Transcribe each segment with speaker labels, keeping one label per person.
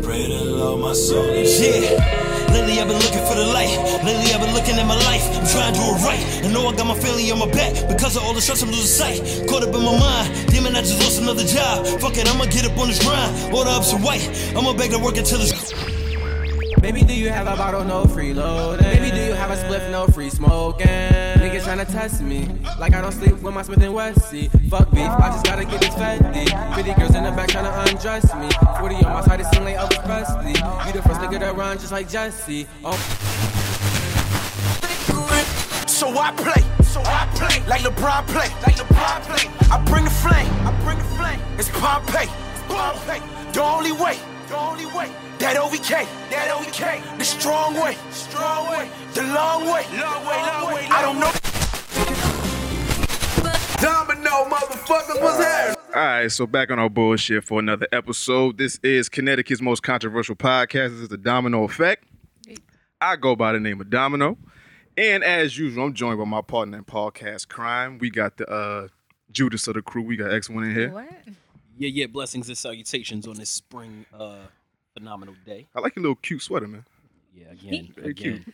Speaker 1: Cradle of my soul. Yeah. Lately I've been looking for the light. Lately I've been looking at my life. I'm trying to do it right. I know I got my family on my back. Because of all the stress, I'm losing sight. Caught up in my mind. Damn it, I just lost another job. Fuck it, I'ma get up on this grind. Order up some white. I'ma beg to work until it's.
Speaker 2: Baby, do you have a bottle? No freeloading. Baby, do you have a spliff? No free smoking. Niggas tryna test me, like I don't sleep with my Smith and Wessie. Fuck beef, I just gotta get this Fendi. 50 girls in the back tryna undress me. 40 on my side, it seem like Elvis Presley. You the first nigga that run just like Jesse. Oh,
Speaker 3: So I play, so I play like LeBron play, like LeBron play. I bring the flame, I bring the flame. It's Pompeii, it's Pompeii. The only way, the only way. That OVK, that OVK. The strong way, strong way. The long way, long way, long way. I don't know.
Speaker 4: Domino, motherfuckers, what's happening?
Speaker 5: All right, so back on our bullshit for another episode. This is Connecticut's most controversial podcast. This is the Domino Effect. I go by the name of Domino, and as usual, I'm joined by my partner in podcast crime. We got the uh, Judas of the crew. We got X One in here.
Speaker 6: What?
Speaker 7: Yeah, yeah. Blessings and salutations on this spring uh, phenomenal day.
Speaker 5: I like your little cute sweater, man.
Speaker 7: Yeah, again, again.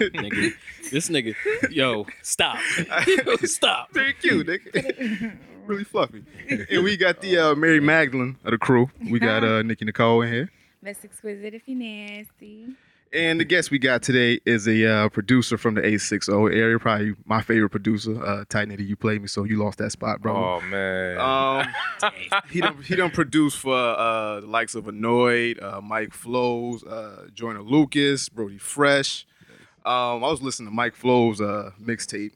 Speaker 7: nigga, this nigga, yo, stop, stop.
Speaker 5: Very cute, nigga. really fluffy. And we got the uh, Mary Magdalene of the crew. We got uh, Nikki Nicole in here.
Speaker 6: That's exquisite if you nasty.
Speaker 5: And the guest we got today is a uh, producer from the 860 area, probably my favorite producer, uh, Titan You played me, so you lost that spot, bro.
Speaker 4: Oh man.
Speaker 5: Um, he done, he done produced for uh, the likes of Annoyed, uh, Mike Flows, uh, Joyner Lucas, Brody Fresh. Um, I was listening to Mike Flows' uh, mixtape.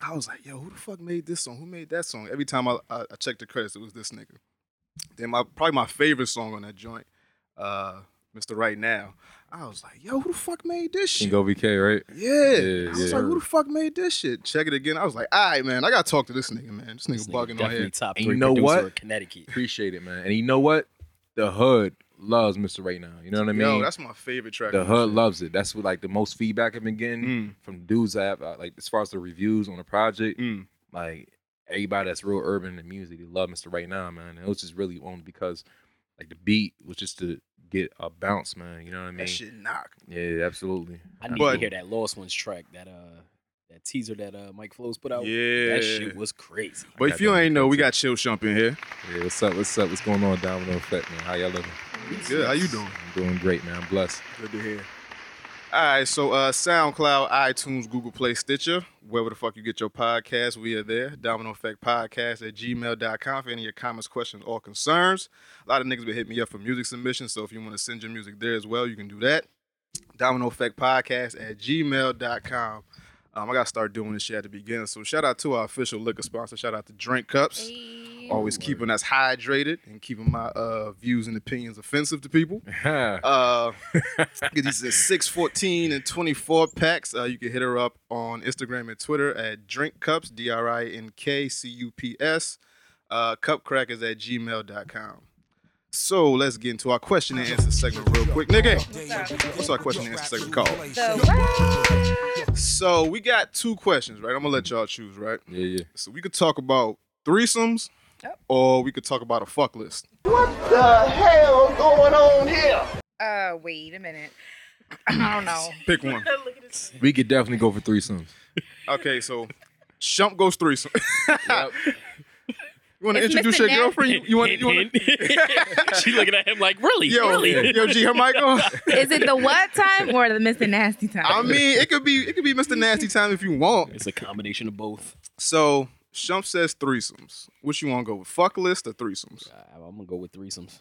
Speaker 5: I was like, yo, who the fuck made this song? Who made that song? Every time I, I, I checked the credits, it was this nigga. Then my probably my favorite song on that joint, uh, Mr. Right Now. I was like, yo, who the fuck made this shit?
Speaker 4: King OVK, right?
Speaker 5: Yeah.
Speaker 4: Yeah,
Speaker 5: I was
Speaker 4: yeah.
Speaker 5: like, who the fuck made this shit? Check it again. I was like, all right, man, I gotta talk to this nigga, man. This nigga
Speaker 7: This nigga
Speaker 5: bugging on
Speaker 7: definitely
Speaker 5: here.
Speaker 7: top
Speaker 4: And
Speaker 7: three
Speaker 4: you know
Speaker 7: producer
Speaker 4: what?
Speaker 7: of Connecticut.
Speaker 4: Appreciate it, man. And you know what? The hood loves Mr. Right Now. You know what I mean?
Speaker 5: Yo, that's my favorite track.
Speaker 4: the
Speaker 5: on
Speaker 4: hood
Speaker 5: this
Speaker 4: loves it. That's what like the most feedback I've been getting
Speaker 5: Mm.
Speaker 4: from dudes I have uh, like as far as the reviews on the project.
Speaker 5: shit. Mm.
Speaker 4: Like everybody that's real urban and music, they love Mr. Right Now, man. And it was just really on because like the beat was just to get a bounce, man. You know what I mean?
Speaker 5: That shit knock.
Speaker 4: Yeah, absolutely.
Speaker 7: I need
Speaker 5: But-
Speaker 7: to hear that Lost Ones track, that uh, that teaser that uh Mike Flows put out.
Speaker 5: Yeah.
Speaker 7: that shit was crazy.
Speaker 5: But if you ain't know, we got Chill Shump in here.
Speaker 4: Yeah, what's up? What's up? What's going on, Domino Effect, man? How y'all living?
Speaker 5: Good. How you doing?
Speaker 4: I'm doing great, man. I'm blessed.
Speaker 5: Good to hear. All right, so uh, SoundCloud, iTunes, Google Play, Stitcher, wherever the fuck you get your podcast, we are there. Domino Effect Podcast at gmail.com for any of your comments, questions, or concerns. A lot of niggas been hitting me up for music submissions, so if you want to send your music there as well, you can do that. Domino Effect Podcast at gmail.com. Um, I got to start doing this shit at the beginning. So shout out to our official liquor sponsor. Shout out to Drink Cups. Always keeping us hydrated and keeping my uh, views and opinions offensive to people. Uh, get these at 6, 14, and 24 packs. Uh, you can hit her up on Instagram and Twitter at Drink Cups, D R I N K C U P S. Uh, cupcrackers at gmail.com. So let's get into our question and answer segment real quick. Nigga, what's our question and answer segment called?
Speaker 6: So what?
Speaker 5: So we got two questions, right? I'm gonna let y'all choose, right?
Speaker 4: yeah, yeah.
Speaker 5: So we could talk about threesomes or we could talk about a fuck list.
Speaker 6: Uh, wait a minute. I don't know.
Speaker 5: Pick one.
Speaker 4: We could definitely go for threesomes.
Speaker 5: Okay, so Shump goes threesome. You want to
Speaker 6: It's
Speaker 5: introduce
Speaker 6: Mr.
Speaker 5: your
Speaker 6: Nat-
Speaker 5: girlfriend? You- You want?
Speaker 7: Hint,
Speaker 5: You want?
Speaker 7: hint. she looking at him like, really,
Speaker 5: Yo,
Speaker 7: really.
Speaker 5: yo, G, her mic on.
Speaker 6: Is it the what time or the Mr. Nasty time?
Speaker 5: I mean, it could be, it could be Mr. Nasty time if you want.
Speaker 7: It's a combination of both.
Speaker 5: So Shump says threesomes. What you want to go with? Fuck list or threesomes?
Speaker 7: I, I'm gonna go with threesomes.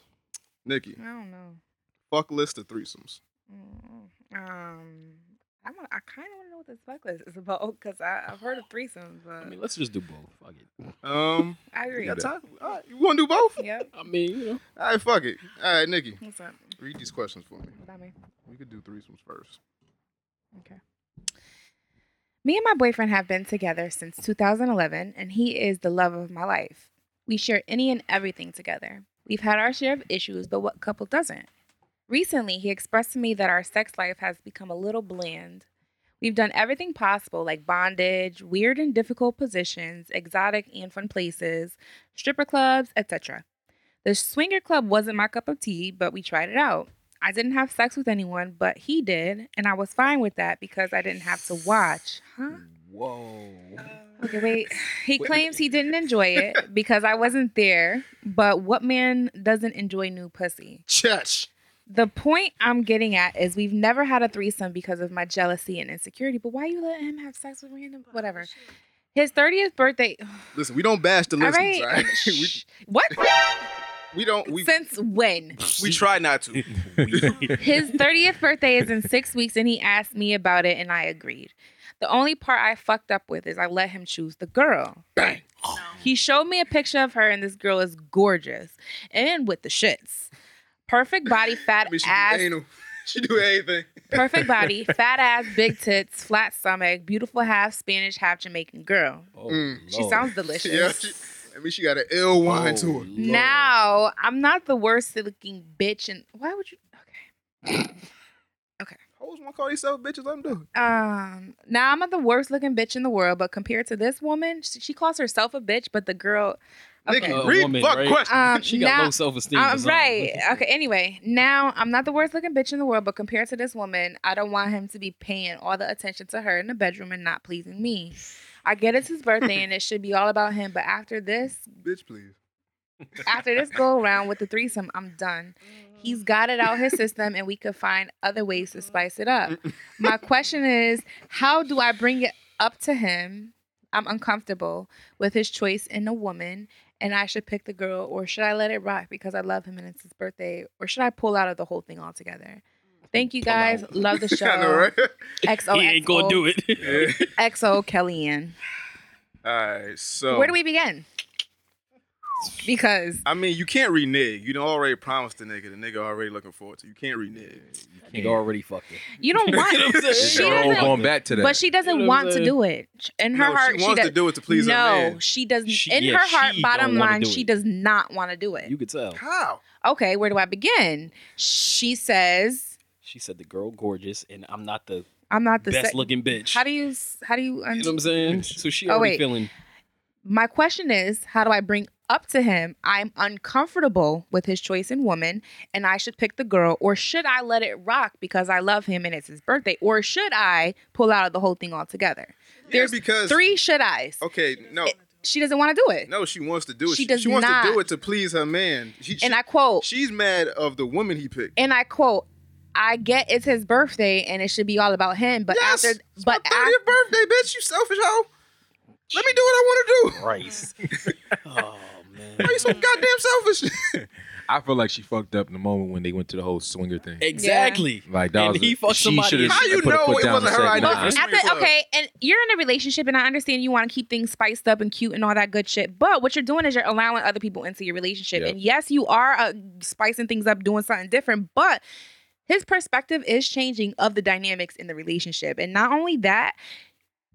Speaker 5: Nikki,
Speaker 6: I don't know.
Speaker 5: fuck list or threesomes?
Speaker 6: Um, I want. I kind of want to know what this fuck list is about because I've heard of threesomes, but
Speaker 7: I mean, let's just do both. Fuck it.
Speaker 5: Um,
Speaker 6: I agree.
Speaker 5: got time? All right, you want to do both?
Speaker 6: Yep.
Speaker 7: I mean, you know.
Speaker 5: All right, fuck it. All right, Nikki,
Speaker 6: What's up?
Speaker 5: read these questions for me.
Speaker 6: What about me?
Speaker 5: We could do threesomes first.
Speaker 6: Okay. Me and my boyfriend have been together since 2011, and he is the love of my life. We share any and everything together. We've had our share of issues, but what couple doesn't? Recently, he expressed to me that our sex life has become a little bland. We've done everything possible, like bondage, weird and difficult positions, exotic and fun places, stripper clubs, etc. The swinger club wasn't my cup of tea, but we tried it out. I didn't have sex with anyone, but he did, and I was fine with that because I didn't have to watch. Huh?
Speaker 4: Whoa.
Speaker 6: Okay, wait. He claims he didn't enjoy it because I wasn't there, but what man doesn't enjoy new pussy?
Speaker 5: Church.
Speaker 6: The point I'm getting at is we've never had a threesome because of my jealousy and insecurity, but why you let him have sex with random whatever? His 30th birthday.
Speaker 5: Listen, we don't bash the
Speaker 6: All
Speaker 5: listeners,
Speaker 6: right.
Speaker 5: right? we,
Speaker 6: Shh. what?
Speaker 5: we don't. We
Speaker 6: Since when?
Speaker 5: we try not to.
Speaker 6: His 30th birthday is in six weeks, and he asked me about it, and I agreed. The only part I fucked up with is I let him choose the girl.
Speaker 5: Bang.
Speaker 6: He showed me a picture of her, and this girl is gorgeous and with the shits. Perfect body, fat
Speaker 5: I mean, she
Speaker 6: ass,
Speaker 5: do anal. She do anything.
Speaker 6: perfect body, fat ass, big tits, flat stomach, beautiful half Spanish, half Jamaican girl.
Speaker 7: Oh,
Speaker 5: Mm.
Speaker 6: She
Speaker 7: Lord.
Speaker 6: sounds delicious.
Speaker 5: Yeah. She, I mean, she got an ill wine
Speaker 7: Oh,
Speaker 5: to her.
Speaker 7: Lord.
Speaker 6: Now I'm not the worst looking bitch, and why would you? Okay.
Speaker 5: Hoes want to call themselves bitches. Let them do it.
Speaker 6: Um. Now I'm not the worst looking bitch in the world, but compared to this woman, she, she calls herself a bitch, but the girl. Okay.
Speaker 5: Nikki,
Speaker 7: A
Speaker 5: read
Speaker 7: woman,
Speaker 5: fuck
Speaker 7: right?
Speaker 5: question.
Speaker 6: Um.
Speaker 7: she got
Speaker 6: now,
Speaker 7: low self esteem.
Speaker 6: Um, right. Okay. Anyway, now I'm not the worst looking bitch in the world, but compared to this woman, I don't want him to be paying all the attention to her in the bedroom and not pleasing me. I get it's his birthday and it should be all about him, but after this,
Speaker 5: Bitch, please.
Speaker 6: after this go around with the threesome, I'm done. He's got it out his system, and we could find other ways to spice it up. My question is, how do I bring it up to him? I'm uncomfortable with his choice in a woman, and I should pick the girl, or should I let it rock because I love him and it's his birthday, or should I pull out of the whole thing altogether? Thank you guys. Love the show.
Speaker 5: I know, right?
Speaker 6: XO,
Speaker 7: he ain't gonna do it.
Speaker 6: XO Kellyanne.
Speaker 5: All right. So
Speaker 6: Where do we begin? Because
Speaker 5: I mean, you can't renege. You done already promised the nigga. The nigga already looking forward to. You can't renege.
Speaker 7: He already fucked it.
Speaker 6: you don't
Speaker 7: You know
Speaker 6: want.
Speaker 7: what I'm saying?
Speaker 6: she
Speaker 7: Sure,
Speaker 6: doesn't-
Speaker 4: going back to that.
Speaker 6: But she doesn't
Speaker 7: You know what
Speaker 6: want
Speaker 7: I'm
Speaker 6: to
Speaker 7: saying?
Speaker 6: do it. In her
Speaker 5: no,
Speaker 6: heart,
Speaker 5: she wants
Speaker 6: does,
Speaker 5: to do it to please
Speaker 6: no,
Speaker 5: her man.
Speaker 6: she does.
Speaker 7: She-
Speaker 6: in
Speaker 7: yeah,
Speaker 6: her heart,
Speaker 7: she
Speaker 6: bottom
Speaker 7: don't wanna
Speaker 6: line,
Speaker 7: do
Speaker 6: she
Speaker 7: it.
Speaker 6: does not want to do it.
Speaker 7: You could tell.
Speaker 5: How?
Speaker 6: okay, where do I begin? She says,
Speaker 7: She said the girl gorgeous, and I'm not the
Speaker 6: "I'm not the
Speaker 7: best
Speaker 6: sec-
Speaker 7: looking bitch.
Speaker 6: How do you? s- How do you? un-
Speaker 7: you know what I'm saying? So she
Speaker 6: Oh,
Speaker 7: already
Speaker 6: wait.
Speaker 7: feeling.
Speaker 6: My question is, how do I bring up to him? I'm uncomfortable with his choice in woman, and I should pick the girl, or should I let it rock because I love him and it's his birthday, or should I pull out of the whole thing altogether? There's
Speaker 5: because
Speaker 6: Three should I's.
Speaker 5: Okay, no,
Speaker 6: She doesn't want to do it,
Speaker 5: no, she wants to do it.
Speaker 6: She does
Speaker 5: wants to
Speaker 6: not.
Speaker 5: do it to please her man. She,
Speaker 6: and
Speaker 5: she-
Speaker 6: I quote.
Speaker 5: she's mad of the woman he picked.
Speaker 6: and I quote, "I get it's his birthday and it should be all about him, but
Speaker 5: yes,
Speaker 6: after,
Speaker 5: it's
Speaker 6: but
Speaker 5: my 30th
Speaker 6: af-
Speaker 5: birthday, bitch, you selfish hoe. Let me do what I want to do.
Speaker 7: Christ. oh man.
Speaker 5: Why you so goddamn selfish?
Speaker 4: I feel like she fucked up in the moment when they went to the whole swinger thing.
Speaker 7: Exactly.
Speaker 4: Like that
Speaker 7: And
Speaker 4: was
Speaker 7: he
Speaker 4: a-
Speaker 7: fucked
Speaker 4: she
Speaker 7: somebody
Speaker 4: shoulda-
Speaker 7: else.
Speaker 5: How you
Speaker 4: put her
Speaker 5: know
Speaker 4: foot
Speaker 5: it
Speaker 4: down
Speaker 5: wasn't
Speaker 4: and
Speaker 5: her
Speaker 4: said,
Speaker 5: idea?
Speaker 4: "Nah."
Speaker 5: That's
Speaker 6: after
Speaker 5: pretty good.
Speaker 6: okay, and you're in a relationship, and I understand you want to keep things spiced up and cute and all that good shit, but what you're doing is you're allowing other people into your relationship,
Speaker 4: Yep.
Speaker 6: and yes, you are uh, spicing things up, doing something different, but." His perspective is changing of the dynamics in the relationship. And not only that,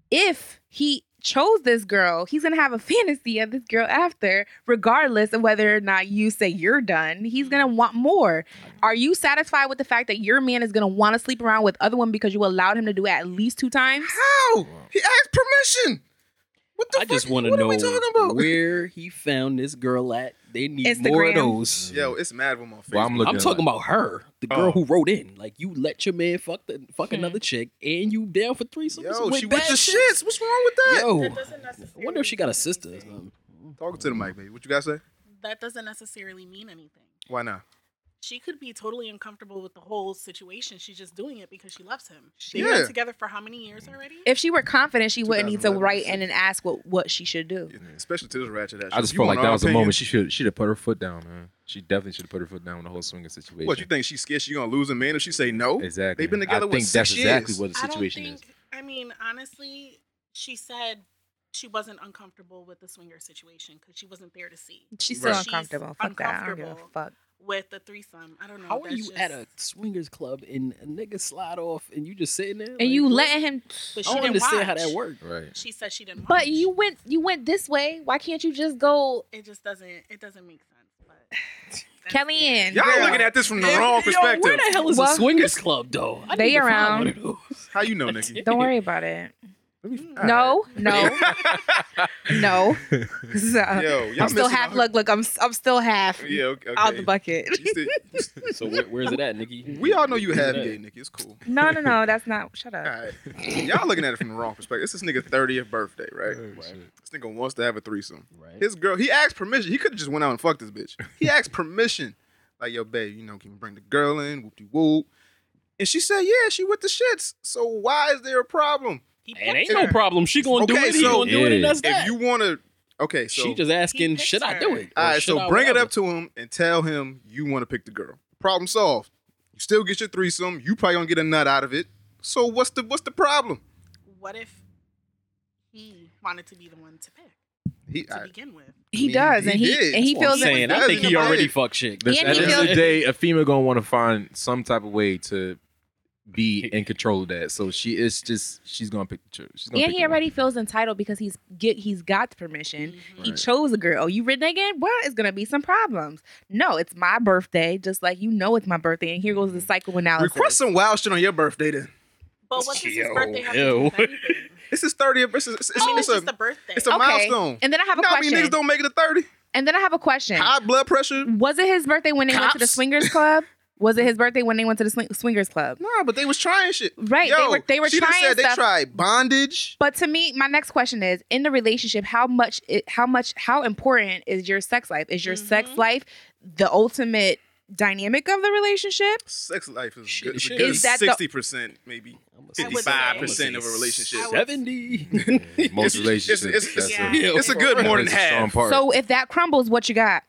Speaker 6: if he chose this girl, he's gonna have a fantasy of this girl after, regardless of whether or not you say you're done. He's gonna want more. Are you satisfied with the fact that your man is gonna want to sleep around with other women because you allowed him to do it at least two times?
Speaker 5: How? He asked permission. What the
Speaker 7: I
Speaker 5: fuck?
Speaker 7: just want to
Speaker 5: what
Speaker 7: know
Speaker 5: are we talking about?
Speaker 7: where he found this girl at. They need more
Speaker 6: Instagram.
Speaker 7: of those.
Speaker 5: Yo, it's mad with my face.
Speaker 4: Well, I'm looking
Speaker 7: I'm talking about her, the girl
Speaker 5: Oh.
Speaker 7: who wrote in. Like you let your man fuck the fuck another chick, and you down for threesomes.
Speaker 5: Yo,
Speaker 7: with
Speaker 5: she with
Speaker 7: bad
Speaker 5: the
Speaker 7: chicks?
Speaker 5: shits. What's wrong with that?
Speaker 7: Yo, I wonder if she got a sister. Or something.
Speaker 5: Talking to the mic, baby. What you guys say?
Speaker 8: that doesn't necessarily mean anything.
Speaker 5: Why not?
Speaker 8: She could be totally uncomfortable with the whole situation. She's just doing it because she loves him. They've
Speaker 5: Yeah.
Speaker 8: been together for how many years already?
Speaker 6: If she were confident, she wouldn't need to
Speaker 5: 2011
Speaker 6: write in and ask what what she should do.
Speaker 5: Especially to this ratchet ass.
Speaker 4: I just
Speaker 5: You
Speaker 4: felt
Speaker 5: want
Speaker 4: like that
Speaker 5: our
Speaker 4: was the moment
Speaker 5: opinions?
Speaker 4: she should should have put her foot down, man. She definitely should have put her foot down in the whole swinger situation.
Speaker 5: What you think? She scared she gonna lose a man if she say no?
Speaker 4: Exactly.
Speaker 5: They've been together
Speaker 4: I
Speaker 5: what,
Speaker 4: think
Speaker 5: six
Speaker 4: that's
Speaker 5: years?
Speaker 4: exactly what the
Speaker 8: I don't
Speaker 4: situation
Speaker 8: think.
Speaker 4: is.
Speaker 8: I mean, honestly, she said she wasn't uncomfortable with the swinger situation because she wasn't there to see
Speaker 6: She's still
Speaker 5: Right.
Speaker 8: She's
Speaker 6: uncomfortable. Fuck that. I don't give a
Speaker 8: uncomfortable.
Speaker 6: fuck.
Speaker 8: with the threesome. I don't know.
Speaker 7: how are
Speaker 8: that's
Speaker 7: you
Speaker 8: just-
Speaker 7: at a swingers club and a nigga slide off and you just sitting there?
Speaker 6: And you letting him,
Speaker 8: But
Speaker 7: I
Speaker 8: she
Speaker 7: don't
Speaker 8: didn't
Speaker 7: understand how
Speaker 8: watch.
Speaker 7: that worked.
Speaker 4: Right.
Speaker 8: She said she didn't. watch.
Speaker 6: but you went you went this way. Why can't you just go,
Speaker 8: It just doesn't. It doesn't make sense. But that's it.
Speaker 6: Kellyanne?
Speaker 5: Y'all
Speaker 6: girl?
Speaker 5: looking at this from the wrong
Speaker 7: Yo,
Speaker 5: perspective.
Speaker 7: where the hell is
Speaker 6: Well,
Speaker 7: a swingers club though? I
Speaker 6: they
Speaker 7: need to find
Speaker 6: around.
Speaker 7: one of those.
Speaker 5: How you know, Nikki?
Speaker 6: Don't worry about it.
Speaker 4: Let me,
Speaker 6: No, no, no. So,
Speaker 5: Yo, y'all
Speaker 6: Uh, I'm still
Speaker 5: missing
Speaker 6: half.
Speaker 5: out.
Speaker 6: Look, look. I'm s- I'm still half
Speaker 5: Yeah, okay. okay.
Speaker 6: out the bucket.
Speaker 5: You still- you still-
Speaker 7: So where, where's it at, Nikki?
Speaker 5: we all know you
Speaker 7: Where's
Speaker 5: have
Speaker 7: it at?
Speaker 5: gay, Nicky. It's cool.
Speaker 6: No, no, no. That's not. Shut
Speaker 5: All
Speaker 6: up.
Speaker 5: right. Y'all looking at it from the wrong perspective. It's this nigga 30th birthday, right? This nigga wants to have a threesome.
Speaker 7: Right.
Speaker 5: His girl, he asked permission. He could have just went out and fucked this bitch. He asked permission. Like, yo, babe, you know, can you bring the girl in? Whoop de whoop. And she said, yeah, she with the shits. So why is there a problem?
Speaker 8: He
Speaker 7: It ain't
Speaker 8: picked
Speaker 7: no
Speaker 8: her.
Speaker 7: problem. She gonna do
Speaker 5: Okay,
Speaker 7: it. He
Speaker 5: so-
Speaker 7: gonna do it, and
Speaker 4: Yeah.
Speaker 7: that's that.
Speaker 5: If you want to, okay, so
Speaker 7: she just
Speaker 8: He
Speaker 7: asking,
Speaker 8: picked
Speaker 7: should I
Speaker 8: her.
Speaker 7: do it?
Speaker 5: All
Speaker 7: Or
Speaker 5: right,
Speaker 7: should I
Speaker 5: so bring it
Speaker 7: whatever?
Speaker 5: up to him and tell him you want to pick the girl. Problem solved. You still get your threesome. You probably gonna get a nut out of it. So what's the what's the problem?
Speaker 8: What if he wanted to be the one to pick
Speaker 5: He,
Speaker 8: to
Speaker 5: I-
Speaker 8: begin with?
Speaker 6: He
Speaker 5: mean,
Speaker 6: does,
Speaker 5: he
Speaker 6: and he
Speaker 5: did.
Speaker 6: and he
Speaker 5: That's what I'm
Speaker 6: feels it.
Speaker 5: saying.
Speaker 7: I think he
Speaker 5: That's
Speaker 7: already
Speaker 5: it.
Speaker 7: fucked shit.
Speaker 4: This,
Speaker 6: And
Speaker 4: at
Speaker 6: he
Speaker 4: the end of the
Speaker 6: feels-
Speaker 4: day, a female gonna want to find some type of way to be in control of that. So she is just she's gonna pick the truth. She's gonna
Speaker 6: And
Speaker 4: pick
Speaker 6: he
Speaker 4: the one.
Speaker 6: already feels entitled because he's get he's got the permission. He chose a girl. You ridden again? Well, it's gonna be some problems. No, it's my birthday. Just like you know, it's my birthday. And here goes
Speaker 4: Mm-hmm.
Speaker 6: the cycle analysis.
Speaker 5: request some wild shit on your birthday then.
Speaker 8: But what does his
Speaker 7: Yo,
Speaker 8: birthday have to do with
Speaker 7: ew.
Speaker 8: anything?
Speaker 5: This is thirty. It's, it's, it's,
Speaker 8: I
Speaker 6: Oh,
Speaker 8: mean,
Speaker 5: it's
Speaker 8: it's
Speaker 5: a,
Speaker 8: just a birthday.
Speaker 5: it's a milestone.
Speaker 6: And then I have a
Speaker 5: You know how many
Speaker 6: question.
Speaker 5: niggas don't make it to thirty.
Speaker 6: and then I have a question.
Speaker 5: High blood pressure.
Speaker 6: Was it his birthday when they went to the
Speaker 5: Cops.
Speaker 6: swingers club? Was it his birthday when they went to the swing- swingers club?
Speaker 5: Nah, but they was trying shit.
Speaker 6: Right, they
Speaker 5: Yo,
Speaker 6: were- they were
Speaker 5: she done
Speaker 6: trying
Speaker 5: said
Speaker 6: stuff.
Speaker 5: They tried bondage.
Speaker 6: But to me, my next question is: in the relationship, how much, it, how much, how important is your sex life? Is your sex life the ultimate dynamic of the relationship?
Speaker 5: Sex life is
Speaker 7: Shit,
Speaker 5: good. It's a
Speaker 7: shit.
Speaker 5: good
Speaker 6: Is that the-
Speaker 5: sixty percent, maybe fifty-five percent of a relationship.
Speaker 8: I would-
Speaker 7: Seventy.
Speaker 4: most relationships.
Speaker 5: it's- it's-
Speaker 4: that's
Speaker 8: yeah.
Speaker 4: a,
Speaker 5: It's a good more than
Speaker 4: that's a strong
Speaker 5: half.
Speaker 4: part.
Speaker 6: So if that crumbles, what you got?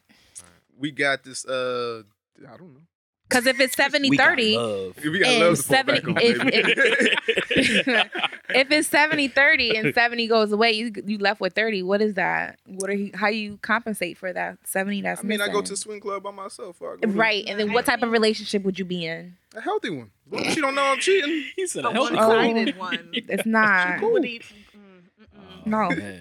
Speaker 5: We got this. Uh, I don't know.
Speaker 6: Because if it's 70
Speaker 7: We got
Speaker 6: 30,
Speaker 7: love.
Speaker 5: We got
Speaker 6: And
Speaker 5: love to fall
Speaker 6: 70
Speaker 5: back on,
Speaker 6: if-
Speaker 5: baby.
Speaker 6: if it's 70 30 and 70 goes away, you you left with 30. What is that? What are you, how you compensate for that 70 that's
Speaker 5: I mean, I go to
Speaker 6: missing?
Speaker 5: swing club by myself. or I go to
Speaker 6: Right. And then what type of relationship would you be in?
Speaker 5: A healthy one. As long as she don't know I'm cheating.
Speaker 7: He said
Speaker 8: a
Speaker 7: a healthy
Speaker 6: Oh.
Speaker 8: one-sided one.
Speaker 6: It's not.
Speaker 8: What do you- mm, mm-mm.
Speaker 6: No.
Speaker 7: man.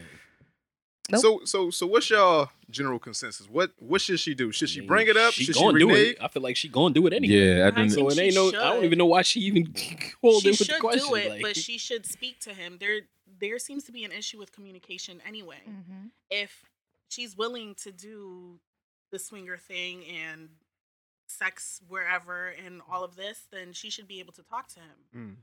Speaker 6: Nope.
Speaker 5: So, so, so, what's y'all general consensus? What, what should she do? Should she
Speaker 7: I mean,
Speaker 5: bring it up?
Speaker 7: She
Speaker 5: should she
Speaker 7: gonna do
Speaker 5: renege?
Speaker 7: it. I feel like she gonna do it anyway.
Speaker 4: yeah, I
Speaker 8: I
Speaker 4: didn't.
Speaker 8: think
Speaker 7: So it
Speaker 8: she
Speaker 7: ain't no.
Speaker 8: should.
Speaker 7: I don't even know why she even called
Speaker 8: mm. she
Speaker 7: it with the
Speaker 8: should
Speaker 7: question.
Speaker 8: do it,
Speaker 7: like,
Speaker 8: but she should speak to him. There, there seems to be an issue with communication anyway. If she's willing to do the swinger thing and sex wherever and all of this, then she should be able to talk to him.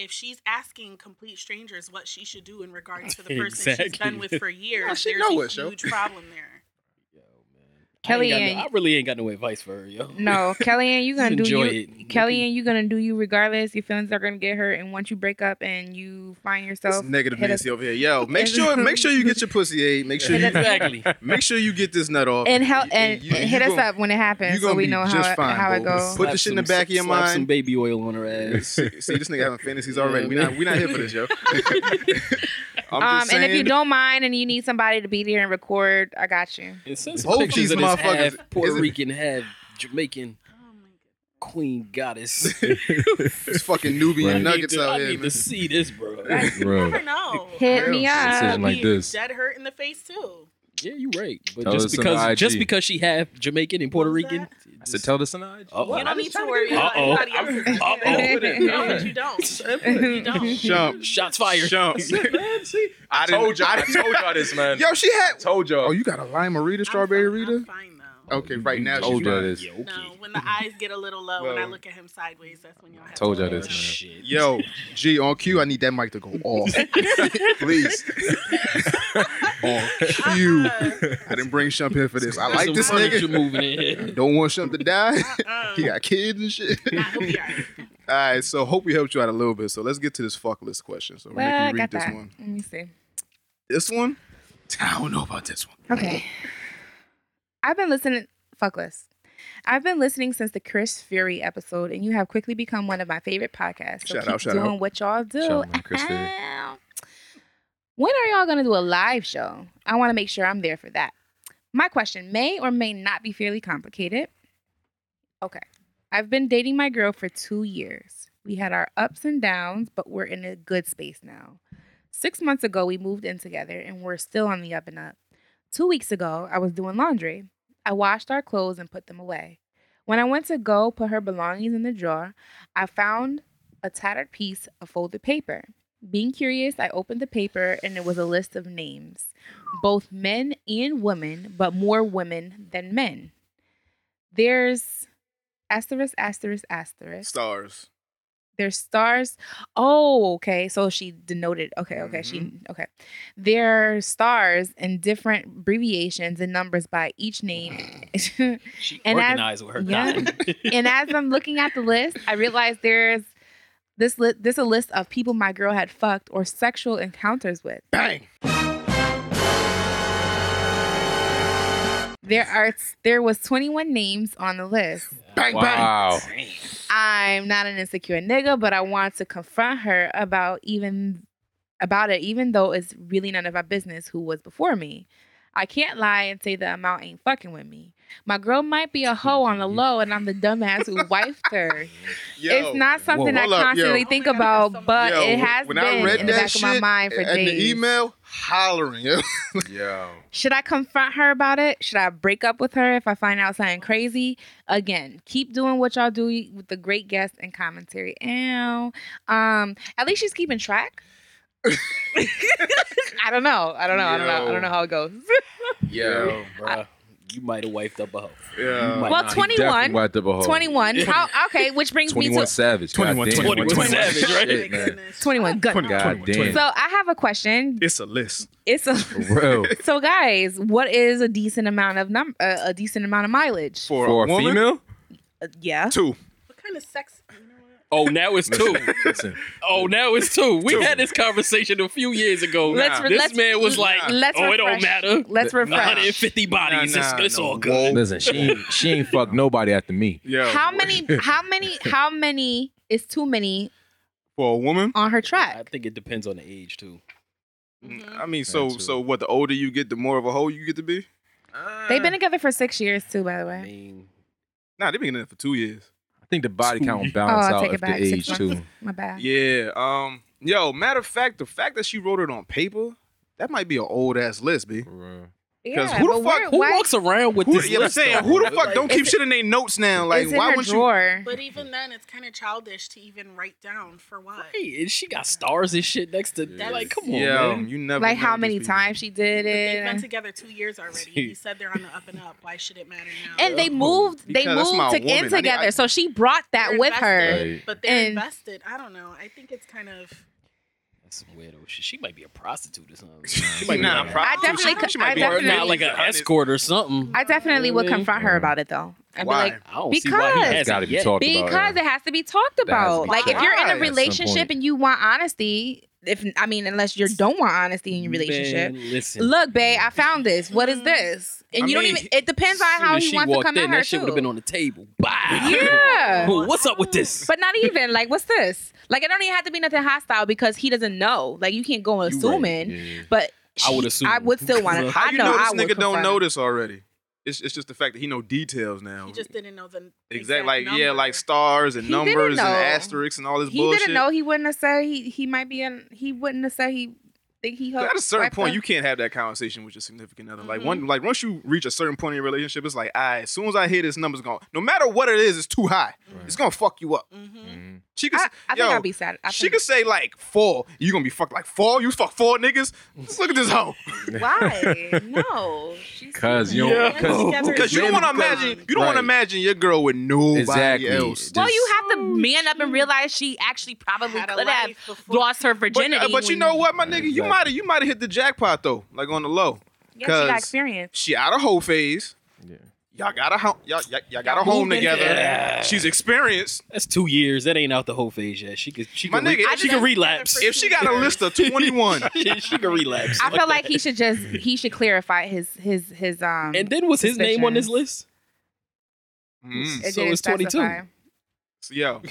Speaker 8: If she's asking complete strangers what she should do in regards to the person she's
Speaker 7: Exactly.
Speaker 8: been with for years,
Speaker 5: she
Speaker 8: there's
Speaker 5: know
Speaker 8: a
Speaker 5: it, yo.
Speaker 8: huge problem there.
Speaker 7: I, ain't got
Speaker 6: Kellyanne.
Speaker 7: no, I really ain't got no advice for her, yo.
Speaker 6: No, Kellyanne, you gonna do
Speaker 7: Enjoy
Speaker 6: you.
Speaker 7: it.
Speaker 6: Kellyanne, you gonna do you regardless. Your feelings are gonna get hurt, and once you break up and you find
Speaker 5: It's
Speaker 6: yourself
Speaker 5: negative
Speaker 6: hit us-
Speaker 5: Nancy over here. Yo, make sure, make sure you get your pussy ate. Make sure, you,
Speaker 7: exactly.
Speaker 5: make sure you get this nut off.
Speaker 6: and hell and,
Speaker 5: you-
Speaker 6: and
Speaker 5: you
Speaker 6: hit us
Speaker 5: gonna-
Speaker 6: up when it
Speaker 5: you
Speaker 6: happens,
Speaker 5: gonna
Speaker 6: so we
Speaker 5: be
Speaker 6: know how
Speaker 5: just
Speaker 6: it,
Speaker 5: fine,
Speaker 6: how it
Speaker 5: bro.
Speaker 6: goes.
Speaker 5: Put the shit in the
Speaker 7: Slap
Speaker 5: back of your
Speaker 7: some- slap Some
Speaker 5: mind.
Speaker 7: baby oil on her ass.
Speaker 5: see, see, this nigga having fantasies already. We not, we not here for this, yo. I'm
Speaker 6: Um,
Speaker 5: just
Speaker 6: and if you
Speaker 5: saying,
Speaker 6: don't mind and you need somebody to be there and record, I got you.
Speaker 7: And since
Speaker 5: Both
Speaker 7: pictures
Speaker 5: these
Speaker 7: of this
Speaker 5: motherfuckers-
Speaker 7: half Puerto
Speaker 5: is it-
Speaker 7: Rican, half Jamaican
Speaker 8: Oh my god.
Speaker 7: queen goddess.
Speaker 5: it's fucking Nubian
Speaker 4: Right.
Speaker 5: nuggets
Speaker 7: I need, to,
Speaker 5: out
Speaker 7: I
Speaker 5: here.
Speaker 7: need
Speaker 5: man.
Speaker 7: to see this, bro.
Speaker 8: You
Speaker 4: Bro,
Speaker 8: never know.
Speaker 6: Hit me
Speaker 5: Yeah.
Speaker 6: up.
Speaker 4: Decision like
Speaker 8: Be
Speaker 4: this.
Speaker 8: Dead hurt in the face too.
Speaker 7: yeah, you right. But
Speaker 4: Tell
Speaker 7: just
Speaker 4: us on
Speaker 7: because
Speaker 4: IG.
Speaker 7: just because she half Jamaican and Puerto
Speaker 8: What was
Speaker 7: Rican,
Speaker 4: I said tell this on IG.
Speaker 7: Oh,
Speaker 8: you don't need to
Speaker 7: trying to
Speaker 8: worry
Speaker 7: do-
Speaker 8: about
Speaker 7: Uh-oh.
Speaker 8: anybody else's.
Speaker 6: Uh-oh.
Speaker 8: No, but you don't. You don't.
Speaker 5: Shump.
Speaker 7: shots fired.
Speaker 5: Shump.
Speaker 7: man, see,
Speaker 5: I didn't- I didn't-
Speaker 4: y'all this, man.
Speaker 5: Yo, she had.
Speaker 4: told
Speaker 5: Oh, you got a lime Rita,
Speaker 8: I'm
Speaker 5: strawberry
Speaker 8: fine-
Speaker 5: Rita?
Speaker 8: I'm fine though.
Speaker 5: Okay, right
Speaker 4: You
Speaker 5: now she's
Speaker 4: told y'all
Speaker 5: fine.
Speaker 4: this.
Speaker 7: Yeah, okay.
Speaker 8: No, when the eyes get a little low, when I
Speaker 5: Well,
Speaker 8: look at him sideways, that's when y'all have
Speaker 4: Told
Speaker 8: to
Speaker 4: y'all
Speaker 8: go.
Speaker 4: this, man.
Speaker 7: Shit.
Speaker 5: Yo, G on cue. I need that mic to go off, please. on cue.
Speaker 6: Uh-uh.
Speaker 5: I didn't bring Shump here for this. I like this
Speaker 7: you
Speaker 5: nigga.
Speaker 7: moving in here.
Speaker 5: Don't want Shump to die.
Speaker 6: Uh-uh.
Speaker 8: Uh,
Speaker 5: he got kids and shit.
Speaker 8: I hope you're all right.
Speaker 5: All right, so hope we helped you out a little bit. So let's get to this fuck list question. So
Speaker 6: Well,
Speaker 5: Nikki,
Speaker 6: I
Speaker 5: read
Speaker 6: got
Speaker 5: this
Speaker 6: that.
Speaker 5: one.
Speaker 6: Let me see.
Speaker 5: This one? I don't know about this one.
Speaker 6: Okay. I've been listening. Fuck list. I've been listening since the Chris Fury episode, and you have quickly become one of my favorite podcasts. So
Speaker 5: Shout
Speaker 6: keep
Speaker 5: out, shout
Speaker 6: doing
Speaker 5: out.
Speaker 6: what y'all do.
Speaker 4: Shout out, Chris Fury.
Speaker 6: When are y'all gonna do a live show? I want to make sure I'm there for that. My question may or may not be fairly complicated. Okay. I've been dating my girl for two years. We had our ups and downs, but we're in a good space now. Six months ago, we moved in together and we're still on the up and up. Two weeks ago, I was doing laundry. I washed our clothes and put them away. When I went to go put her belongings in the drawer, I found a tattered piece of folded paper. Being curious, I opened the paper and it was a list of names, both men and women, but more women than men. There's asterisk, asterisk, asterisk.
Speaker 3: Stars.
Speaker 6: There's stars. Oh, okay. So she denoted. Okay, okay. She okay. There are stars in different abbreviations and numbers by each name.
Speaker 7: She
Speaker 6: And as-
Speaker 7: organized with her
Speaker 6: yeah.
Speaker 7: copy.
Speaker 6: and as I'm looking at the list, I realized there's this li- this a list of people my girl had fucked or sexual encounters with.
Speaker 3: Bang.
Speaker 6: There are there was 21 names on the list.
Speaker 3: Bang
Speaker 4: Wow.
Speaker 7: Damn.
Speaker 6: I'm not an insecure nigga, but I want to confront her about even about it, even though it's really none of our business who was before me. I can't lie and say the amount ain't fucking with me. My girl might be a hoe on the low, and I'm the dumbass who wifed her.
Speaker 3: bang. Yo.
Speaker 6: it's not something
Speaker 3: Whoa,
Speaker 6: I
Speaker 3: hold up, yo.
Speaker 6: constantly
Speaker 8: Oh
Speaker 6: think
Speaker 8: my God,
Speaker 6: about,
Speaker 8: there's so
Speaker 6: but
Speaker 8: much.
Speaker 3: Yo,
Speaker 6: it has
Speaker 3: when
Speaker 6: been
Speaker 3: I read
Speaker 6: in the
Speaker 3: that
Speaker 6: back
Speaker 3: shit
Speaker 6: of my mind for
Speaker 3: and
Speaker 6: days.
Speaker 3: the email hollering. Yo.
Speaker 4: Yo.
Speaker 6: Should I confront her about it? Should I break up with her if I find out something crazy? Again, keep doing what y'all do with the great guests and commentary. Ow. Um, at least she's keeping track. I don't know. I don't know. I don't know. I don't know how it goes.
Speaker 4: Yo.
Speaker 7: Bruh, you might have wiped up a hoe.
Speaker 3: Yeah.
Speaker 7: Might
Speaker 6: Well,
Speaker 7: not.
Speaker 6: 20
Speaker 4: Definitely
Speaker 6: 21.
Speaker 4: wiped up a hole.
Speaker 6: 21. How, okay, which brings me
Speaker 4: 21
Speaker 6: to
Speaker 4: Savage.
Speaker 3: 21,
Speaker 4: 21,
Speaker 7: 21 Savage,
Speaker 8: Oh
Speaker 7: right?
Speaker 4: Shit, man.
Speaker 6: 21. Good.
Speaker 3: 21,
Speaker 4: God
Speaker 3: 21.
Speaker 4: damn.
Speaker 6: So I have a question.
Speaker 3: It's a list.
Speaker 6: It's a
Speaker 4: For real.
Speaker 6: So guys, what is a decent amount of num uh, a decent amount of mileage?
Speaker 3: For,
Speaker 4: For a
Speaker 3: woman,
Speaker 4: female?
Speaker 6: Uh, yeah.
Speaker 3: Two.
Speaker 8: What kind of sex? You know what?
Speaker 7: Oh, now it's two.
Speaker 4: Listen, listen.
Speaker 7: Oh, now it's two. We had this conversation a few years ago.
Speaker 6: Let's re-
Speaker 7: this
Speaker 6: let's-
Speaker 7: man was like,
Speaker 6: let's
Speaker 7: "Oh, it don't
Speaker 6: refresh.
Speaker 7: matter.
Speaker 6: Let's refresh.
Speaker 7: 150 bodies.
Speaker 3: Nah,
Speaker 7: it's
Speaker 3: nah,
Speaker 7: it's
Speaker 3: no.
Speaker 7: all good."
Speaker 4: Listen, she ain't, she ain't fucked nobody after me.
Speaker 3: Yo.
Speaker 6: How many? How many? How many is too many
Speaker 3: For a woman?
Speaker 6: on her
Speaker 7: I
Speaker 6: track?
Speaker 7: think it depends on the age too. Mm-hmm.
Speaker 3: I mean, so
Speaker 4: too.
Speaker 3: so what? The older you get, the more of a hoe you get to be.
Speaker 6: They've been together for six years too, by the
Speaker 7: I
Speaker 6: way.
Speaker 7: mean,
Speaker 3: Nah, they've been in it for two years.
Speaker 4: I think the body count will
Speaker 6: oh,
Speaker 4: balance
Speaker 6: I'll
Speaker 4: out
Speaker 6: take it
Speaker 4: if
Speaker 6: back.
Speaker 4: the
Speaker 6: Six
Speaker 4: age
Speaker 6: months.
Speaker 4: too.
Speaker 6: My bad.
Speaker 3: Yeah. Um. Yo. Matter of fact, the fact that she wrote it on paper, that might be an old ass list, b.
Speaker 4: For real.
Speaker 3: 'Cause who the
Speaker 6: but where-
Speaker 3: fuck-
Speaker 7: who
Speaker 6: why-
Speaker 7: walks around with
Speaker 3: Who,
Speaker 7: this?
Speaker 3: yeah, I'm
Speaker 7: list,
Speaker 3: saying,
Speaker 7: though?
Speaker 3: who the fuck don't
Speaker 6: It's
Speaker 3: keep
Speaker 6: in-
Speaker 3: shit in their notes now? Like,
Speaker 6: it's in
Speaker 3: why
Speaker 6: her
Speaker 3: would you?
Speaker 6: drawer.
Speaker 8: But even then, it's kind of childish to even write down for what.
Speaker 7: Hey, and she got stars and shit next to.
Speaker 4: Yeah.
Speaker 7: Like, come on,
Speaker 3: Yeah,
Speaker 7: man.
Speaker 3: you never.
Speaker 6: Like
Speaker 3: know
Speaker 6: how
Speaker 3: these
Speaker 6: many
Speaker 3: people.
Speaker 6: times she did
Speaker 8: But They've been
Speaker 6: it.
Speaker 8: together two years already. He said they're on the up and up. Why should it matter now?
Speaker 6: And they moved. They
Speaker 3: Because that's
Speaker 6: moved
Speaker 3: my
Speaker 6: to,
Speaker 3: woman. I
Speaker 6: in
Speaker 3: need-
Speaker 6: together,
Speaker 3: I-
Speaker 6: so she brought that
Speaker 8: They're
Speaker 6: with her.
Speaker 4: Right.
Speaker 8: but they're
Speaker 6: And-
Speaker 8: invested. I don't know. I think it's kind of.
Speaker 7: That's some weirdo shit. She might be a prostitute or something. She
Speaker 3: She
Speaker 7: might
Speaker 3: not
Speaker 7: be
Speaker 3: a
Speaker 7: a
Speaker 3: prostitute.
Speaker 6: definitely
Speaker 3: She-
Speaker 6: could-
Speaker 3: she might
Speaker 6: I
Speaker 3: be
Speaker 7: or
Speaker 6: definitely-
Speaker 7: not like an escort or something.
Speaker 6: I definitely would
Speaker 7: Really?
Speaker 6: confront her about it though. I'd
Speaker 3: Why?
Speaker 6: be like,
Speaker 7: I don't see why he
Speaker 6: because
Speaker 7: has
Speaker 4: It's got to be
Speaker 7: yet.
Speaker 4: talked
Speaker 6: because
Speaker 4: about.
Speaker 6: it has to be talked
Speaker 4: That has to
Speaker 6: about.
Speaker 4: be
Speaker 6: Like if you're in
Speaker 3: Why?
Speaker 6: a
Speaker 3: At some
Speaker 6: relationship
Speaker 4: point.
Speaker 6: and you want honesty, if I mean unless you don't want honesty in your relationship,
Speaker 7: Man, listen.
Speaker 6: look, babe, I found this. What is this? And
Speaker 7: I
Speaker 6: you
Speaker 7: mean,
Speaker 6: don't even. It depends on
Speaker 7: Soon
Speaker 6: how
Speaker 7: as
Speaker 6: he
Speaker 7: she
Speaker 6: wants to
Speaker 7: walked
Speaker 6: come at
Speaker 7: in,
Speaker 6: her
Speaker 7: That shit would
Speaker 6: too.
Speaker 7: have been on the table. Bye.
Speaker 6: yeah.
Speaker 7: Ooh, What's up with this?
Speaker 6: But not even like what's this? Like it don't even have to be nothing hostile because he doesn't know. Like you can't go
Speaker 4: You right.
Speaker 6: assuming.
Speaker 4: Yeah.
Speaker 6: But
Speaker 7: I would
Speaker 6: she-
Speaker 7: assume.
Speaker 6: I would still want to.
Speaker 3: How
Speaker 6: I
Speaker 3: you know,
Speaker 6: I
Speaker 3: this
Speaker 6: would
Speaker 3: nigga don't
Speaker 6: confront
Speaker 3: know
Speaker 6: him.
Speaker 3: this already? It's, it's just the fact that he know details now.
Speaker 8: He just didn't know the
Speaker 3: exactly.
Speaker 8: exact
Speaker 3: Like yeah,
Speaker 8: number.
Speaker 3: like stars and
Speaker 6: He didn't
Speaker 3: numbers and
Speaker 6: know.
Speaker 3: asterisks and all this
Speaker 6: he
Speaker 3: bullshit.
Speaker 6: didn't know he wouldn't have said he he might be in he wouldn't have said he think he
Speaker 3: 'Cause
Speaker 6: helped
Speaker 3: At a certain
Speaker 6: wipe
Speaker 3: point,
Speaker 6: her.
Speaker 3: you can't have that conversation with your significant other. Like
Speaker 6: Mm-hmm.
Speaker 3: one, like once you reach a certain point in your relationship, it's like, I. as soon as I hear this number's gone, no matter what it is, it's too high. It's gonna fuck you up.
Speaker 8: Mm-hmm.
Speaker 4: Mhm.
Speaker 3: She could,
Speaker 6: I, I
Speaker 3: yo,
Speaker 6: think I'll be sad. I
Speaker 3: she
Speaker 6: think,
Speaker 3: could say like four. You gonna be fucked like four? You fuck four niggas? Look at this hoe.
Speaker 6: why? No, she's
Speaker 4: 'Cause you
Speaker 6: human.
Speaker 4: don't-
Speaker 8: Yeah,
Speaker 4: 'cause-
Speaker 8: together
Speaker 3: Because you
Speaker 8: is
Speaker 3: don't want to
Speaker 8: wrong.
Speaker 3: imagine. You don't want to
Speaker 4: Right.
Speaker 3: imagine your girl with nobody
Speaker 4: Exactly.
Speaker 3: else.
Speaker 6: well, you
Speaker 4: Just-
Speaker 6: have to man up and realize she actually probably
Speaker 8: Oh, Had a
Speaker 6: could have
Speaker 8: life before-
Speaker 6: lost her
Speaker 3: But, uh,
Speaker 6: virginity.
Speaker 3: but you
Speaker 6: when-
Speaker 3: know what, my nigga, you
Speaker 4: Exactly.
Speaker 3: might have you might have hit the jackpot though, like on the low.
Speaker 6: Yeah, she got
Speaker 3: 'cause-
Speaker 6: experience.
Speaker 3: She out of hoe phase.
Speaker 4: Yeah.
Speaker 3: Y'all got a home. Y'all, y'all, y'all got a home
Speaker 7: moving.
Speaker 3: together.
Speaker 7: Yeah.
Speaker 3: She's experienced.
Speaker 7: That's two years. That ain't out the whole phase yet. She could. She
Speaker 3: My
Speaker 7: could. re-
Speaker 3: nigga, I
Speaker 7: she
Speaker 3: just-
Speaker 7: could relapse.
Speaker 3: If she got a list of twenty one,
Speaker 7: she, she could relapse.
Speaker 6: I feel like he should just he should clarify his his his um.
Speaker 7: And then was his name on this list?
Speaker 3: mm.
Speaker 6: it
Speaker 7: so
Speaker 6: didn't
Speaker 7: it's 22.
Speaker 6: specify.
Speaker 3: So, yo,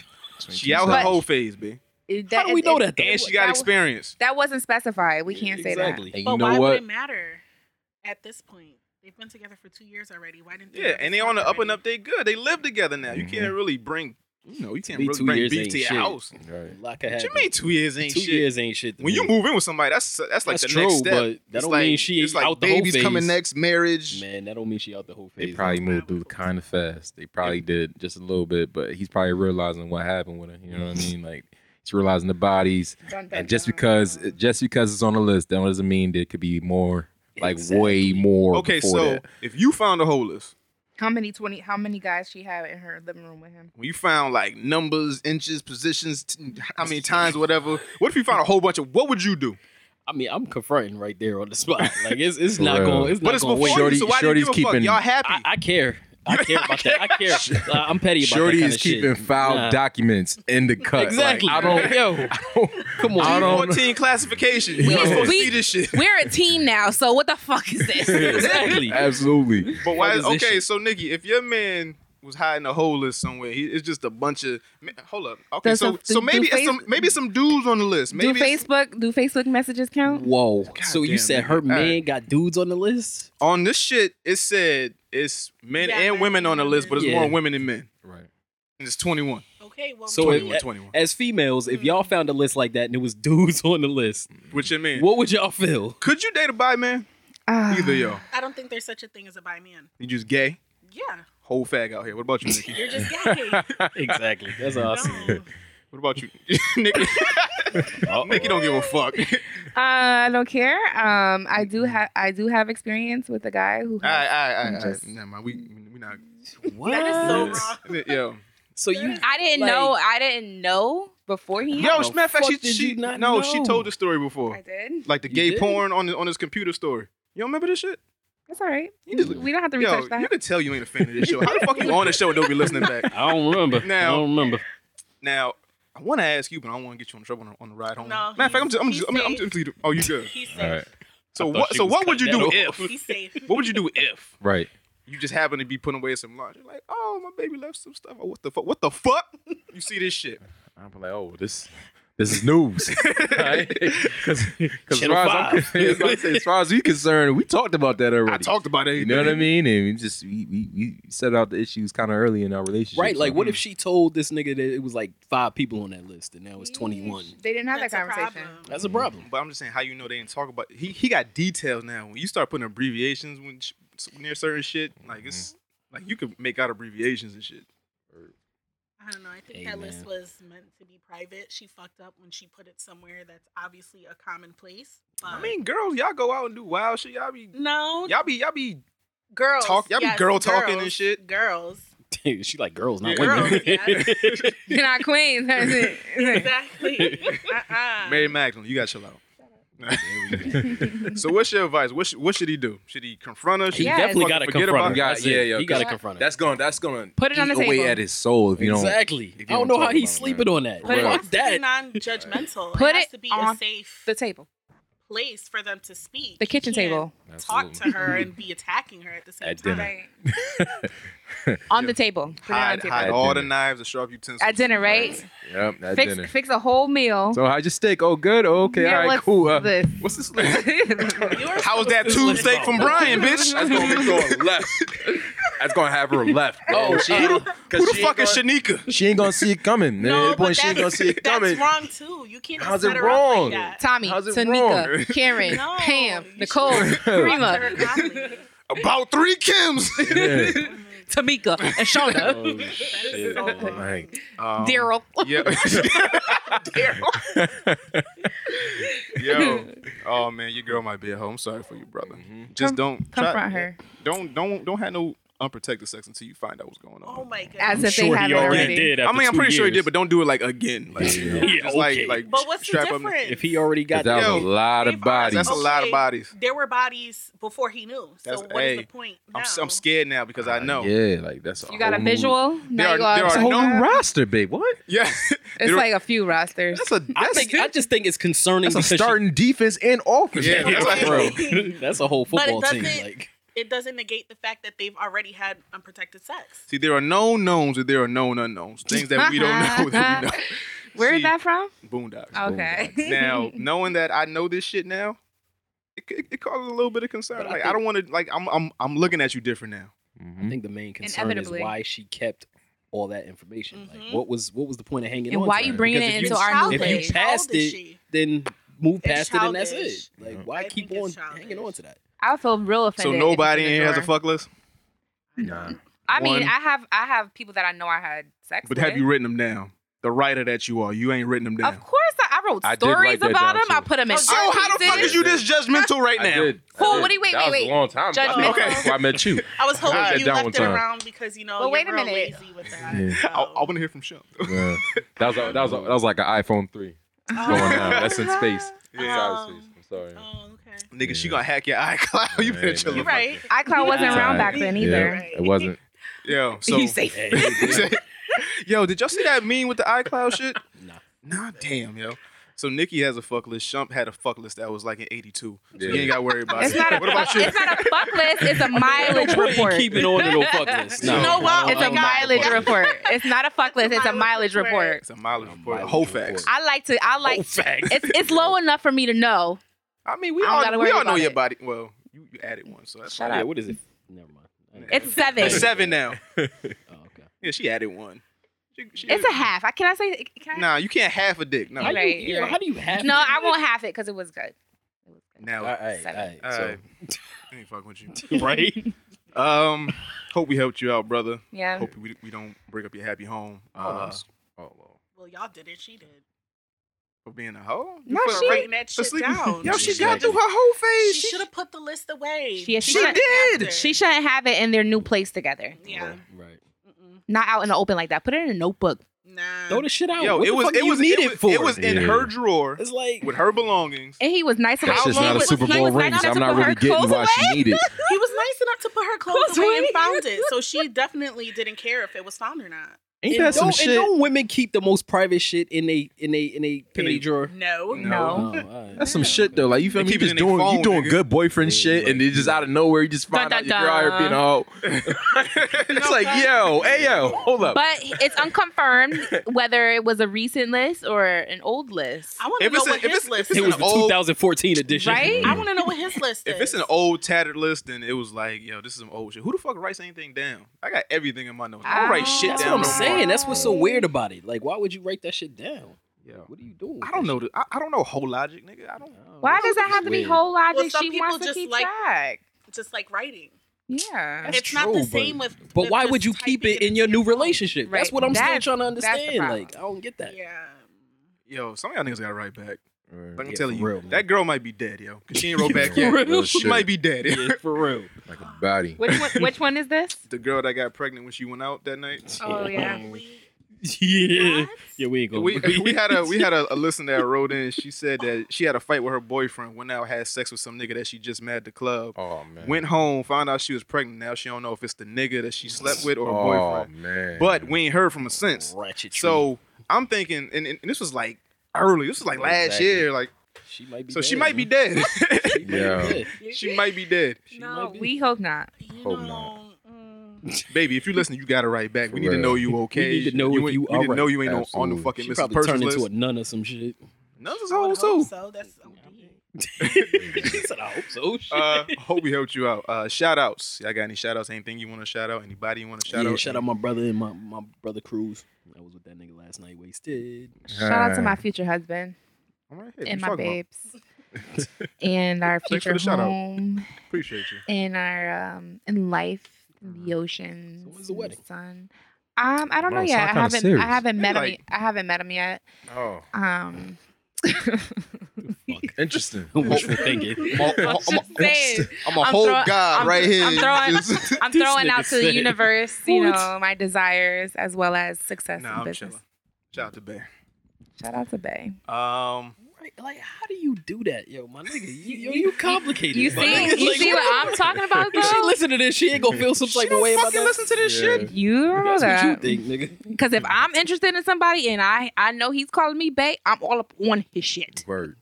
Speaker 3: she out her
Speaker 6: But-
Speaker 3: whole phase, b.
Speaker 6: It-
Speaker 7: How do we
Speaker 6: it-
Speaker 7: know
Speaker 6: it-
Speaker 7: that? Though?
Speaker 3: And she got
Speaker 6: That-
Speaker 3: experience.
Speaker 6: That wasn't specified. We can't say
Speaker 7: exactly.
Speaker 4: And
Speaker 8: But
Speaker 4: you
Speaker 8: why
Speaker 4: know
Speaker 8: would
Speaker 4: what?
Speaker 8: it matter at this point? They've been together for two years already. Why didn't?
Speaker 3: Yeah,
Speaker 8: have
Speaker 3: and
Speaker 8: this
Speaker 3: they on
Speaker 8: talk
Speaker 3: the up and
Speaker 8: already?
Speaker 3: up. They good. They live together now. You
Speaker 4: Mhm.
Speaker 3: can't really bring. You know, you can't
Speaker 7: me,
Speaker 3: really
Speaker 7: Mm-hmm. two
Speaker 3: bring
Speaker 7: years
Speaker 3: beef
Speaker 7: ain't
Speaker 3: to your
Speaker 7: shit.
Speaker 3: house.
Speaker 4: Right.
Speaker 7: Like I
Speaker 3: What
Speaker 7: had.
Speaker 3: you mean two years ain't
Speaker 7: Two
Speaker 3: shit?
Speaker 7: years ain't shit. to
Speaker 3: When
Speaker 7: me.
Speaker 3: you move in with somebody, that's that's like
Speaker 7: That's
Speaker 3: the next
Speaker 7: true,
Speaker 3: step.
Speaker 7: but that
Speaker 3: It's
Speaker 7: don't
Speaker 3: like,
Speaker 7: mean she
Speaker 3: it's like
Speaker 7: out the whole
Speaker 3: babies coming
Speaker 7: phase.
Speaker 3: next, marriage.
Speaker 7: man, that don't mean she out the whole phase.
Speaker 4: They probably moved through kind of fast. They probably did just a little bit, but he's probably realizing what happened with her. You know what I mean? Like realizing the bodies.
Speaker 6: Dun, dun,
Speaker 4: And just
Speaker 6: dun.
Speaker 4: because just because it's on the list, that doesn't mean there could be more, like way more.
Speaker 5: Okay,
Speaker 4: before
Speaker 5: so
Speaker 4: that.
Speaker 5: if you found a whole list,
Speaker 6: how many twenty how many guys she had in her living room with him?
Speaker 5: when you found like numbers, inches, positions, t- how many times, whatever. What if you found a whole bunch of? What would you do?
Speaker 7: I mean, I'm confronting right there on the spot. Like it's it's
Speaker 4: For
Speaker 7: not
Speaker 4: real.
Speaker 7: going. It's
Speaker 5: But
Speaker 7: not
Speaker 5: it's
Speaker 7: going
Speaker 5: before
Speaker 7: to wait.
Speaker 5: you,
Speaker 4: Shorty-
Speaker 5: so why do you
Speaker 4: Shorty's
Speaker 5: give a fuck?
Speaker 4: keeping-
Speaker 5: Y'all happy?
Speaker 7: I, I care. I care about that. I care. Uh, I'm petty about
Speaker 4: Shorty
Speaker 7: that
Speaker 4: is keeping
Speaker 7: shit.
Speaker 4: foul
Speaker 7: Nah.
Speaker 4: documents in the cut. Like,
Speaker 7: Exactly.
Speaker 4: I don't.
Speaker 7: Yo, come on.
Speaker 4: I don't-
Speaker 5: Fourteen classification. You ain't
Speaker 6: We-
Speaker 5: supposed to
Speaker 6: we-
Speaker 5: see this shit.
Speaker 6: We're a team now, so what the fuck is this?
Speaker 7: Exactly.
Speaker 4: Absolutely.
Speaker 5: But why?
Speaker 7: fuck is this
Speaker 5: Okay,
Speaker 7: shit?
Speaker 5: so Nikki, if your man was hiding a whole list somewhere, he, it's just a bunch of. ma- Hold up. Okay,
Speaker 6: Does
Speaker 5: so
Speaker 6: the-
Speaker 5: so
Speaker 6: do-
Speaker 5: maybe
Speaker 6: do
Speaker 5: it's some
Speaker 6: face-
Speaker 5: maybe some dudes on the list.
Speaker 6: do
Speaker 5: Maybe it's-
Speaker 6: Facebook do Facebook messages count?
Speaker 7: Whoa. so
Speaker 5: damn,
Speaker 7: you said
Speaker 5: nigga.
Speaker 7: her
Speaker 5: All
Speaker 7: man
Speaker 5: right.
Speaker 7: got dudes on the list?
Speaker 5: on this shit it said it's men
Speaker 8: Yeah,
Speaker 5: and
Speaker 8: men
Speaker 5: women on the
Speaker 8: and
Speaker 5: list, but it's
Speaker 7: women.
Speaker 5: more
Speaker 7: Yeah.
Speaker 5: women than men.
Speaker 4: Right.
Speaker 5: And it's twenty one.
Speaker 8: Okay, well,
Speaker 7: So
Speaker 8: we-
Speaker 7: if,
Speaker 5: 21, 21.
Speaker 7: as females,
Speaker 5: Mm-hmm.
Speaker 7: if y'all found a list like that and it was dudes on the list,
Speaker 5: What you mean?
Speaker 7: what would y'all feel?
Speaker 5: Could you date a bi man?
Speaker 6: Ah.
Speaker 5: Either y'all.
Speaker 8: I don't think there's such a thing as a bi man.
Speaker 5: You just gay.
Speaker 8: Yeah,
Speaker 5: Whole fag out here. What about you, Nikki?
Speaker 8: you're just gay.
Speaker 7: exactly. That's
Speaker 8: no.
Speaker 5: What about you, Nikki? Nikki don't give a fuck. All
Speaker 6: Uh, I don't care. Um, I do have I do have experience with a guy who.
Speaker 5: right, all right, all right. all right.
Speaker 6: Just-
Speaker 5: Never mind. We we not.
Speaker 7: What?
Speaker 8: That is so wrong.
Speaker 5: Yo,
Speaker 7: So you
Speaker 6: I didn't
Speaker 7: Like-
Speaker 6: know. I didn't know before he.
Speaker 5: yo.
Speaker 7: the
Speaker 5: Matter of fact, she,
Speaker 7: fuck did
Speaker 5: she
Speaker 7: you not
Speaker 5: no, she
Speaker 7: know?
Speaker 5: told the story before.
Speaker 6: I did.
Speaker 5: like the
Speaker 7: You
Speaker 5: gay
Speaker 7: did?
Speaker 5: porn on on his computer story. You don't remember this shit?
Speaker 6: That's all right.
Speaker 5: You just-
Speaker 6: we don't have to
Speaker 5: Yo,
Speaker 6: retouch
Speaker 5: you
Speaker 6: that.
Speaker 5: can tell you ain't a fan of this show. How the fuck you on the show and don't be listening back?
Speaker 7: I don't remember.
Speaker 5: Now-
Speaker 7: I don't remember.
Speaker 5: Now, I want to ask you, but I don't want to get you in trouble on the, on the ride home.
Speaker 8: No,
Speaker 5: Matter of fact, I'm just, I'm
Speaker 8: he's
Speaker 5: just, I'm, I'm
Speaker 8: safe.
Speaker 5: just, oh, you good?
Speaker 8: He's safe.
Speaker 4: All right.
Speaker 5: So
Speaker 7: I thought
Speaker 5: what?
Speaker 7: she
Speaker 5: So
Speaker 7: was
Speaker 5: what would you
Speaker 7: cutting
Speaker 5: do
Speaker 7: that off.
Speaker 5: if?
Speaker 8: He's safe.
Speaker 5: What would you do if
Speaker 4: Right.
Speaker 5: you just happen to be putting away some lunch? You're like, oh, my baby left some stuff. Oh, what the fuck? What the fuck? You see this shit?
Speaker 4: I'm like, oh, this this is news. Because as,
Speaker 7: Channel
Speaker 4: far as, I'm
Speaker 7: five.
Speaker 4: concerned- like I said, as far as we concerned, we talked about that already.
Speaker 5: I talked about it.
Speaker 4: You know what I mean? And we just we, we, we set out the issues kind of early in our relationship.
Speaker 7: Right? Like,
Speaker 4: so-
Speaker 7: what if she told this nigga that it was like five people on that list and now it's 21?
Speaker 6: They didn't have
Speaker 8: That's
Speaker 6: that
Speaker 8: a
Speaker 6: conversation.
Speaker 8: problem.
Speaker 7: That's a problem.
Speaker 5: But I'm just saying, how you know they didn't talk about? He he got details now. When you start putting abbreviations when sh- near certain shit, like it's
Speaker 7: Mm-hmm.
Speaker 5: like you could make out abbreviations and shit.
Speaker 8: I don't know. I think
Speaker 7: Hey,
Speaker 8: that
Speaker 7: man.
Speaker 8: list was meant to be private. She fucked up when she put it somewhere that's obviously a common place. But
Speaker 5: I mean, girls, y'all go out and do wild shit. Y'all be
Speaker 8: Uh, no,
Speaker 5: y'all be y'all be
Speaker 8: girls.
Speaker 5: talk- y'all be
Speaker 8: yes,
Speaker 5: girl talking and
Speaker 8: girls,
Speaker 5: shit.
Speaker 8: Girls.
Speaker 7: Dude, she like girls, not
Speaker 5: Yeah.
Speaker 7: women.
Speaker 8: Girls,
Speaker 6: You're not queens. That's it.
Speaker 8: Exactly. uh-uh.
Speaker 5: Mary Magdalene. You got to chill out. so what's your advice? What should, what should he do? Should he confront her? Should
Speaker 7: He
Speaker 6: Yes.
Speaker 7: definitely
Speaker 5: fucking
Speaker 7: got to
Speaker 5: forget about
Speaker 7: confront her.
Speaker 5: it?
Speaker 4: Yeah,
Speaker 7: That's it.
Speaker 4: yeah, yeah,
Speaker 7: He got to
Speaker 6: cause
Speaker 7: confront her.
Speaker 4: That's going. That's going.
Speaker 6: Put it on
Speaker 4: eat
Speaker 6: the
Speaker 4: away
Speaker 6: table.
Speaker 4: at his soul if you don't.
Speaker 7: Exactly.
Speaker 4: you
Speaker 7: I don't
Speaker 4: don't
Speaker 7: know
Speaker 4: talk
Speaker 7: how he's
Speaker 4: about it,
Speaker 7: sleeping
Speaker 4: man.
Speaker 7: on that.
Speaker 6: But it
Speaker 7: Fuck
Speaker 8: It's
Speaker 7: that.
Speaker 8: non-judgmental.
Speaker 6: Put
Speaker 8: it has
Speaker 6: it
Speaker 8: to be
Speaker 6: on
Speaker 8: a safe
Speaker 6: The table.
Speaker 8: place for them to speak.
Speaker 6: The kitchen
Speaker 8: You can't
Speaker 6: table.
Speaker 8: Talk to her and be attacking her at the same
Speaker 4: At
Speaker 8: time.
Speaker 4: dinner.
Speaker 6: on the table. Put
Speaker 5: Hide,
Speaker 6: it on the
Speaker 5: hide
Speaker 6: table.
Speaker 5: all
Speaker 4: At
Speaker 5: the
Speaker 4: dinner.
Speaker 5: knives, the sharp utensils.
Speaker 6: At dinner, right?
Speaker 4: Yep, that
Speaker 6: Fix
Speaker 4: dinner.
Speaker 6: fix a whole meal.
Speaker 4: So how'd your steak? Oh, good. Okay,
Speaker 6: Yeah,
Speaker 4: all right,
Speaker 6: what's
Speaker 4: cool. Uh,
Speaker 6: this?
Speaker 4: What's this? That's
Speaker 8: You are
Speaker 5: How was
Speaker 8: so
Speaker 5: that tube steak from Brian, bitch?
Speaker 4: gonna be going left. That's gonna have her left. Oh, she, who
Speaker 5: Who the fuck is Shanika?
Speaker 4: She ain't gonna see it coming. Man,
Speaker 8: No,
Speaker 4: At the
Speaker 8: but
Speaker 4: point she ain't gonna
Speaker 8: that's,
Speaker 4: see it coming.
Speaker 8: that's wrong too. You can't just
Speaker 4: How's
Speaker 8: set
Speaker 4: it
Speaker 8: her
Speaker 4: wrong?
Speaker 8: up like that.
Speaker 6: Tommy,
Speaker 4: How's it
Speaker 6: Tanika,
Speaker 4: wrong?
Speaker 6: Karen,
Speaker 8: No,
Speaker 6: Pam,
Speaker 8: you
Speaker 6: Nicole,
Speaker 8: should- Talk to
Speaker 6: Prima,
Speaker 8: her calmly.
Speaker 5: About three Kims.
Speaker 4: Yeah.
Speaker 6: Tamika, and Shonda,
Speaker 7: Oh, shit.
Speaker 4: Like,
Speaker 5: Um,
Speaker 6: Daryl.
Speaker 5: Yeah. Yo. Oh man, your girl might be at home. I'm sorry for you, brother.
Speaker 7: Mm-hmm.
Speaker 5: Just don't try-
Speaker 6: Confront her
Speaker 5: Don't don't don't have no unprotected sex until you find out what's going on.
Speaker 8: Oh my god.
Speaker 6: as if
Speaker 7: Sure
Speaker 6: they
Speaker 7: he
Speaker 6: haven't
Speaker 7: already
Speaker 6: already.
Speaker 7: did.
Speaker 5: I
Speaker 7: after
Speaker 5: mean, I'm
Speaker 7: two
Speaker 5: pretty sure he
Speaker 7: years.
Speaker 5: did, but don't do it like again. Like, you know,
Speaker 7: Yeah,
Speaker 5: just
Speaker 7: okay.
Speaker 5: like like
Speaker 8: but what's the
Speaker 5: strap up-
Speaker 8: difference?
Speaker 7: if he already got
Speaker 4: that was
Speaker 5: Yo,
Speaker 4: a lot of
Speaker 8: they've
Speaker 4: bodies.
Speaker 5: That's a lot of
Speaker 8: Okay.
Speaker 5: bodies.
Speaker 8: there were bodies before he knew. So
Speaker 5: That's-
Speaker 8: what is
Speaker 5: hey,
Speaker 8: the point?
Speaker 5: I'm, s-
Speaker 8: now?
Speaker 5: I'm scared now because I know.
Speaker 4: Ah, Yeah, like that's.
Speaker 6: You got a
Speaker 4: whole
Speaker 6: visual? Now
Speaker 5: are-
Speaker 6: you got
Speaker 5: there
Speaker 4: That's a
Speaker 5: are
Speaker 4: whole
Speaker 5: no-
Speaker 4: new roster, babe. What?
Speaker 5: Yeah.
Speaker 6: It's
Speaker 5: There-
Speaker 6: like a few rosters.
Speaker 5: that's a
Speaker 7: I,
Speaker 5: that's
Speaker 7: think, I just think it's concerning
Speaker 4: That's a
Speaker 7: because she-
Speaker 4: starting defense and offense.
Speaker 5: Yeah, that's like-
Speaker 4: bro.
Speaker 7: that's a whole
Speaker 8: But it
Speaker 7: football team.
Speaker 8: doesn't-
Speaker 7: Like,
Speaker 8: It doesn't negate the fact that they've already had unprotected sex.
Speaker 5: See, there are known knowns and there are known unknowns. Things that we don't know that we know.
Speaker 6: Where is
Speaker 5: See,
Speaker 6: that from?
Speaker 5: Boondocks.
Speaker 6: Okay.
Speaker 5: now knowing that I know this shit now, it, it, it causes a little bit of concern.
Speaker 7: But I
Speaker 5: like I
Speaker 7: think-
Speaker 5: don't want to like I'm I'm I'm looking at you different now.
Speaker 7: I think the main concern
Speaker 6: Inevitably.
Speaker 7: is why she kept all that information.
Speaker 8: Mhm.
Speaker 7: Like, what was what was the point of hanging
Speaker 6: And
Speaker 7: on?
Speaker 6: why
Speaker 7: to
Speaker 6: you
Speaker 7: that?
Speaker 6: bringing
Speaker 7: Because
Speaker 6: it
Speaker 7: if
Speaker 6: into
Speaker 7: you-
Speaker 6: our
Speaker 8: childish.
Speaker 7: If you
Speaker 6: knowledge?
Speaker 7: passed
Speaker 8: How old
Speaker 7: it,
Speaker 8: is she?
Speaker 7: then move
Speaker 8: It's
Speaker 7: past it, and that's
Speaker 8: childish.
Speaker 7: it. Like, why
Speaker 8: I
Speaker 7: keep
Speaker 8: think
Speaker 7: on
Speaker 8: it's
Speaker 7: hanging on to that?
Speaker 6: I feel real
Speaker 5: So
Speaker 6: offended. if
Speaker 5: nobody
Speaker 6: it's
Speaker 5: in here has a
Speaker 6: door.
Speaker 5: fuck list.
Speaker 6: I mean,
Speaker 5: one.
Speaker 6: I have I have people that I know I had sex
Speaker 5: But
Speaker 6: with.
Speaker 5: have you written them down?
Speaker 3: the writer that you are. You ain't written them down.
Speaker 6: Of course, I, I wrote
Speaker 4: I did
Speaker 6: stories
Speaker 4: write that
Speaker 6: about
Speaker 4: down,
Speaker 6: him. I
Speaker 4: too.
Speaker 6: put them
Speaker 5: Oh,
Speaker 6: in.
Speaker 3: So how the fuck
Speaker 6: pieces.
Speaker 3: is you this judgmental right
Speaker 4: I
Speaker 3: now?
Speaker 4: did. I
Speaker 6: Cool,
Speaker 4: did.
Speaker 6: what do you- wait, wait,
Speaker 4: That was
Speaker 6: wait.
Speaker 4: a long time ago. I think
Speaker 6: Judgmental.
Speaker 4: that's why I met you.
Speaker 8: I was hoping
Speaker 4: I did
Speaker 8: you
Speaker 4: that
Speaker 8: left
Speaker 4: one
Speaker 8: it
Speaker 4: time.
Speaker 8: around because you know
Speaker 6: Well,
Speaker 8: you're
Speaker 6: wait a
Speaker 8: real
Speaker 6: minute.
Speaker 8: lazy with that.
Speaker 4: Yeah.
Speaker 8: so-
Speaker 3: I, want to hear from Shump.
Speaker 4: Yeah. That was a, that was a, that was like an iPhone three
Speaker 6: Oh.
Speaker 4: going on. That's in space.
Speaker 8: Yeah.
Speaker 4: Outside of space. I'm sorry.
Speaker 6: Um,
Speaker 8: Oh, okay.
Speaker 3: Nigga, she
Speaker 4: Yeah.
Speaker 3: gonna hack your iCloud. You better
Speaker 4: Hey,
Speaker 3: chill
Speaker 4: man.
Speaker 8: You're
Speaker 3: the fuck
Speaker 8: right.
Speaker 6: iCloud wasn't around back then
Speaker 4: Yeah,
Speaker 6: either.
Speaker 4: it wasn't.
Speaker 3: Yo, so
Speaker 6: safe.
Speaker 3: yo, did y'all see that meme with the iCloud shit?
Speaker 7: No.
Speaker 3: Nah, damn, yo. So Nikki has a fuck list. Shump had a fuck list that was like in '82. So
Speaker 4: Yeah.
Speaker 3: you ain't got to worry about
Speaker 6: It's
Speaker 3: it.
Speaker 6: not a
Speaker 3: what about
Speaker 6: fuck,
Speaker 3: you?
Speaker 6: it's not a fuck list. It's a mileage report.
Speaker 7: Keep it on the no fuck list.
Speaker 3: You know
Speaker 6: Well,
Speaker 7: I
Speaker 6: it's a
Speaker 7: don't like
Speaker 6: mileage
Speaker 7: fuck list.
Speaker 6: report. It's not a fuck list. Oh It's a mileage report.
Speaker 3: It's a mileage
Speaker 4: A
Speaker 3: report.
Speaker 4: mileage
Speaker 3: Whole
Speaker 4: report.
Speaker 3: facts.
Speaker 6: I like to. I
Speaker 4: Oh,
Speaker 6: like.
Speaker 7: facts.
Speaker 6: It's it's low enough for me to know.
Speaker 3: I mean, we
Speaker 6: I don't
Speaker 3: all
Speaker 6: gotta
Speaker 3: we
Speaker 6: worry
Speaker 3: all know
Speaker 6: about
Speaker 3: your
Speaker 6: it.
Speaker 3: body. Well, you, you added one, so that's
Speaker 6: Shut
Speaker 3: fine.
Speaker 7: Yeah,
Speaker 6: up.
Speaker 7: what is it? Never mind.
Speaker 6: It's seven.
Speaker 3: It's seven now.
Speaker 7: Oh, okay.
Speaker 3: Yeah, she added one. She- she-
Speaker 6: It's a half. I can I say? Can I?
Speaker 3: Nah, you can't half a dick. No.
Speaker 7: How do
Speaker 6: Right,
Speaker 7: you, yeah,
Speaker 6: right.
Speaker 7: how do you have
Speaker 6: No,
Speaker 7: to-
Speaker 6: I won't half it because it was good.
Speaker 3: Now,
Speaker 7: All right, all right.
Speaker 3: all
Speaker 7: so-
Speaker 3: right. I ain't fucking with you.
Speaker 7: right?
Speaker 3: Um, hope we helped you out, brother.
Speaker 6: Yeah.
Speaker 3: Hope we, we don't break up your happy home
Speaker 4: Oh,
Speaker 3: uh,
Speaker 4: that's- oh, well.
Speaker 8: Well, y'all did it. She did.
Speaker 3: for being a hoe. You
Speaker 6: No,
Speaker 3: put
Speaker 6: she-
Speaker 3: her
Speaker 8: Writing that
Speaker 3: to
Speaker 8: shit
Speaker 3: sleep.
Speaker 8: down.
Speaker 3: Yo, she
Speaker 7: She's
Speaker 3: got
Speaker 7: like-
Speaker 3: through her whole phase.
Speaker 8: She should have put the list away.
Speaker 6: She- she
Speaker 8: shouldn't
Speaker 3: did.
Speaker 8: have to.
Speaker 6: She shouldn't have it in their new place together.
Speaker 8: Yeah.
Speaker 7: Right.
Speaker 8: Mm-mm.
Speaker 6: Not out in the open like that. Put it in a notebook.
Speaker 8: Nah.
Speaker 7: Throw the shit out.
Speaker 3: Yo,
Speaker 7: what
Speaker 3: it
Speaker 7: the
Speaker 3: was
Speaker 7: fuck
Speaker 3: it
Speaker 7: you
Speaker 3: was it
Speaker 7: need it,
Speaker 3: was,
Speaker 7: for?
Speaker 3: it was in
Speaker 4: Yeah.
Speaker 3: her drawer
Speaker 7: It's like
Speaker 3: with her belongings.
Speaker 6: And he was nice
Speaker 4: That's
Speaker 6: about
Speaker 4: just
Speaker 6: he
Speaker 4: not a
Speaker 6: was-
Speaker 4: Super
Speaker 6: he
Speaker 4: Bowl
Speaker 6: was
Speaker 4: ring.
Speaker 6: nice
Speaker 4: so I'm
Speaker 6: enough
Speaker 4: not
Speaker 6: to put
Speaker 4: really
Speaker 6: her
Speaker 4: getting
Speaker 6: clothes
Speaker 4: why she
Speaker 6: away.
Speaker 4: need it.
Speaker 8: He was nice enough to put her clothes
Speaker 6: Clothes
Speaker 8: away and
Speaker 6: away.
Speaker 8: found it, so she definitely didn't care if it was found or not.
Speaker 4: Ain't
Speaker 7: and
Speaker 4: that some
Speaker 7: don't, And
Speaker 4: shit?
Speaker 7: don't women keep the most private shit in a in a in
Speaker 3: In
Speaker 7: a
Speaker 3: a-
Speaker 7: panty drawer?
Speaker 8: No.
Speaker 6: No.
Speaker 7: all right.
Speaker 4: That's some shit though. Like you feel
Speaker 3: They
Speaker 4: me? You
Speaker 3: keep it
Speaker 4: just
Speaker 3: in they
Speaker 4: doing
Speaker 3: phone,
Speaker 4: you doing
Speaker 3: nigga.
Speaker 4: good boyfriend
Speaker 7: Yeah,
Speaker 4: shit, and
Speaker 7: right.
Speaker 4: then just out of nowhere you just
Speaker 6: Dun,
Speaker 4: find out
Speaker 6: dun,
Speaker 4: your girl out here
Speaker 6: dun.
Speaker 4: being a hoe. It's like yo, hey yo, hold up.
Speaker 6: But it's unconfirmed whether it was a recent list or an old list.
Speaker 8: I want to
Speaker 3: If
Speaker 8: know
Speaker 3: it's a-
Speaker 8: what
Speaker 3: if it's-
Speaker 8: his
Speaker 3: if
Speaker 8: list
Speaker 3: it's
Speaker 7: It
Speaker 8: is.
Speaker 7: was
Speaker 3: an
Speaker 7: the
Speaker 3: old-
Speaker 7: 2014 edition.
Speaker 6: Right?
Speaker 8: I want to know what his list is.
Speaker 3: If it's an old tattered list, then it was like, yo, this is some old shit. Who the fuck writes anything down? I got everything in my notes. I don't write
Speaker 6: Ah.
Speaker 3: shit
Speaker 7: That's
Speaker 3: down.
Speaker 7: what I'm
Speaker 3: no more.
Speaker 7: saying. That's what's so weird about it. Like, why would you write that shit down?
Speaker 3: Yo.
Speaker 7: What are you doing?
Speaker 3: I don't know. The, I, I don't know whole logic, nigga. I don't.
Speaker 6: Why does that have to be whole logic?
Speaker 8: Well, some
Speaker 6: she
Speaker 8: people
Speaker 6: wants to
Speaker 8: just
Speaker 6: keep
Speaker 8: like-
Speaker 6: track.
Speaker 8: just like writing.
Speaker 6: Yeah.
Speaker 8: it's not the same with.
Speaker 7: But
Speaker 8: with
Speaker 7: why
Speaker 8: just
Speaker 7: would you keep
Speaker 8: typing
Speaker 7: it in your new
Speaker 8: phone.
Speaker 7: relationship? That's
Speaker 6: Right.
Speaker 7: what I'm
Speaker 6: That's-
Speaker 7: still trying to
Speaker 6: that's the
Speaker 7: understand.
Speaker 6: problem.
Speaker 7: Like, I don't get that.
Speaker 8: Yeah.
Speaker 3: Yo, some of y'all niggas got to write back. Like I'm
Speaker 7: Yeah,
Speaker 3: telling
Speaker 7: for
Speaker 3: you,
Speaker 7: real, man.
Speaker 3: that girl might be dead, yo. 'cause she ain't wrote back
Speaker 7: For
Speaker 3: yet.
Speaker 7: real.
Speaker 4: Oh,
Speaker 3: She might be dead.
Speaker 7: Yeah, for real.
Speaker 4: like a body.
Speaker 6: Which one, which one is this?
Speaker 3: the girl that got pregnant when she went out that night.
Speaker 6: Oh, yeah.
Speaker 8: We-
Speaker 7: yeah.
Speaker 8: What?
Speaker 7: Yeah, we ain't gonna.
Speaker 3: We, we had a we had a, a listener that wrote in. She said that she had a fight with her boyfriend. Went out, had sex with some nigga that she just met at the club.
Speaker 4: Oh man.
Speaker 3: Went home, found out she was pregnant. Now she don't know if it's the nigga that she slept with or a
Speaker 4: oh
Speaker 3: boyfriend.
Speaker 4: man.
Speaker 3: But we ain't heard from her since.
Speaker 7: ratchet. tree.
Speaker 3: So I'm thinking, and, and this was like early. This was like last
Speaker 7: Exactly.
Speaker 3: year. Like
Speaker 7: she might be.
Speaker 3: so, she
Speaker 7: dead,
Speaker 3: might be
Speaker 7: man.
Speaker 3: dead.
Speaker 7: She might be
Speaker 4: Yeah.
Speaker 7: dead.
Speaker 3: she might be dead,
Speaker 7: She
Speaker 8: No,
Speaker 7: might be.
Speaker 6: Oh, We hope not.
Speaker 8: You
Speaker 4: Hope
Speaker 8: know.
Speaker 4: not.
Speaker 8: mm,
Speaker 3: baby. If you listen, you gotta write back. We need to
Speaker 4: Right.
Speaker 3: know you okay.
Speaker 7: need to know if
Speaker 3: ain't-
Speaker 7: you
Speaker 3: we
Speaker 7: all
Speaker 3: need to know
Speaker 7: right.
Speaker 3: you ain't on- on the
Speaker 4: Absolutely.
Speaker 3: fucking
Speaker 7: She
Speaker 3: missing
Speaker 7: probably
Speaker 3: person
Speaker 7: turned into Oh, a
Speaker 3: list.
Speaker 7: nun or some shit.
Speaker 3: None of us
Speaker 8: I would
Speaker 3: hoes
Speaker 8: hope
Speaker 3: too.
Speaker 8: So that's OD.
Speaker 7: she said, "I hope so." Shit.
Speaker 3: uh, hope we helped you out. Uh, shout outs. Y'all got any shout outs? Anything you want to shout out? Anybody you want to shout
Speaker 7: yeah,
Speaker 3: out?
Speaker 7: shout out my brother and my, my brother Cruz. I was with that nigga last night, wasted.
Speaker 6: Shout out to my future husband
Speaker 3: All right, hey, what
Speaker 6: and
Speaker 3: you
Speaker 6: my
Speaker 3: talking about?
Speaker 6: babes and our
Speaker 3: Thanks for
Speaker 6: future
Speaker 3: the shout out.
Speaker 6: home
Speaker 3: Appreciate you.
Speaker 6: and our um in life, in the oceans,
Speaker 7: So when's the
Speaker 6: in
Speaker 7: wedding?
Speaker 6: sun. Um, I don't know
Speaker 4: Wow,
Speaker 6: yet.
Speaker 4: sound
Speaker 6: I
Speaker 4: kinda
Speaker 6: haven't.
Speaker 4: serious.
Speaker 6: I haven't met him.
Speaker 3: like-
Speaker 6: I haven't met him yet.
Speaker 4: Oh,
Speaker 6: Um,
Speaker 4: interesting.
Speaker 7: Wishful thinking.
Speaker 3: I'm, a- I'm a-
Speaker 6: just saying.
Speaker 3: I'm a
Speaker 6: I'm
Speaker 3: whole
Speaker 6: throw-
Speaker 3: god
Speaker 6: I'm
Speaker 3: right
Speaker 6: th-
Speaker 3: here.
Speaker 6: I'm throwing-
Speaker 3: Just-
Speaker 6: I'm
Speaker 7: This
Speaker 6: throwing
Speaker 7: nigga
Speaker 6: out to the
Speaker 7: said-
Speaker 6: universe, you
Speaker 7: What?
Speaker 6: know, my desires as well as success
Speaker 3: nah,
Speaker 6: in
Speaker 3: I'm
Speaker 6: business.
Speaker 3: chilling. Shout out to Bear.
Speaker 6: Shout out to Bay.
Speaker 3: Um,
Speaker 7: Right, like, how do you do that, yo, my nigga? You, you, you complicated.
Speaker 6: You
Speaker 7: my
Speaker 6: see,
Speaker 7: nigga.
Speaker 6: you
Speaker 7: Like,
Speaker 6: see what I'm talking about,
Speaker 7: If she
Speaker 6: though.
Speaker 7: listen to this, she ain't gonna feel some type of way about that.
Speaker 3: listen to this
Speaker 4: Yeah.
Speaker 3: shit.
Speaker 6: You know
Speaker 7: That's
Speaker 6: that.
Speaker 7: what you think, nigga.
Speaker 6: Because if I'm interested in somebody and I I know he's calling me bae, I'm all up on his shit.
Speaker 4: Word.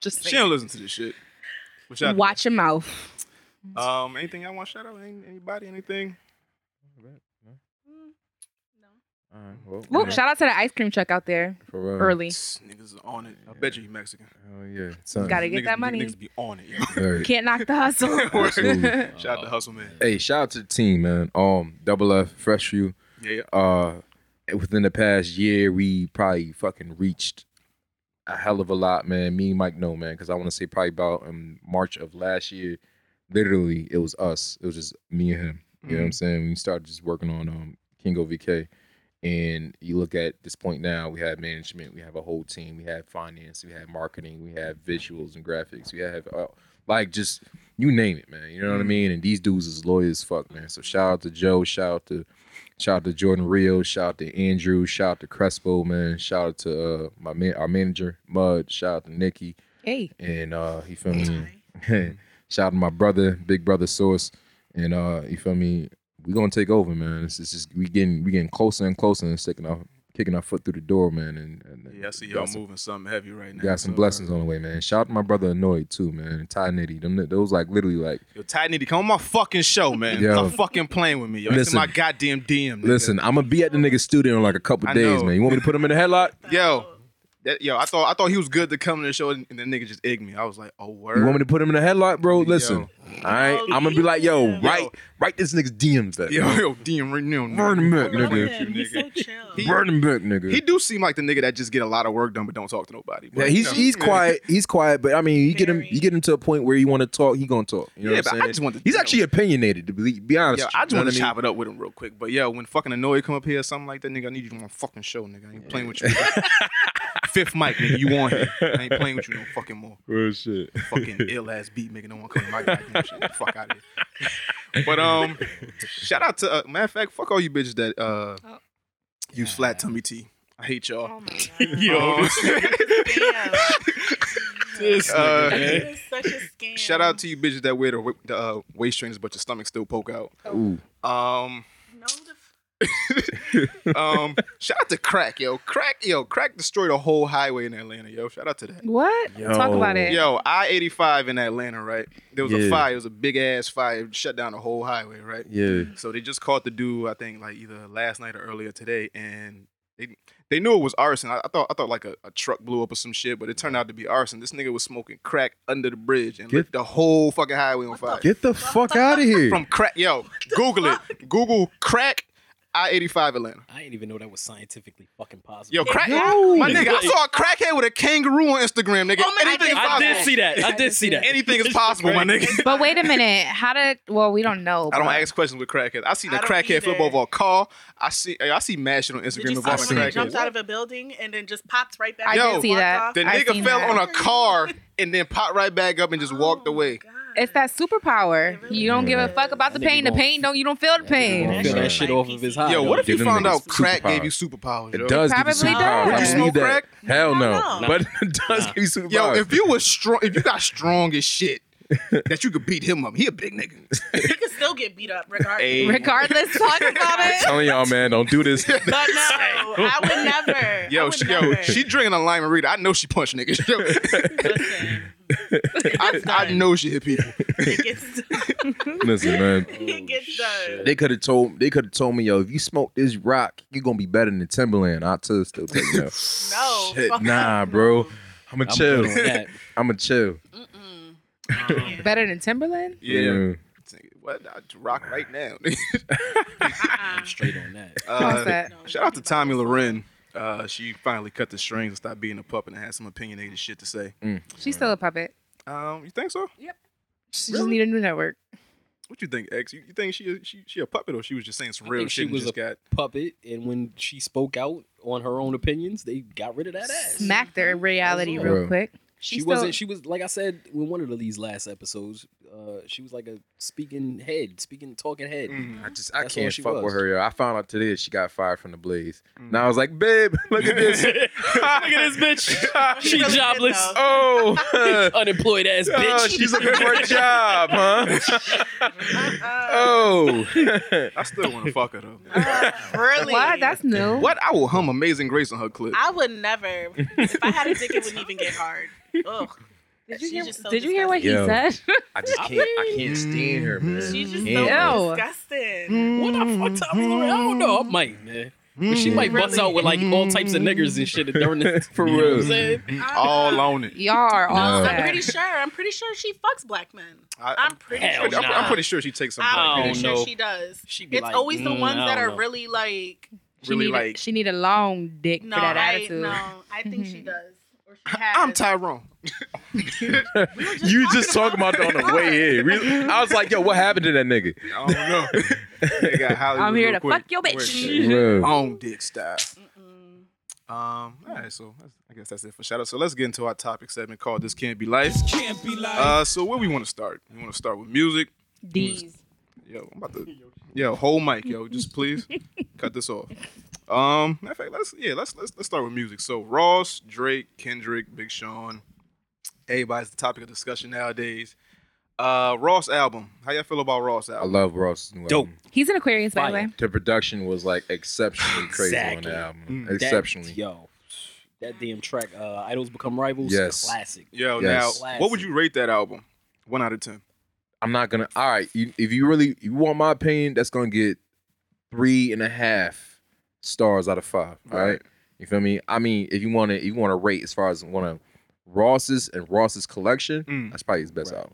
Speaker 6: Just
Speaker 3: She
Speaker 6: saying.
Speaker 3: don't listen to this shit. But shout out to
Speaker 6: watch your mouth.
Speaker 3: Bear. Um, anything I want to shout out? Any- Anybody? Anything?
Speaker 4: All right. Well,
Speaker 6: Ooh,
Speaker 4: man,
Speaker 6: shout out to the ice cream truck out there
Speaker 4: Mm-hmm. for real.
Speaker 6: early.
Speaker 3: Tss, Niggas are on it. I bet you he Mexican.
Speaker 4: Oh yeah. Son.
Speaker 6: Gotta get
Speaker 3: Niggas
Speaker 6: that
Speaker 3: be-
Speaker 6: money.
Speaker 3: Niggas be on it. yo.
Speaker 4: Word.
Speaker 6: Can't knock the hustle.
Speaker 4: Absolutely.
Speaker 3: Shout out to Hustle Man.
Speaker 4: Hey, shout out to the team, man. Um, Double F, Fresh You.
Speaker 3: Yeah, yeah.
Speaker 4: Uh, within the past year, we probably fucking reached a hell of a lot, man. Me and Mike know, man, because I want to say probably about in March of last year, literally it
Speaker 3: Mm-hmm.
Speaker 4: was us. It was just me and him. You know what I'm saying? We started just working on um Kingo VK, And you look at this point now, we have management, we have a whole team, we have finance, we have marketing, we have visuals and graphics, we have uh, like just you name it, man. You know
Speaker 3: Mm-hmm.
Speaker 4: what I mean? And these dudes is lawyers, as fuck, man. So shout out to Joe, shout out to shout out to Jordan Rio, shout out to Andrew, shout out to Crespo, man. Shout out to uh, my man, our manager Mud, shout out to Nikki,
Speaker 6: Hey.
Speaker 4: and uh, you feel me? shout out to my brother, Big Brother Source, and uh, you feel me? We gonna take over, man. It's, it's just we getting we getting closer and closer and sticking our kicking our foot through the door, man. And, and
Speaker 3: Yeah, I see y'all
Speaker 4: got some,
Speaker 3: moving something heavy right now.
Speaker 4: got some
Speaker 3: so, uh,
Speaker 4: blessings on the way, man. Shout out to my brother Annoyed too, man. And Ty Nitty, them those like literally like
Speaker 3: Yo, Ty need to come on my fucking show, man.
Speaker 4: Yo.
Speaker 3: Stop fucking playing with me. Yo, listen,
Speaker 4: Listen.
Speaker 3: my goddamn DM. nigga.
Speaker 4: Listen, I'm gonna be at the nigga's studio in like a couple
Speaker 3: I
Speaker 4: days,
Speaker 3: know.
Speaker 4: man. You want me to put him in a headlock?
Speaker 3: yo, that, yo, I thought I thought he was good to come to the show, and, and the nigga just egged me. I was like, oh word.
Speaker 4: You want me to put him in a headlock, bro? Listen,
Speaker 3: Yo.
Speaker 4: all right,
Speaker 8: Oh,
Speaker 4: I'm gonna be like, yo,
Speaker 8: yeah.
Speaker 4: write, write this nigga's DMs that.
Speaker 3: yo, yo, DM right now. nigga.
Speaker 4: burn him back,
Speaker 8: Love
Speaker 4: nigga.
Speaker 8: him. He's so chill.
Speaker 4: Burn him back, nigga.
Speaker 3: He do seem like the nigga that just get a lot of work done but don't talk to nobody.
Speaker 4: yeah,
Speaker 3: But, you
Speaker 4: he's
Speaker 3: know,
Speaker 4: he's
Speaker 3: yeah.
Speaker 4: quiet. He's quiet, but I mean, you get him,
Speaker 8: Very.
Speaker 4: you get him to a point where you want to talk. He gonna talk. You know
Speaker 3: Yeah,
Speaker 4: what I'm
Speaker 3: but I
Speaker 4: saying?
Speaker 3: just want to-
Speaker 4: he's actually opinionated. To be, be honest,
Speaker 3: Yeah,
Speaker 4: with you,
Speaker 3: I just
Speaker 4: you know
Speaker 3: want
Speaker 4: what
Speaker 3: to
Speaker 4: mean?
Speaker 3: chop it up with him real quick. But yeah, when fucking Anoy come up here or something like that, nigga, I need you on my fucking show, nigga. I ain't playing with you. Fifth mic, nigga, you on here. I ain't playing with you no fucking more.
Speaker 4: Real shit.
Speaker 3: Fucking ill ass beat making no one come to my goddamn shit. Get the Fuck out of here. But um, shout out to uh, matter of fact, fuck all you bitches that uh use flat tummy tea. I hate y'all.
Speaker 8: Oh my god.
Speaker 3: Um,
Speaker 8: Damn.
Speaker 7: This
Speaker 3: Uh,
Speaker 7: nigga, man.
Speaker 8: That is such a scam.
Speaker 3: shout out to you bitches that wear the, wa- the uh, waist trainers but your stomach still poke out.
Speaker 4: Ooh,
Speaker 3: Um.
Speaker 8: No, the f-
Speaker 3: Um, shout out to Crack, yo. Crack, yo. Crack destroyed a whole highway in Atlanta, yo. Shout out to that.
Speaker 6: What? Talk about it.
Speaker 3: Yo, I 85 in Atlanta, right? There was
Speaker 4: Yeah.
Speaker 3: a fire. It was a big ass fire. It shut down the whole highway, right?
Speaker 4: yeah.
Speaker 3: So they just caught the dude, I think, like either last night or earlier today. And they they knew it was arson. I, I thought I thought like a, a truck blew up or some shit, but it turned out to be arson. This nigga was smoking crack under the bridge and
Speaker 4: Get-
Speaker 3: lit the whole fucking highway on fire.
Speaker 4: Get the fuck out of here.
Speaker 3: From crack, yo, Google it. Google crack I 85 Atlanta.
Speaker 7: I didn't even know that was scientifically fucking possible.
Speaker 3: Yo, crack,
Speaker 4: Yo.
Speaker 3: my nigga, I saw a crackhead with a kangaroo on Instagram, nigga.
Speaker 8: Oh my
Speaker 3: anything is
Speaker 8: God.
Speaker 7: I
Speaker 3: possible.
Speaker 7: did see that. I did see that.
Speaker 3: Anything is possible, my nigga.
Speaker 6: But wait a minute. How did? Well, we don't know.
Speaker 3: I don't
Speaker 6: but-
Speaker 3: ask questions with crackheads. I seen a
Speaker 8: I don't
Speaker 3: crackhead
Speaker 8: either.
Speaker 3: flip over a car. I see, I see mad shit on
Speaker 8: did
Speaker 3: Instagram
Speaker 8: you see the
Speaker 3: involving
Speaker 8: one that jumped
Speaker 3: crackheads.
Speaker 8: out of a building and then just popped right back?
Speaker 6: I
Speaker 3: Yo,
Speaker 6: did see that.
Speaker 3: The
Speaker 6: I
Speaker 3: nigga
Speaker 6: seen
Speaker 3: fell
Speaker 6: that.
Speaker 3: on a car and then popped right back up
Speaker 7: Oh
Speaker 3: and just walked away.
Speaker 6: It's that superpower. You don't give a fuck about the
Speaker 7: That nigga
Speaker 6: pain. The
Speaker 7: gonna-
Speaker 6: pain don't. You don't feel the pain.
Speaker 4: gonna
Speaker 7: Feel
Speaker 4: Right.
Speaker 7: that shit off of his high.
Speaker 3: Yo, what if
Speaker 4: give
Speaker 3: you
Speaker 4: them
Speaker 3: found
Speaker 4: niggas
Speaker 3: out crack
Speaker 4: superpowers.
Speaker 3: gave you superpowers? Yo?
Speaker 4: It does give you
Speaker 6: Probably
Speaker 4: superpowers.
Speaker 6: does.
Speaker 4: I
Speaker 3: Would you
Speaker 4: believe
Speaker 3: smoke
Speaker 4: that.
Speaker 3: crack?
Speaker 4: Hell no.
Speaker 8: Hell no.
Speaker 4: But it does give you superpowers.
Speaker 3: Yo, if you was strong, if you got strong as shit, that you could beat him up. He a big nigga.
Speaker 8: He could still get beat up regardless.
Speaker 3: Hey.
Speaker 6: Regardless, talk about it.
Speaker 4: telling y'all, man, don't do this.
Speaker 8: But no, I would never. I
Speaker 3: Yo,
Speaker 8: would
Speaker 3: she, yo,
Speaker 8: never.
Speaker 3: she drinking a lime and reader. I know she punched niggas. Yo,
Speaker 8: Listen,
Speaker 3: I, I know she hit people.
Speaker 8: it gets done.
Speaker 4: Listen, man.
Speaker 8: it gets done.
Speaker 4: They could have told they could have told me, yo, if you smoke this rock, you're gonna be better than Timberland. I too still take that. Oh,
Speaker 8: No. fuck
Speaker 4: nah,
Speaker 8: up,
Speaker 4: bro. I'ma
Speaker 7: I'm
Speaker 4: chill.
Speaker 7: good on that.
Speaker 4: I'ma chill.
Speaker 8: no. Mm-mm.
Speaker 6: Better than Timberland.
Speaker 4: Yeah.
Speaker 3: What? I rock right now.
Speaker 8: Uh-uh.
Speaker 7: Straight on that.
Speaker 6: Pause
Speaker 3: uh,
Speaker 6: that.
Speaker 3: shout out to Tommy Loren. Uh, she finally cut the strings and stopped being a puppet and had some opinionated shit to say.
Speaker 6: She's still a puppet.
Speaker 3: Um, you think so?
Speaker 6: She just need a new network.
Speaker 3: What you think, X? You, you think she a- she she a puppet or she was just saying some
Speaker 7: I
Speaker 3: real
Speaker 7: think she
Speaker 3: shit and
Speaker 7: was
Speaker 3: just
Speaker 7: a
Speaker 3: got
Speaker 7: puppet, and when she spoke out on her own opinions, they got rid of that ass.
Speaker 6: Smacked her reality
Speaker 7: Bro.
Speaker 6: real quick.
Speaker 7: She
Speaker 6: She's
Speaker 7: wasn't.
Speaker 6: still-
Speaker 7: She was like I said in one of the Lee's last episodes. Uh, she was like a speaking head, speaking talking head.
Speaker 3: Mhm.
Speaker 4: I just I
Speaker 7: That's all
Speaker 4: can't
Speaker 7: she
Speaker 4: fuck with
Speaker 7: was. Mm.
Speaker 4: her, yo. I found out today she got fired from the Blaze. Now I was like, babe, look at this.
Speaker 7: Look at this bitch. She
Speaker 8: really did,
Speaker 7: jobless,
Speaker 8: though.
Speaker 4: Oh,
Speaker 7: unemployed ass bitch.
Speaker 4: oh, she's looking for a job, huh? Oh,
Speaker 3: I still want to fuck her though.
Speaker 8: Uh, really?
Speaker 6: What? That's new.
Speaker 3: What? I will hum Amazing Grace on her clip.
Speaker 8: I would never. If I had a dick, it wouldn't even get hard. Ugh.
Speaker 6: Did you
Speaker 8: She's
Speaker 6: hear?
Speaker 8: just so
Speaker 6: did you hear what he
Speaker 4: disgusting.
Speaker 6: said?
Speaker 4: I just can't. I can't stand her, man.
Speaker 8: She's just
Speaker 4: Yeah.
Speaker 8: so disgusting.
Speaker 7: What the fuck, Tommy Lauren? I don't know. I might, man. But she might bust
Speaker 8: Really?
Speaker 7: out with like all types of niggers and shit during the
Speaker 4: For
Speaker 7: you know what
Speaker 4: real.
Speaker 8: Mm-hmm.
Speaker 7: I'm saying?
Speaker 3: All on it.
Speaker 6: Y'all are all
Speaker 4: No.
Speaker 8: I'm pretty
Speaker 6: sad.
Speaker 8: sure. I'm pretty sure she fucks black men.
Speaker 3: I,
Speaker 8: I'm pretty
Speaker 7: Hell
Speaker 8: sure.
Speaker 3: I'm,
Speaker 8: she
Speaker 3: I'm
Speaker 7: nah.
Speaker 3: pretty sure she takes some.
Speaker 8: I'm
Speaker 7: I
Speaker 3: black
Speaker 8: pretty
Speaker 7: don't
Speaker 3: bitch.
Speaker 8: sure
Speaker 7: know.
Speaker 8: she does.
Speaker 7: She be
Speaker 8: It's
Speaker 7: like,
Speaker 8: always the
Speaker 7: mm,
Speaker 8: ones
Speaker 7: I
Speaker 8: that
Speaker 7: don't
Speaker 8: are
Speaker 7: know.
Speaker 8: really like.
Speaker 6: She
Speaker 3: Really
Speaker 6: need a-
Speaker 3: like.
Speaker 6: she need a long dick
Speaker 8: No,
Speaker 6: for that
Speaker 8: I
Speaker 6: attitude.
Speaker 8: no. I think she does, Or she has.
Speaker 5: I'm Tyrone.
Speaker 4: you just talking about that on the way in. Really? I was like, yo, what happened to that nigga?
Speaker 5: I don't know. They got Hollywood
Speaker 9: I'm here
Speaker 5: real
Speaker 9: to
Speaker 5: quick.
Speaker 9: fuck your bitch.
Speaker 4: Bro.
Speaker 5: Own dick style.
Speaker 8: Mm-mm.
Speaker 5: Um, all right, so that's, I guess that's it for shout out. So let's get into our topic segment called This Can't Be Life.
Speaker 2: Can't be like.
Speaker 5: Uh, so where we want to start? We want to start with music.
Speaker 9: D's.
Speaker 5: Yo, I'm about to. Yo, hold mic, yo. Just please cut this off. Um, matter of fact, let's yeah, let's let's let's start with music. So Ross, Drake, Kendrick, Big Sean, everybody's the topic of discussion nowadays. Uh, Ross album. How y'all feel about Ross
Speaker 4: I
Speaker 5: album?
Speaker 4: love Ross's new
Speaker 7: Dope.
Speaker 4: album.
Speaker 6: He's an Aquarius, by the
Speaker 7: Fire.
Speaker 6: way.
Speaker 4: The production was like exceptionally crazy on
Speaker 7: Exactly.
Speaker 4: the album.
Speaker 5: Mm.
Speaker 7: That-
Speaker 4: exceptionally.
Speaker 7: yo, that damn track, uh, "Idols Become Rivals,"
Speaker 4: Yes.
Speaker 7: classic.
Speaker 5: Yo,
Speaker 4: Yes.
Speaker 5: now what would you rate that album? One out of ten.
Speaker 4: I'm not gonna. All right, you, if you really you want my opinion, that's gonna get three and a half stars out of five. All right,
Speaker 5: Right.
Speaker 4: you feel me? I mean, if you want to, you want to rate as far as one of Ross's and Ross's collection.
Speaker 5: Mm.
Speaker 4: That's probably his best album.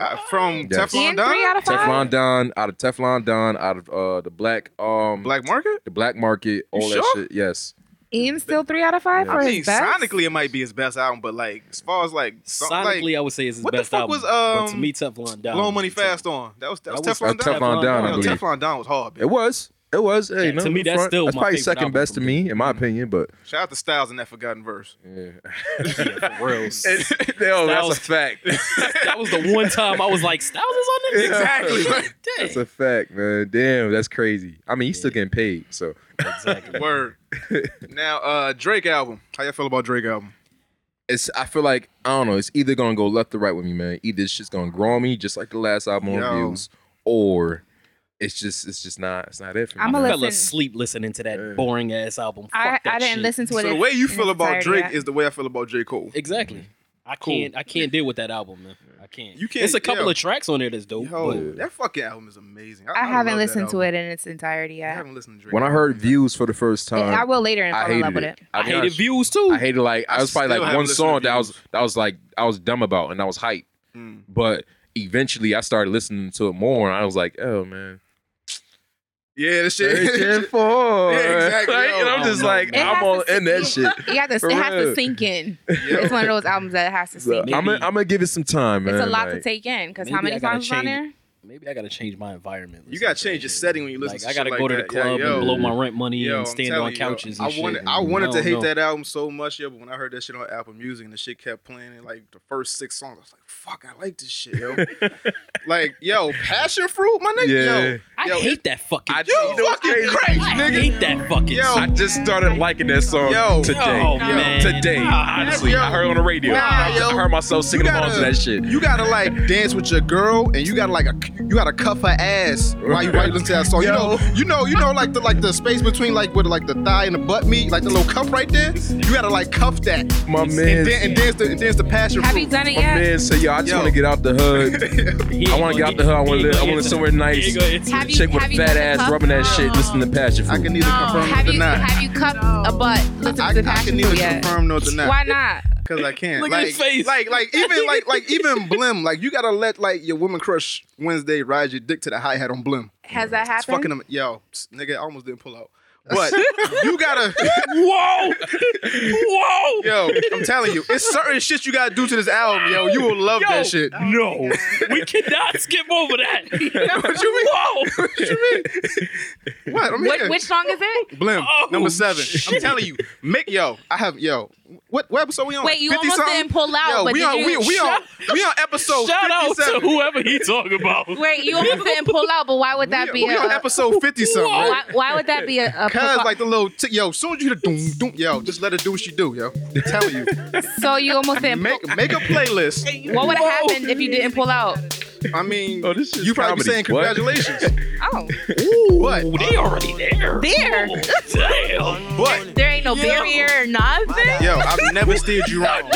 Speaker 5: Uh, from
Speaker 4: Yes.
Speaker 5: Teflon
Speaker 6: And three
Speaker 5: Don,
Speaker 6: out of five.
Speaker 4: Teflon Don out of Teflon Don out of uh the black um
Speaker 5: Black Market.
Speaker 4: the black market all that
Speaker 5: sure?
Speaker 4: shit. Yes,
Speaker 6: Ian's still three out of five
Speaker 4: Yeah.
Speaker 6: for
Speaker 5: I
Speaker 6: his
Speaker 5: mean,
Speaker 6: best.
Speaker 5: sonically, it might be his best album, but like as far as like so-
Speaker 7: Sonically,
Speaker 5: like,
Speaker 7: I would say is his
Speaker 5: what the
Speaker 7: best
Speaker 5: fuck
Speaker 7: album.
Speaker 5: was,
Speaker 7: but to
Speaker 5: um,
Speaker 7: me, Teflon Don.
Speaker 5: Blow
Speaker 7: was
Speaker 5: Money
Speaker 7: the top.
Speaker 5: Fast on. That was that was
Speaker 7: That was-
Speaker 5: Teflon
Speaker 4: that's
Speaker 5: Don.
Speaker 4: Teflon Don, I
Speaker 5: Yo,
Speaker 4: believe.
Speaker 5: Teflon Don was hard.
Speaker 4: it
Speaker 5: Bitch.
Speaker 4: was. It was. Hey,
Speaker 7: Yeah,
Speaker 4: no,
Speaker 7: to me, that's still my
Speaker 4: probably
Speaker 7: favorite
Speaker 4: second
Speaker 7: album Mm.
Speaker 4: best to
Speaker 7: from
Speaker 4: me, in my opinion. But
Speaker 5: Shout out to Styles in that forgotten verse.
Speaker 7: Yeah, for real.
Speaker 4: yo,
Speaker 7: That
Speaker 4: that's
Speaker 7: was-
Speaker 4: a fact.
Speaker 7: that was the one time I was like, "Styles is on this."
Speaker 5: Exactly.
Speaker 4: That's a fact, man. Damn, that's crazy. I mean, he's still getting paid, so
Speaker 7: Exactly.
Speaker 5: Word. now, uh, Drake album. How y'all feel about Drake album?
Speaker 4: it's. I feel like I don't know. It's either gonna go left or right with me, man. Either it's just gonna grow on me, just like the last album on
Speaker 5: Yo.
Speaker 4: reviews, or it's just it's just not it's not it for me.
Speaker 6: I'ma
Speaker 4: man.
Speaker 7: I
Speaker 6: let-
Speaker 7: fell
Speaker 6: Listen.
Speaker 7: asleep listening to
Speaker 4: Yeah.
Speaker 7: that boring ass album. Fuck
Speaker 6: I,
Speaker 7: that
Speaker 6: I didn't
Speaker 7: shit.
Speaker 6: listen to it.
Speaker 5: so the
Speaker 6: in-
Speaker 5: way you
Speaker 6: in
Speaker 5: feel
Speaker 6: its
Speaker 5: about
Speaker 6: entirety
Speaker 5: Drake
Speaker 6: yet.
Speaker 5: is the way I feel about J Cole.
Speaker 7: Exactly. I can't. I can't deal with that album, man. I can't.
Speaker 5: Mm-hmm. You can't-
Speaker 7: It's a couple
Speaker 5: yo.
Speaker 7: of tracks on there that's dope.
Speaker 5: Yo,
Speaker 7: but
Speaker 5: that fucking album is amazing. I,
Speaker 6: I
Speaker 5: love
Speaker 6: haven't
Speaker 5: that
Speaker 6: listened to
Speaker 5: album.
Speaker 6: it in its entirety
Speaker 5: I
Speaker 6: yet.
Speaker 5: haven't listened to Drake.
Speaker 4: when I heard
Speaker 5: view,
Speaker 4: views for the first
Speaker 6: It- I
Speaker 4: time,
Speaker 6: will later and
Speaker 4: I,
Speaker 6: fall in love
Speaker 4: hated
Speaker 6: with
Speaker 4: it.
Speaker 6: it.
Speaker 4: I'll
Speaker 7: I
Speaker 4: be
Speaker 7: hated
Speaker 4: honest.
Speaker 7: views too.
Speaker 4: I hated like I
Speaker 5: I
Speaker 4: was
Speaker 5: still
Speaker 4: probably like
Speaker 5: haven't
Speaker 4: one
Speaker 5: listened
Speaker 4: song
Speaker 5: to
Speaker 4: that I was
Speaker 5: Views.
Speaker 4: that was like I was dumb about and I was hyped,
Speaker 5: Mm.
Speaker 4: but eventually I started listening to it more and I was like, oh man,
Speaker 5: yeah, this shit.
Speaker 4: Searching for.
Speaker 5: Yeah, exactly.
Speaker 4: Like, and I'm
Speaker 7: Oh,
Speaker 4: just
Speaker 7: no,
Speaker 4: like,
Speaker 7: no.
Speaker 6: It
Speaker 4: I'm
Speaker 6: has
Speaker 4: all
Speaker 6: to
Speaker 4: in that
Speaker 6: sink
Speaker 4: shit.
Speaker 6: You have to,
Speaker 4: For
Speaker 6: it has
Speaker 4: real.
Speaker 6: to sink in.
Speaker 5: Yo.
Speaker 6: It's one of those albums that has to
Speaker 4: So
Speaker 6: sink.
Speaker 4: I'm gonna I'm gonna give it some time, man.
Speaker 6: it's a lot to
Speaker 4: Like,
Speaker 6: take in because how
Speaker 7: maybe
Speaker 6: many
Speaker 7: I gotta
Speaker 6: songs is on
Speaker 7: change-
Speaker 6: there?
Speaker 7: Maybe I gotta change my environment.
Speaker 5: You gotta
Speaker 7: listening
Speaker 5: change
Speaker 7: that
Speaker 5: your
Speaker 7: shit.
Speaker 5: setting when you listen
Speaker 7: Like,
Speaker 5: to
Speaker 7: I
Speaker 5: shit
Speaker 7: gotta
Speaker 5: like
Speaker 7: go to
Speaker 5: that.
Speaker 7: the club
Speaker 5: Yeah, yo.
Speaker 7: and blow my rent money
Speaker 5: Yo, I'm
Speaker 7: and stand
Speaker 5: telling
Speaker 7: on
Speaker 5: you,
Speaker 7: couches
Speaker 5: yo,
Speaker 7: and
Speaker 5: I
Speaker 7: shit.
Speaker 5: wanted, I wanted
Speaker 7: No,
Speaker 5: to hate
Speaker 7: no.
Speaker 5: that album so much, yo. But when I heard that shit on Apple Music and the shit kept playing, and like the first six songs, I was like, "Fuck, I like this shit, yo." like, yo, passion fruit, my nigga,
Speaker 4: Yeah.
Speaker 5: yo.
Speaker 7: I
Speaker 5: Yo,
Speaker 7: hate that fucking.
Speaker 4: I-
Speaker 7: song.
Speaker 4: you know what's
Speaker 5: fucking
Speaker 4: crazy?
Speaker 5: crazy,
Speaker 7: I
Speaker 5: nigga.
Speaker 7: hate that fucking.
Speaker 5: Yo,
Speaker 4: I
Speaker 7: song.
Speaker 4: just started liking that song
Speaker 5: Yo.
Speaker 4: today.
Speaker 7: Oh, man.
Speaker 4: Today, honestly,
Speaker 5: Yo.
Speaker 4: I heard on the radio.
Speaker 5: Nah,
Speaker 4: I
Speaker 5: yo.
Speaker 4: heard myself singing along to that shit.
Speaker 5: You gotta like dance with your girl, and you gotta like a, you gotta cuff her ass while you while you listen to that song. You know, you know, you know, like the like the space between like with like the thigh and the butt meat, like the little cuff right there. You gotta like cuff that
Speaker 4: My
Speaker 5: and,
Speaker 4: man,
Speaker 5: dan- and dance the and dance the passion
Speaker 6: Have
Speaker 5: fruit.
Speaker 6: you done it
Speaker 4: my
Speaker 6: yet?
Speaker 4: man said, yo, I just
Speaker 5: Yo.
Speaker 4: want to get out the hood.
Speaker 7: He
Speaker 4: I
Speaker 7: ain't
Speaker 4: want to
Speaker 7: gonna
Speaker 4: get out the hood. I want to
Speaker 7: he
Speaker 4: live.
Speaker 7: ain't
Speaker 4: I
Speaker 7: gonna get
Speaker 4: want to somewhere
Speaker 7: He
Speaker 4: nice.
Speaker 7: ain't gonna answer.
Speaker 6: Have you-
Speaker 4: Chick with
Speaker 6: have you
Speaker 4: fat
Speaker 6: done the
Speaker 4: ass
Speaker 6: cuff?
Speaker 4: rubbing that shit, listen to passion
Speaker 5: I can
Speaker 4: fruit.
Speaker 5: neither confirm nor
Speaker 6: um, Have you
Speaker 5: deny.
Speaker 6: have you cupped a butt? Listen
Speaker 5: I,
Speaker 6: to
Speaker 5: I
Speaker 6: Passion
Speaker 5: can
Speaker 6: Fruit
Speaker 5: neither
Speaker 6: yet?
Speaker 5: confirm nor deny.
Speaker 6: Why not?
Speaker 5: Cause I can't.
Speaker 7: Look
Speaker 5: like,
Speaker 7: at his face.
Speaker 5: Like, like even like like even Blim. Like you gotta let like your woman crush Wednesday ride your dick to the hi hat on Blim.
Speaker 6: Has that
Speaker 5: It's fucking
Speaker 6: happened?
Speaker 5: am- yo, s- nigga, I almost didn't pull out. But you gotta,
Speaker 7: Whoa, whoa.
Speaker 5: yo, I'm telling you, it's certain shit you gotta do to this album, yo. You will love
Speaker 7: Yo.
Speaker 5: that shit.
Speaker 7: No, we cannot skip over that.
Speaker 5: what you mean?
Speaker 7: Whoa.
Speaker 5: What you mean? What? I'm
Speaker 6: Which,
Speaker 5: here.
Speaker 6: which song is it?
Speaker 5: Blim,
Speaker 7: Oh,
Speaker 5: number seven. I'm telling you, make yo. I have yo. What, what episode we on?
Speaker 6: Wait, you
Speaker 5: 50
Speaker 6: almost
Speaker 5: something?
Speaker 6: didn't pull out,
Speaker 5: Yo,
Speaker 6: but
Speaker 5: we
Speaker 6: did
Speaker 5: on
Speaker 6: you-
Speaker 5: we, we on we on episode
Speaker 7: Shout out
Speaker 5: 57.
Speaker 7: to whoever he talking about.
Speaker 6: Wait, you almost didn't pull out, but why would that
Speaker 5: we
Speaker 6: be?
Speaker 5: we
Speaker 6: a,
Speaker 5: on episode 50 something.
Speaker 6: why,
Speaker 5: Right?
Speaker 6: why would that be a? a
Speaker 5: Cause like the little t- yo, soon as you hear the doom doom, yo, just let her do what she do, yo. I'm telling you,
Speaker 6: so you almost didn't.
Speaker 5: make make a playlist.
Speaker 8: Hey,
Speaker 6: what would have happened if you didn't pull out?
Speaker 5: I mean,
Speaker 4: Oh, this is
Speaker 5: you probably be saying
Speaker 4: comedy. What?
Speaker 5: congratulations,
Speaker 6: Oh,
Speaker 5: but
Speaker 7: Ooh, they already there.
Speaker 6: There.
Speaker 7: Oh, damn.
Speaker 5: but
Speaker 9: There ain't no
Speaker 7: Yo.
Speaker 9: barrier or nothing.
Speaker 5: yo, I've never steered you wrong.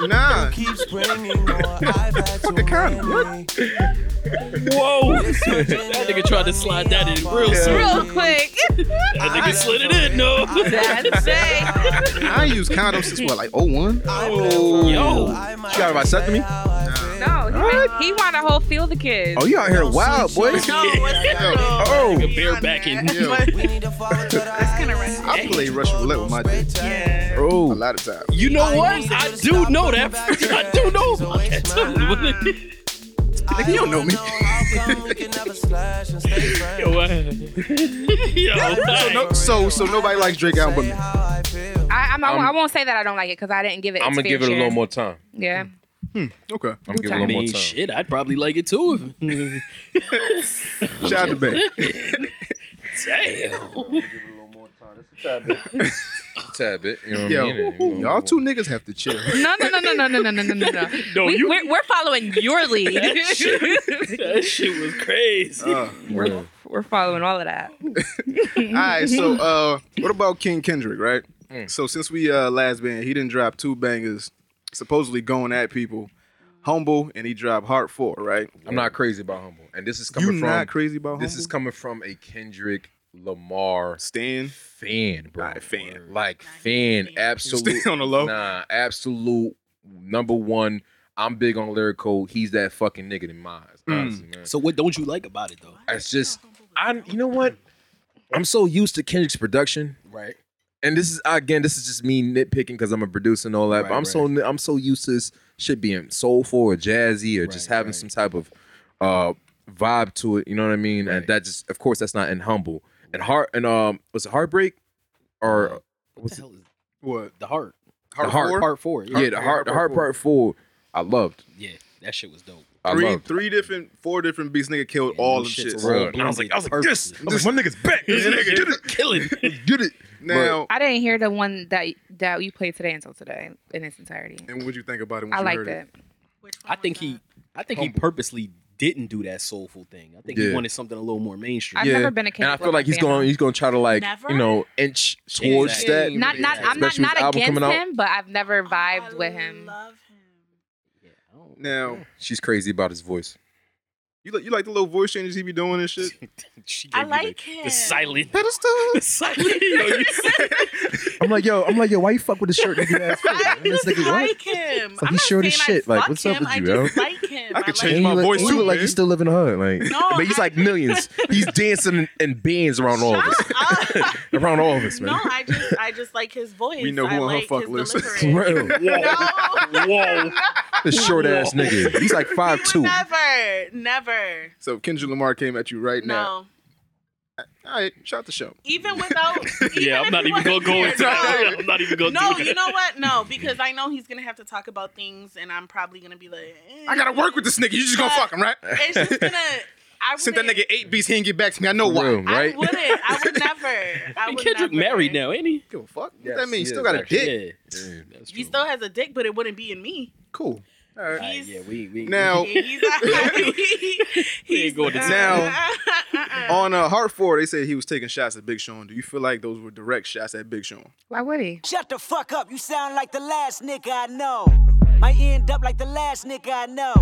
Speaker 5: Nah,
Speaker 2: Keeps bringing more. I've had
Speaker 5: fucking kind of, what?
Speaker 7: Whoa. That nigga tried to slide that in real
Speaker 4: Yeah.
Speaker 7: smooth.
Speaker 9: Real quick.
Speaker 7: That nigga slid it in, no.
Speaker 9: That's it.
Speaker 5: I
Speaker 3: oh,
Speaker 5: ain't used condoms since what, like 01?
Speaker 2: Yo,
Speaker 7: Yo.
Speaker 4: You got vasectomy?
Speaker 6: no, he
Speaker 10: What? He want to whole field of kids.
Speaker 4: Oh, you out here wild, boy.
Speaker 8: No, it's
Speaker 3: Yeah.
Speaker 8: not.
Speaker 4: Oh.
Speaker 8: Be
Speaker 7: Nigga
Speaker 8: on
Speaker 7: barebacking.
Speaker 8: that.
Speaker 3: Yeah.
Speaker 8: But
Speaker 11: That's
Speaker 8: kinda racist.
Speaker 3: I play Russian roulette with my dick
Speaker 8: yeah.
Speaker 3: a
Speaker 4: Oh,
Speaker 3: lot of times.
Speaker 7: You know what? I do know that. I do know about that too.
Speaker 3: Nigga, you don't know me.
Speaker 7: Yo, what? Yo,
Speaker 3: so, no, so, so nobody likes Drake album but me.
Speaker 6: I, I'm, I won't-
Speaker 4: I'm-
Speaker 6: I won't say that I don't like it because I didn't give it.
Speaker 4: I'm gonna
Speaker 6: its
Speaker 4: give it
Speaker 6: fair
Speaker 4: a little
Speaker 6: share.
Speaker 4: more time.
Speaker 6: Yeah.
Speaker 3: Okay.
Speaker 4: I'm gonna give it a
Speaker 7: I
Speaker 4: little more
Speaker 7: mean,
Speaker 4: time.
Speaker 7: shit, I'd probably like it too. if-
Speaker 3: Shout out to Bay.
Speaker 7: Damn.
Speaker 4: Tad bit, you know what
Speaker 3: Yo,
Speaker 4: I mean? You know,
Speaker 3: y'all two niggas have to chill.
Speaker 6: No, no, no, no, no, no, no, no, no, no, no.
Speaker 7: No,
Speaker 6: we,
Speaker 7: you-
Speaker 6: we're, we're following your lead.
Speaker 7: That shit, that shit was crazy.
Speaker 3: Uh,
Speaker 4: Yeah.
Speaker 6: we're following all of that.
Speaker 3: all right, so uh, what about King Kendrick, right?
Speaker 4: Mm.
Speaker 3: So since we uh last band, he didn't drop two bangers, supposedly going at people, humble, and he dropped Heart Four, right?
Speaker 4: I'm not crazy about humble, and this is
Speaker 3: You
Speaker 4: coming from
Speaker 3: not crazy about
Speaker 4: this
Speaker 3: Humble?
Speaker 4: is coming from a Kendrick Lamar
Speaker 3: Stan.
Speaker 4: fan, bro.
Speaker 3: Not a fan.
Speaker 4: like fan, absolute.
Speaker 3: Stay on the low.
Speaker 4: Nah, absolute number one. I'm big on lyrical. He's that fucking nigga in my eyes, honestly, man.
Speaker 7: Mm. So what don't you like about it though?
Speaker 4: It's just I you know what? I'm so used to Kendrick's production.
Speaker 7: Right.
Speaker 4: And this is again, this is just me nitpicking because I'm a producer and all that.
Speaker 7: Right,
Speaker 4: but I'm so I'm so used to this shit being soulful or jazzy or just
Speaker 7: Right,
Speaker 4: having
Speaker 7: right.
Speaker 4: some type of uh vibe to it. You know what I mean? And
Speaker 7: Right.
Speaker 4: that just, of course, that's not in humble and heart and um was it heartbreak or
Speaker 7: What the
Speaker 4: what's it?
Speaker 7: hell is
Speaker 3: What?
Speaker 7: the heart?
Speaker 3: Heart,
Speaker 4: Heart
Speaker 3: Four?
Speaker 7: Part four. Yeah.
Speaker 4: yeah, the heart, the heart part four. I loved.
Speaker 7: Yeah, that shit was dope.
Speaker 4: I
Speaker 3: Three,
Speaker 4: loved.
Speaker 3: three different, four different beats. Nigga killed
Speaker 7: Yeah,
Speaker 3: all
Speaker 7: them
Speaker 3: the shit.
Speaker 7: shits
Speaker 4: Bro,
Speaker 7: all
Speaker 4: and I was like- I was like,
Speaker 7: blended
Speaker 4: yes,
Speaker 7: perfectly.
Speaker 4: my nigga's back. This nigga did it.
Speaker 7: killing.
Speaker 4: Did it.
Speaker 3: Now,
Speaker 6: I didn't hear the one that that you played today until today in its entirety.
Speaker 3: and what'd you think about it? When
Speaker 6: I
Speaker 3: you
Speaker 6: liked
Speaker 3: heard
Speaker 6: it.
Speaker 8: Which one
Speaker 7: I think
Speaker 8: was
Speaker 7: he,
Speaker 8: that?
Speaker 7: I think he purposely didn't do that soulful thing. I think he
Speaker 4: Yeah.
Speaker 7: wanted something a little more mainstream.
Speaker 6: I've
Speaker 4: Yeah,
Speaker 6: never been a kid.
Speaker 4: and I feel like he's going he's going to try to like
Speaker 8: Never?
Speaker 4: you know inch towards
Speaker 7: Exactly.
Speaker 4: that.
Speaker 6: Not not I'm not
Speaker 4: Especially with
Speaker 6: not
Speaker 4: the album
Speaker 6: against
Speaker 4: coming out.
Speaker 6: him, but I've never
Speaker 8: Oh,
Speaker 6: vibed
Speaker 8: I
Speaker 6: with him.
Speaker 8: Love him.
Speaker 7: I don't-
Speaker 3: Now,
Speaker 4: She's crazy about his voice.
Speaker 3: you like you like the little voice changes he be doing and shit.
Speaker 7: She
Speaker 8: I
Speaker 7: gave me the-
Speaker 8: like him.
Speaker 7: The silent.
Speaker 3: Pedestal.
Speaker 7: The silent. Yo, you said-
Speaker 4: I'm like, yo, I'm like, yo, why you fuck with the shirt? Nigga, ass foot?
Speaker 8: I
Speaker 4: And it's like,
Speaker 8: just
Speaker 4: what?
Speaker 8: like him.
Speaker 4: like,
Speaker 8: I'm
Speaker 4: he's
Speaker 8: not
Speaker 4: short as
Speaker 8: saying I
Speaker 4: shit. Like,
Speaker 8: fuck
Speaker 4: what's up
Speaker 8: him,
Speaker 4: with you,
Speaker 8: I just like him.
Speaker 3: I could
Speaker 8: like
Speaker 3: change
Speaker 4: And
Speaker 3: my
Speaker 4: you look,
Speaker 3: voice
Speaker 4: you
Speaker 3: too,
Speaker 4: look like
Speaker 3: man.
Speaker 4: you still living in the hood, like.
Speaker 8: No,
Speaker 4: but he's
Speaker 8: I-
Speaker 4: like millions. He's dancing in bands around all of us,
Speaker 8: up.
Speaker 4: around all of us,
Speaker 8: No,
Speaker 4: man.
Speaker 8: I just I just like his voice.
Speaker 3: We know
Speaker 8: I
Speaker 3: who on her
Speaker 8: like
Speaker 3: fuck
Speaker 8: his
Speaker 3: list.
Speaker 8: delivery.
Speaker 4: Bro,
Speaker 8: No,
Speaker 7: Whoa.
Speaker 4: the short ass nigga. He's like five
Speaker 8: we
Speaker 4: two.
Speaker 8: would never, never.
Speaker 3: So Kendrick Lamar came at you right now.
Speaker 8: No,
Speaker 3: All right, shout the show.
Speaker 8: even without. Even
Speaker 7: Yeah, I'm
Speaker 8: if
Speaker 7: not
Speaker 8: he
Speaker 7: even gonna
Speaker 8: wasn't
Speaker 7: go
Speaker 8: here,
Speaker 7: into that. I'm not even gonna
Speaker 8: No,
Speaker 7: do
Speaker 8: you
Speaker 7: that.
Speaker 8: know what? No, because I know he's gonna have to talk about things, and I'm probably gonna be like, eh.
Speaker 3: I gotta work with this nigga. You just gonna fuck him, right?
Speaker 8: It's just gonna. I
Speaker 3: Sent that nigga
Speaker 8: wouldn't-
Speaker 3: eight beats. He didn't get back to me. I know
Speaker 4: For
Speaker 3: why.
Speaker 4: real, right?
Speaker 8: I wouldn't. I would never. I would
Speaker 7: Kendrick
Speaker 8: never.
Speaker 7: married now, ain't he?
Speaker 3: Give a fuck.
Speaker 4: Yes,
Speaker 3: what that mean?
Speaker 4: he
Speaker 3: You still
Speaker 4: is,
Speaker 3: got a
Speaker 4: actually.
Speaker 3: dick.
Speaker 7: Yeah, that's
Speaker 8: He
Speaker 7: true.
Speaker 8: still has a dick, but it wouldn't be in me.
Speaker 3: Cool. All right.
Speaker 8: He's,
Speaker 7: yeah, we, we
Speaker 3: Now,
Speaker 8: he's, he's,
Speaker 7: We ain't going to
Speaker 3: Now-
Speaker 8: uh,
Speaker 3: on uh, Heart Four, they said he was taking shots at Big Sean. Do you feel like those were direct shots at Big Sean?
Speaker 6: Why would he?
Speaker 11: Shut the fuck up. You sound like the last nigga I know. Might end up like the last nigga I know.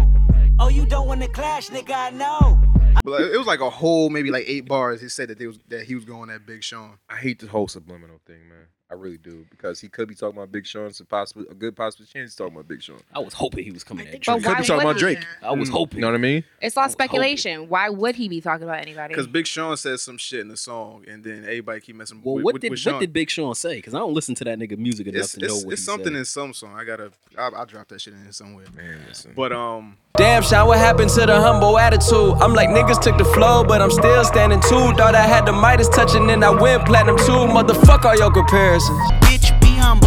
Speaker 11: Oh, you don't want to clash, nigga I know.
Speaker 3: But like, it was like a whole maybe like eight bars. He said that they was that he was going at Big Sean.
Speaker 4: I hate the whole subliminal thing, man. I really do because he could be talking about Big Sean, so possible a good possible chance he's talking about Big Sean.
Speaker 7: I was hoping he was coming at
Speaker 8: think-
Speaker 7: you.
Speaker 6: But
Speaker 4: Could be
Speaker 6: why
Speaker 4: talking
Speaker 6: would
Speaker 4: about
Speaker 6: he?
Speaker 4: Drake.
Speaker 7: I
Speaker 3: Hmm.
Speaker 7: was
Speaker 4: You
Speaker 7: hoping.
Speaker 4: know what I mean?
Speaker 6: It's all
Speaker 7: was hoping.
Speaker 6: speculation. Why would he be talking about anybody?
Speaker 3: Because Big Sean said some shit in the song, and then everybody keep messing
Speaker 7: Well,
Speaker 3: with,
Speaker 7: what
Speaker 3: with,
Speaker 7: did
Speaker 3: with Sean.
Speaker 7: what did Big Sean say? Because I don't listen to that nigga music enough
Speaker 3: it's
Speaker 7: to know
Speaker 3: it's,
Speaker 7: what
Speaker 3: it's
Speaker 7: he
Speaker 3: something
Speaker 7: said.
Speaker 3: in some song. I gotta I, I'll drop that shit in here somewhere.
Speaker 4: Man, listen.
Speaker 3: But um,
Speaker 11: Damn, Sean, what happened to the humble attitude? I'm like, niggas took the flow, but I'm still standing too. Thought I had the Midas touching, and I went platinum too. Motherfuck all your comparisons. Bitch, be humble.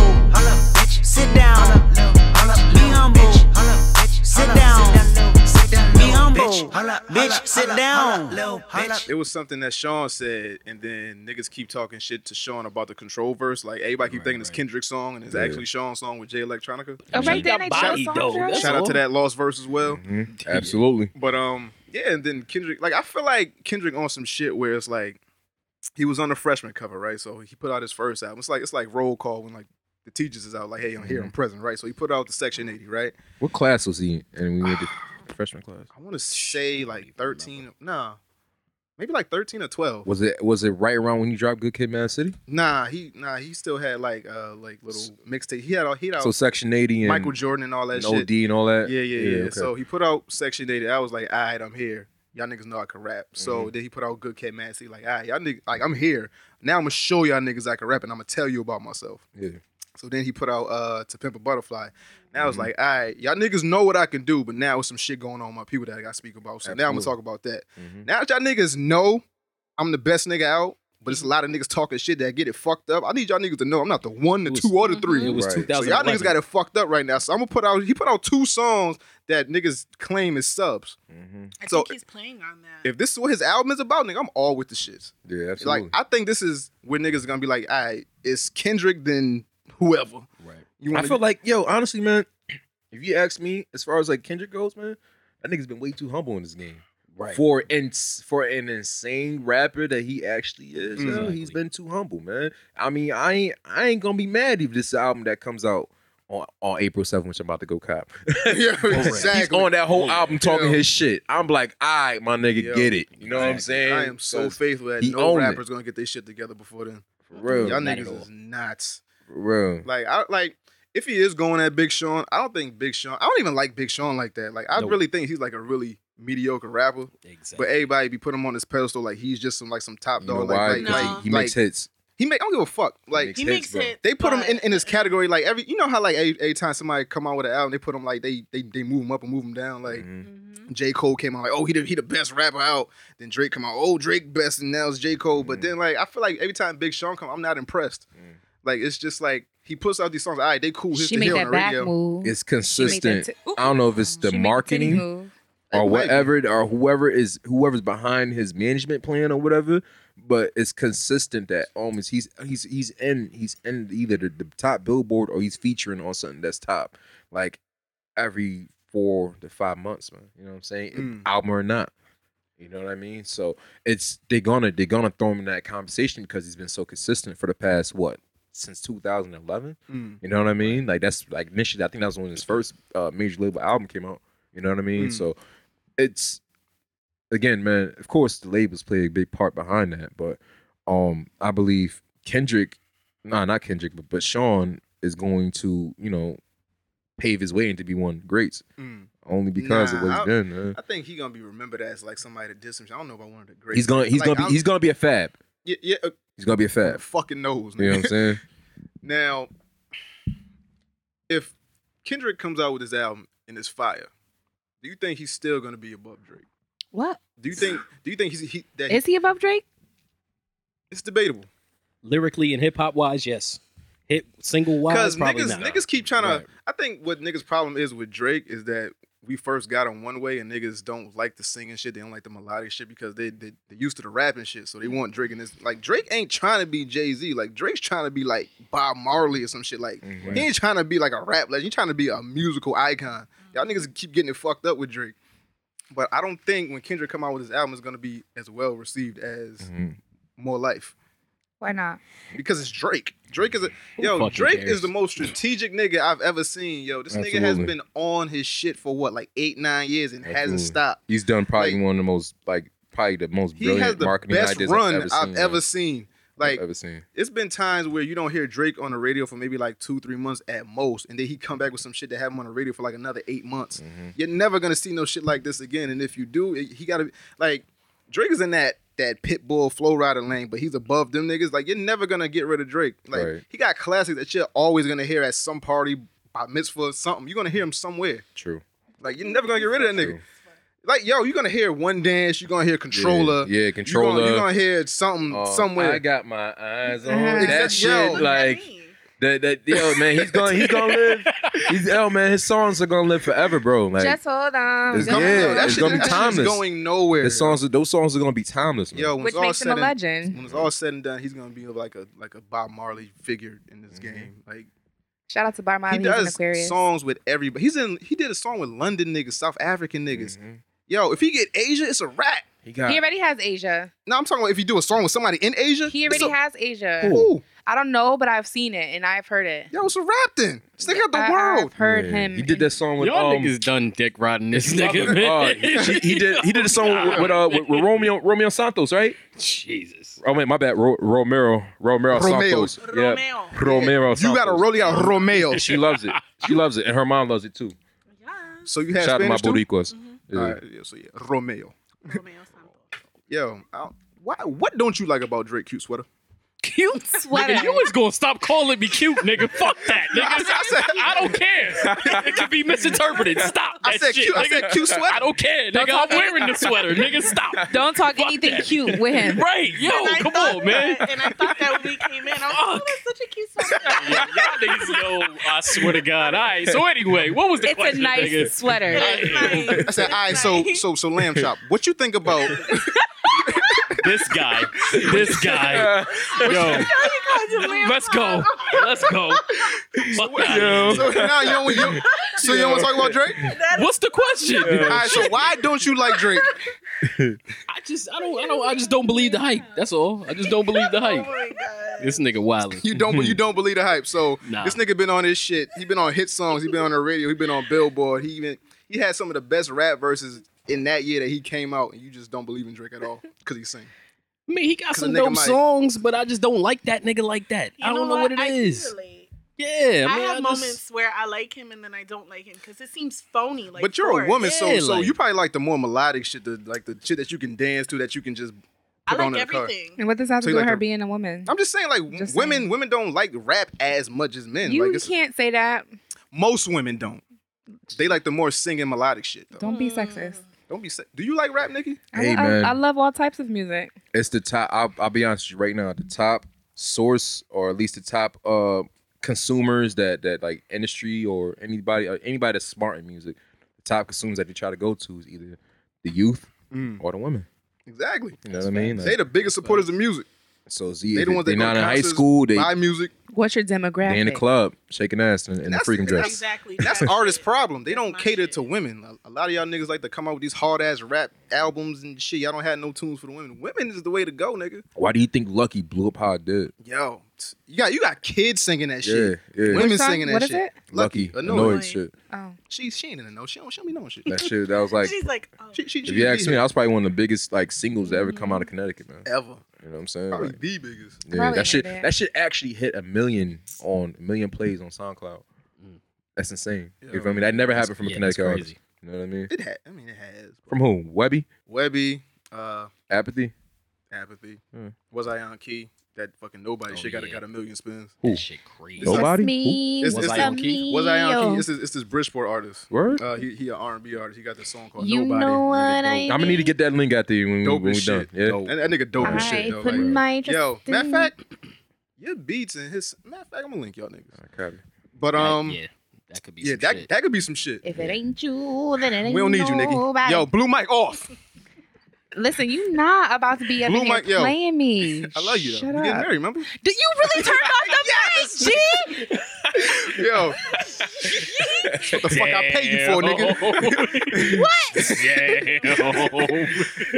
Speaker 11: Sit down. Be humble. Sit down. Be humble. Bitch, sit down.
Speaker 3: it was something that Sean said, and then niggas keep talking shit to Sean about the control verse. Like everybody keep thinking it's Kendrick's song, and it's
Speaker 4: Yeah.
Speaker 3: actually Sean's song with Jay Electronica.
Speaker 6: Oh, right there,
Speaker 7: Got
Speaker 6: they
Speaker 7: body,
Speaker 6: both
Speaker 7: though.
Speaker 6: sound
Speaker 7: That's
Speaker 3: Shout out to
Speaker 7: all.
Speaker 3: that Lost verse as well.
Speaker 4: Mhm. Absolutely.
Speaker 3: But um, yeah, and then Kendrick, like I feel like Kendrick on some shit where it's like he was on the freshman cover, right? So he put out his first album. It's like it's like roll call when like the teachers is out, like, hey, I'm here,
Speaker 4: Mm-hmm.
Speaker 3: I'm present, right? So he put out the section eighty, right?
Speaker 4: What class was he in? And we went to freshman class.
Speaker 3: I want to say like thirteen. Nah,
Speaker 5: maybe like thirteen or twelve.
Speaker 4: Was it was it right around when you dropped Good Kid, Mad City?
Speaker 5: Nah, he nah he still had like uh like little mixtape. He had all he had
Speaker 4: So
Speaker 5: out
Speaker 4: Section 80 and
Speaker 5: Michael Jordan and all that
Speaker 4: and
Speaker 5: shit.
Speaker 4: OD and all that.
Speaker 5: Yeah, yeah, yeah.
Speaker 4: okay.
Speaker 5: So he put out Section 80. I was like, all right, I'm here. Y'all niggas know I can rap. So
Speaker 4: Mm-hmm.
Speaker 5: then he put out Good Cat Mad City. Like, all right, y'all niggas, like, I'm here. Now I'm going to show y'all niggas I can rap and I'm going to tell you about myself.
Speaker 4: yeah.
Speaker 5: So then he put out uh, To Pimp a Butterfly. Now
Speaker 4: Mm-hmm.
Speaker 5: it's like, all right, y'all niggas know what I can do, but now it's some shit going on with my people that I got to speak about. So now I'm going to talk
Speaker 4: Absolutely.
Speaker 5: about that.
Speaker 4: Mhm.
Speaker 5: Now that y'all niggas know I'm the best nigga out, but
Speaker 4: Mm-hmm.
Speaker 5: it's a lot of niggas talking shit that get it fucked up. I need y'all niggas to know I'm not the one, the
Speaker 7: It was-
Speaker 5: two, or the three.
Speaker 7: It was
Speaker 4: Right. So y'all
Speaker 7: 2000.
Speaker 5: So y'all niggas got it fucked up right now. So I'm gonna put out. He put out two songs that niggas claim is subs.
Speaker 4: Mm-hmm.
Speaker 8: I
Speaker 5: So-
Speaker 8: think he's playing on that.
Speaker 5: If this is what his album is about, nigga, I'm all with the shits.
Speaker 4: Yeah, absolutely.
Speaker 5: Like I think this is where niggas are gonna be like, all right, it's Kendrick then whoever.
Speaker 4: Right.
Speaker 5: You
Speaker 4: I
Speaker 5: wanna-
Speaker 4: feel like, yo, honestly, man, if you ask me, as far as like Kendrick goes, man, that nigga's been way too humble in this game.
Speaker 7: Right.
Speaker 4: For an for an insane rapper that he actually is, yo, he's
Speaker 7: Exactly.
Speaker 4: been too humble, man. I mean, I ain't I ain't gonna be mad if this album that comes out on, on April 7th, which I'm about to go cop.
Speaker 5: yeah,
Speaker 4: He's
Speaker 5: exactly.
Speaker 4: on that whole album talking
Speaker 5: Yo.
Speaker 4: his shit. I'm like, all right, my nigga,
Speaker 5: Yo.
Speaker 4: get it. You know what I'm
Speaker 7: Exactly.
Speaker 4: saying?
Speaker 5: I am so
Speaker 4: 'Cause
Speaker 5: faithful that
Speaker 4: he
Speaker 5: no
Speaker 4: owned it.
Speaker 5: rapper's gonna get their shit together before then.
Speaker 4: for real,
Speaker 5: Y'all
Speaker 7: not at all.
Speaker 5: niggas is nuts.
Speaker 4: for real.
Speaker 5: Like I like if he is going at Big Sean, I don't think Big Sean. I don't even like Big Sean like that. Like I
Speaker 7: Nope.
Speaker 5: really think he's like a really mediocre rapper.
Speaker 7: Exactly.
Speaker 5: But everybody be putting him on this pedestal like he's just some like some top
Speaker 4: You
Speaker 5: dog.
Speaker 4: know
Speaker 5: like,
Speaker 4: why?
Speaker 5: like,
Speaker 4: Because
Speaker 8: No.
Speaker 5: like,
Speaker 4: he, he makes
Speaker 5: like,
Speaker 4: hits.
Speaker 5: He make. I don't give a fuck. Like
Speaker 4: makes
Speaker 8: he
Speaker 4: hits,
Speaker 8: makes
Speaker 4: bro.
Speaker 8: it.
Speaker 5: they put him
Speaker 8: but-
Speaker 5: in, in his category. Like every you know how like every, every time somebody come out with an album, they put him like they they they move him up and move him down. Like
Speaker 4: Mhm.
Speaker 8: Mhm.
Speaker 6: Mm-hmm.
Speaker 5: J Cole came out like oh he the, he the best rapper out. Then Drake come out oh Drake best and now it's J Cole. But
Speaker 4: Mhm.
Speaker 5: then like I feel like every time Big Sean come, I'm not impressed.
Speaker 4: Mhm.
Speaker 5: Like it's just like he puts out these songs. All right, they cool. Here's
Speaker 6: She
Speaker 5: the
Speaker 6: made
Speaker 5: hit on
Speaker 6: that
Speaker 5: the
Speaker 6: back
Speaker 5: radio.
Speaker 6: move.
Speaker 4: It's
Speaker 6: She made
Speaker 4: consistent.
Speaker 6: that t- Ooh.
Speaker 4: I don't know if it's the
Speaker 6: She made that titty
Speaker 4: marketing.
Speaker 6: move.
Speaker 5: It
Speaker 4: or
Speaker 5: might be.
Speaker 4: whatever it- or whoever is whoever's behind his management plan or whatever but it's consistent that almost he's he's he's in he's in either the, the top billboard or he's featuring on something that's top like every four to five months man you know what i'm saying
Speaker 5: Mm.
Speaker 4: album or not you know what i mean so it's they're gonna they're gonna throw him in that conversation because he's been so consistent for the past what since 2011
Speaker 5: Mm.
Speaker 4: you know what I mean? Like that's like initially, I think that was when his first uh, major label album came out. You know what I mean?
Speaker 5: Mm.
Speaker 4: So it's again, man. Of course, the labels play a big part behind that, but um, I believe Kendrick, nah, not Kendrick, but but Sean is going to you know pave his way into be one of the greats
Speaker 5: Mm.
Speaker 4: only because of
Speaker 5: Nah,
Speaker 4: what he's
Speaker 5: I-
Speaker 4: been. Man.
Speaker 5: I think he gonna be remembered as like somebody that did some shit. I don't know if I wanted to great.
Speaker 4: He's gonna he's
Speaker 5: Like,
Speaker 4: gonna be
Speaker 5: I'm-
Speaker 4: he's gonna be a fab.
Speaker 5: yeah, yeah uh,
Speaker 4: He's gonna be a fab.
Speaker 5: fucking knows.
Speaker 4: You know what
Speaker 5: nigga.
Speaker 4: I'm saying?
Speaker 5: Now, if Kendrick comes out with his album and it's fire, do you think he's still gonna be above Drake?
Speaker 6: What
Speaker 5: Do you think? Do you think he's he, that
Speaker 6: is he above Drake?
Speaker 5: it's debatable?
Speaker 7: Lyrically and hip hop wise, yes. Hit single wise,
Speaker 5: Because
Speaker 7: probably
Speaker 5: niggas
Speaker 7: not.
Speaker 5: niggas keep trying to.
Speaker 4: Right.
Speaker 5: I think what niggas' problem is with Drake is that we first got him one way, and niggas don't like the singing shit. They don't like the melodic shit because they they they used to the rapping shit, so they want Drake and this. Like Drake ain't trying to be Jay Z. Like Drake's trying to be like Bob Marley or some shit. Like
Speaker 4: Mhm.
Speaker 5: he ain't trying to be like a rap legend. He trying to be a musical icon. Y'all niggas keep getting it fucked up with Drake. But I don't think when Kendrick come out with his album, it's gonna be as well received as
Speaker 4: Mhm.
Speaker 5: More Life
Speaker 6: Why not?
Speaker 5: because it's Drake. Drake is a yo.
Speaker 7: fucking
Speaker 5: Drake
Speaker 7: cares?
Speaker 5: is the most strategic nigga I've ever seen. Yo, this nigga has
Speaker 4: Absolutely.
Speaker 5: been on his shit for what like eight nine years and hasn't
Speaker 4: Absolutely.
Speaker 5: stopped.
Speaker 4: He's done probably
Speaker 5: Like-
Speaker 4: one of the most like probably the most
Speaker 5: He has
Speaker 4: brilliant
Speaker 5: the
Speaker 4: marketing
Speaker 5: best
Speaker 4: ideas
Speaker 5: run
Speaker 4: I've ever seen. man.
Speaker 5: Like
Speaker 4: ever seen.
Speaker 5: it's been times where you don't hear Drake on the radio for maybe like two three months at most, and then he come back with some shit that have him on the radio for like another eight months.
Speaker 4: Mm-hmm.
Speaker 5: You're never gonna see no shit like this again. And if you do, it- he gotta be- like Drake is in that that pit bull flow rider lane, but he's above them niggas. Like you're never gonna get rid of Drake. Like
Speaker 4: Right.
Speaker 5: he got classics that you're always gonna hear at some party, by mitzvah, or something. You're gonna hear him somewhere.
Speaker 4: True.
Speaker 5: Like you're never gonna get rid of that nigga.
Speaker 4: True.
Speaker 5: Like yo, you're gonna hear one dance. You're gonna hear controller.
Speaker 4: Yeah, yeah,
Speaker 5: You're gonna,
Speaker 4: Controller.
Speaker 5: you're gonna hear something
Speaker 4: Uh,
Speaker 5: somewhere.
Speaker 4: I got my eyes on
Speaker 6: Mhm.
Speaker 4: that
Speaker 5: Exactly.
Speaker 4: shit.
Speaker 5: Yo.
Speaker 8: Look at
Speaker 4: Like
Speaker 8: me.
Speaker 4: that, that yo man, he's gonna he's gonna live. He's oh man, his songs are gonna live forever, bro. Like
Speaker 6: Just hold on.
Speaker 4: it's
Speaker 6: Just
Speaker 4: gonna-
Speaker 6: hold
Speaker 5: yo,
Speaker 4: yeah,
Speaker 6: on.
Speaker 5: that
Speaker 4: it's
Speaker 5: shit-
Speaker 4: gonna be
Speaker 5: that shit's
Speaker 4: timeless.
Speaker 5: going nowhere.
Speaker 4: his songs, are- those songs are gonna be timeless, man.
Speaker 5: Yo, when
Speaker 6: which
Speaker 5: it's all
Speaker 6: makes him
Speaker 5: said
Speaker 6: a
Speaker 5: and-
Speaker 6: legend.
Speaker 5: When it's all said and done, he's gonna be like a like a Bob Marley figure in this
Speaker 4: Mm-hmm.
Speaker 5: game. Like
Speaker 6: Shout out to Bar Miley.
Speaker 5: he
Speaker 6: He's an
Speaker 5: does
Speaker 6: Aquarius.
Speaker 5: songs with everybody. He's in. He did a song with London niggas, South African niggas.
Speaker 4: Mm-hmm.
Speaker 5: Yo, if he get Asia, it's a rap.
Speaker 4: He got
Speaker 6: He already has Asia.
Speaker 5: Now I'm talking about if you do a song with somebody in Asia.
Speaker 6: He
Speaker 5: it's
Speaker 6: already
Speaker 5: a-
Speaker 6: has Asia.
Speaker 5: Ooh.
Speaker 6: I don't know, but I've seen it and I've heard it.
Speaker 5: Yo, it's a rap then. Stick out the
Speaker 6: I-
Speaker 5: world.
Speaker 6: I've heard
Speaker 4: Yeah.
Speaker 6: him.
Speaker 4: He did that song with
Speaker 7: Y'all
Speaker 4: um,
Speaker 7: niggas done dick riding this nigga.
Speaker 4: uh,
Speaker 7: Man.
Speaker 4: he, he did he did a song with, with, uh, with, with Romeo Romeo Santos, right?
Speaker 7: Jesus.
Speaker 4: Oh wait, my bad. Ro- Romero Romero
Speaker 5: Romeo.
Speaker 4: Santos.
Speaker 8: Romeo.
Speaker 4: Yeah. Romero. Santos.
Speaker 5: You got to roll out Romeo.
Speaker 4: She loves it. She loves it, and her mom loves it too.
Speaker 8: Yes,
Speaker 5: So you had
Speaker 4: Shout out to my
Speaker 5: Spanish too?
Speaker 4: boricuas. Yeah.
Speaker 5: All right, yeah, so yeah, Romeo.
Speaker 8: Romeo Santos.
Speaker 5: Yo, I, why, what don't you like about Drake Cute Sweater?
Speaker 7: Cute
Speaker 6: sweater.
Speaker 7: Nigga, you was gonna stop calling me cute, nigga. Fuck that, nigga.
Speaker 5: I said-
Speaker 7: I don't care. It could be misinterpreted. Stop.
Speaker 5: I
Speaker 7: that
Speaker 5: said
Speaker 7: shit,
Speaker 5: cute- I
Speaker 7: nigga.
Speaker 5: said cute sweater.
Speaker 7: I don't care, nigga. I'm wearing the sweater, nigga. Stop.
Speaker 6: Don't talk
Speaker 7: Fuck
Speaker 6: anything
Speaker 7: that.
Speaker 6: cute with him.
Speaker 7: Right, yo,
Speaker 8: And I
Speaker 7: come
Speaker 8: thought
Speaker 7: on, man.
Speaker 8: that- and I thought that when we came in, I was like, oh,
Speaker 7: Fuck.
Speaker 8: that's such a cute song.
Speaker 7: Yeah, y'all niggas, yo, I swear to God. All right. So anyway, what was the
Speaker 6: It's a
Speaker 7: question,
Speaker 6: nice
Speaker 7: nigga?
Speaker 6: sweater.
Speaker 8: It's nice.
Speaker 5: I said, all right,
Speaker 8: It's
Speaker 5: so
Speaker 8: nice.
Speaker 5: so so lamb chop. What you think about?
Speaker 7: This guy, this guy, yo, let's go, let's go. Fuck outta here.
Speaker 5: so now you don't, you don't- so you don't want to talk about Drake?
Speaker 7: What's the question?
Speaker 5: All right, so why don't you like Drake?
Speaker 7: I just, I don't, I don't, I just don't believe the hype. That's all. I just don't believe the hype.
Speaker 8: Oh my God.
Speaker 7: This nigga wilding.
Speaker 5: You don't you don't believe the hype. So
Speaker 7: Nah.
Speaker 5: this nigga been on his shit. He been on hit songs. He been on the radio. He been on Billboard. He even he had some of the best rap verses in that year that he came out. And you just don't believe in Drake at all because he sing.
Speaker 7: I mean, he got some
Speaker 5: nigga
Speaker 7: dope
Speaker 5: might-
Speaker 7: songs, but I just don't like that nigga like that.
Speaker 8: You
Speaker 7: I don't know what it
Speaker 8: I do
Speaker 7: is.
Speaker 8: relate.
Speaker 7: Yeah,
Speaker 8: I
Speaker 7: mean,
Speaker 8: have
Speaker 7: just-
Speaker 8: moments where I like him and then I don't like him because it seems phony. Like,
Speaker 5: but you're a
Speaker 8: forced.
Speaker 5: woman, so
Speaker 7: Yeah,
Speaker 5: so
Speaker 7: like-
Speaker 5: you probably like the more melodic shit, the like the shit that you can dance to, that you can just.
Speaker 8: I
Speaker 5: put on
Speaker 8: like
Speaker 5: in the car.
Speaker 8: everything.
Speaker 6: And what does that have
Speaker 5: So
Speaker 6: to
Speaker 5: you
Speaker 6: do with
Speaker 5: like
Speaker 6: her
Speaker 5: the-
Speaker 6: being a woman?
Speaker 5: I'm just saying, like
Speaker 6: Just
Speaker 5: women,
Speaker 6: saying.
Speaker 5: women don't like rap as much as men.
Speaker 6: You
Speaker 5: like it's,
Speaker 6: can't say that.
Speaker 5: most women don't. They like the more singing melodic shit. Though.
Speaker 6: Don't be sexist.
Speaker 5: Don't be. Sa- Do you like rap, Nikki?
Speaker 6: Mm. I-
Speaker 4: Hey,
Speaker 6: I,
Speaker 4: man.
Speaker 6: I love all types of music.
Speaker 4: It's the top. I'll, I'll be honest with you right now. The top source, or at least the top uh consumers that that like industry or anybody or anybody that's smart in music, the top consumers that they try to go to is either the youth or the women.
Speaker 5: Exactly.
Speaker 4: You know what I mean?
Speaker 5: Mm. they the biggest supporters of music.
Speaker 4: so Z,
Speaker 5: They
Speaker 4: if
Speaker 5: the ones that
Speaker 4: they
Speaker 5: go
Speaker 4: not
Speaker 5: to
Speaker 4: in high
Speaker 5: concerts,
Speaker 4: school. They
Speaker 5: buy music.
Speaker 6: What's your demographic?
Speaker 4: they in the club shaking ass and, and the
Speaker 5: That's-
Speaker 4: freaking dress.
Speaker 8: Exactly.
Speaker 5: That's
Speaker 8: That's
Speaker 5: artist
Speaker 8: it.
Speaker 5: problem. They
Speaker 8: That's
Speaker 5: don't
Speaker 8: my
Speaker 5: cater
Speaker 8: shit.
Speaker 5: to women. A- A lot of y'all niggas like to come out with these hard ass rap albums and shit. Y'all don't have no tunes for the women. Women is the way to go, nigga.
Speaker 4: Why do you think Lucky blew up how it did?
Speaker 5: Yo, t- you got you got kids singing that shit.
Speaker 4: Yeah, yeah.
Speaker 5: Women
Speaker 6: Which song?
Speaker 5: singing that
Speaker 6: What is
Speaker 5: shit.
Speaker 6: it?
Speaker 4: Lucky,
Speaker 5: annoyed.
Speaker 4: annoyed, shit.
Speaker 6: Oh,
Speaker 5: She she ain't in the know. She don't she don't be knowing shit.
Speaker 4: That shit. That was like.
Speaker 8: She's like, oh,
Speaker 5: She, she, she
Speaker 4: If you
Speaker 5: be
Speaker 4: ask me,
Speaker 5: here
Speaker 4: that was probably one of the biggest like singles that ever come out of Connecticut, man.
Speaker 5: ever
Speaker 4: You know what I'm saying?
Speaker 5: probably
Speaker 4: Like,
Speaker 5: the biggest.
Speaker 4: Yeah,
Speaker 6: Probably
Speaker 4: that shit.
Speaker 6: hit that.
Speaker 4: That shit actually hit a million on a million plays on SoundCloud.
Speaker 5: Mm.
Speaker 4: That's insane. You feel me? That never happened from a
Speaker 7: yeah, that's
Speaker 4: Connecticut artist.
Speaker 7: crazy.
Speaker 4: You know what I mean?
Speaker 5: It had. I mean, it has.
Speaker 4: From who? Webby?
Speaker 5: Webby, uh,
Speaker 4: Apathy?
Speaker 5: apathy.
Speaker 4: Hmm.
Speaker 5: Was I on key? That fucking nobody
Speaker 7: Oh,
Speaker 5: shit got
Speaker 7: yeah.
Speaker 5: got a million spins.
Speaker 4: Who?
Speaker 7: That shit crazy.
Speaker 5: like-
Speaker 4: Nobody?
Speaker 6: me.
Speaker 5: It's- it's
Speaker 6: a
Speaker 5: like- Was I on
Speaker 6: meal.
Speaker 5: key? It's this, it's this Bridgeport artist.
Speaker 4: Who? Word?
Speaker 5: Uh, he he an R and B artist. He got this song called
Speaker 6: You
Speaker 5: Nobody.
Speaker 6: know what
Speaker 5: That nigga
Speaker 6: I
Speaker 4: I'm gonna need to get that link out there when, we,
Speaker 5: dope,
Speaker 4: when
Speaker 5: dope
Speaker 4: we
Speaker 5: as
Speaker 4: done.
Speaker 5: shit.
Speaker 4: Yeah.
Speaker 5: Dope. That, that nigga dope as
Speaker 6: I
Speaker 5: shit though.
Speaker 6: put
Speaker 5: Like,
Speaker 6: my trust
Speaker 5: yo, matter of
Speaker 6: in-
Speaker 5: fact, your beats and his matter of fact, I'm gonna link y'all niggas.
Speaker 4: Copy.
Speaker 5: But um,
Speaker 7: yeah, that could be.
Speaker 5: yeah,
Speaker 7: some
Speaker 5: that
Speaker 7: shit.
Speaker 5: that could be some shit.
Speaker 6: If it ain't you, then it ain't
Speaker 5: We don't need you, Nikki.
Speaker 6: nobody.
Speaker 5: Yo, blue mic off.
Speaker 6: Listen, you not about to be up
Speaker 5: Blue
Speaker 6: in here
Speaker 5: Mike, yo.
Speaker 6: playing me.
Speaker 5: I love you though.
Speaker 6: Shut
Speaker 5: we getting
Speaker 6: up.
Speaker 5: married, remember?
Speaker 6: Did you really turn off the mic, G?
Speaker 5: Yo, what the fuck I pay you for, nigga?
Speaker 7: nigga. what?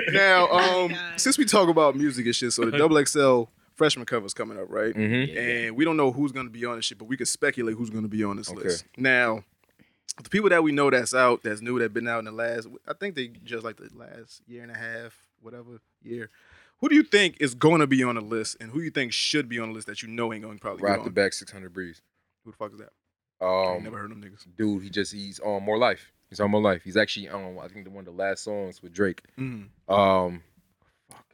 Speaker 7: Damn.
Speaker 5: Now, um,
Speaker 8: God.
Speaker 5: since we talk about music and shit, so
Speaker 4: Uh-huh.
Speaker 5: the double XL freshman cover's coming up, right?
Speaker 4: Mm-hmm.
Speaker 5: And we don't know who's gonna be on this shit, but we can speculate who's gonna be on this
Speaker 4: Okay.
Speaker 5: list. Now, the people that we know that's out, that's new, that been out in the last, I think they just like the last year and a half, whatever year. Who do you think is gonna be on the list, and who you think should be on the list that you know ain't gonna probably
Speaker 4: Right off
Speaker 5: be
Speaker 4: the
Speaker 5: on?
Speaker 4: back, 600 breeze.
Speaker 5: Who the fuck is that? I ain't never
Speaker 4: Um,
Speaker 5: heard of them niggas.
Speaker 4: dude, he just he's on more life. He's on more life. He's actually on. I think the one of the last songs with Drake.
Speaker 5: Mm.
Speaker 4: Um,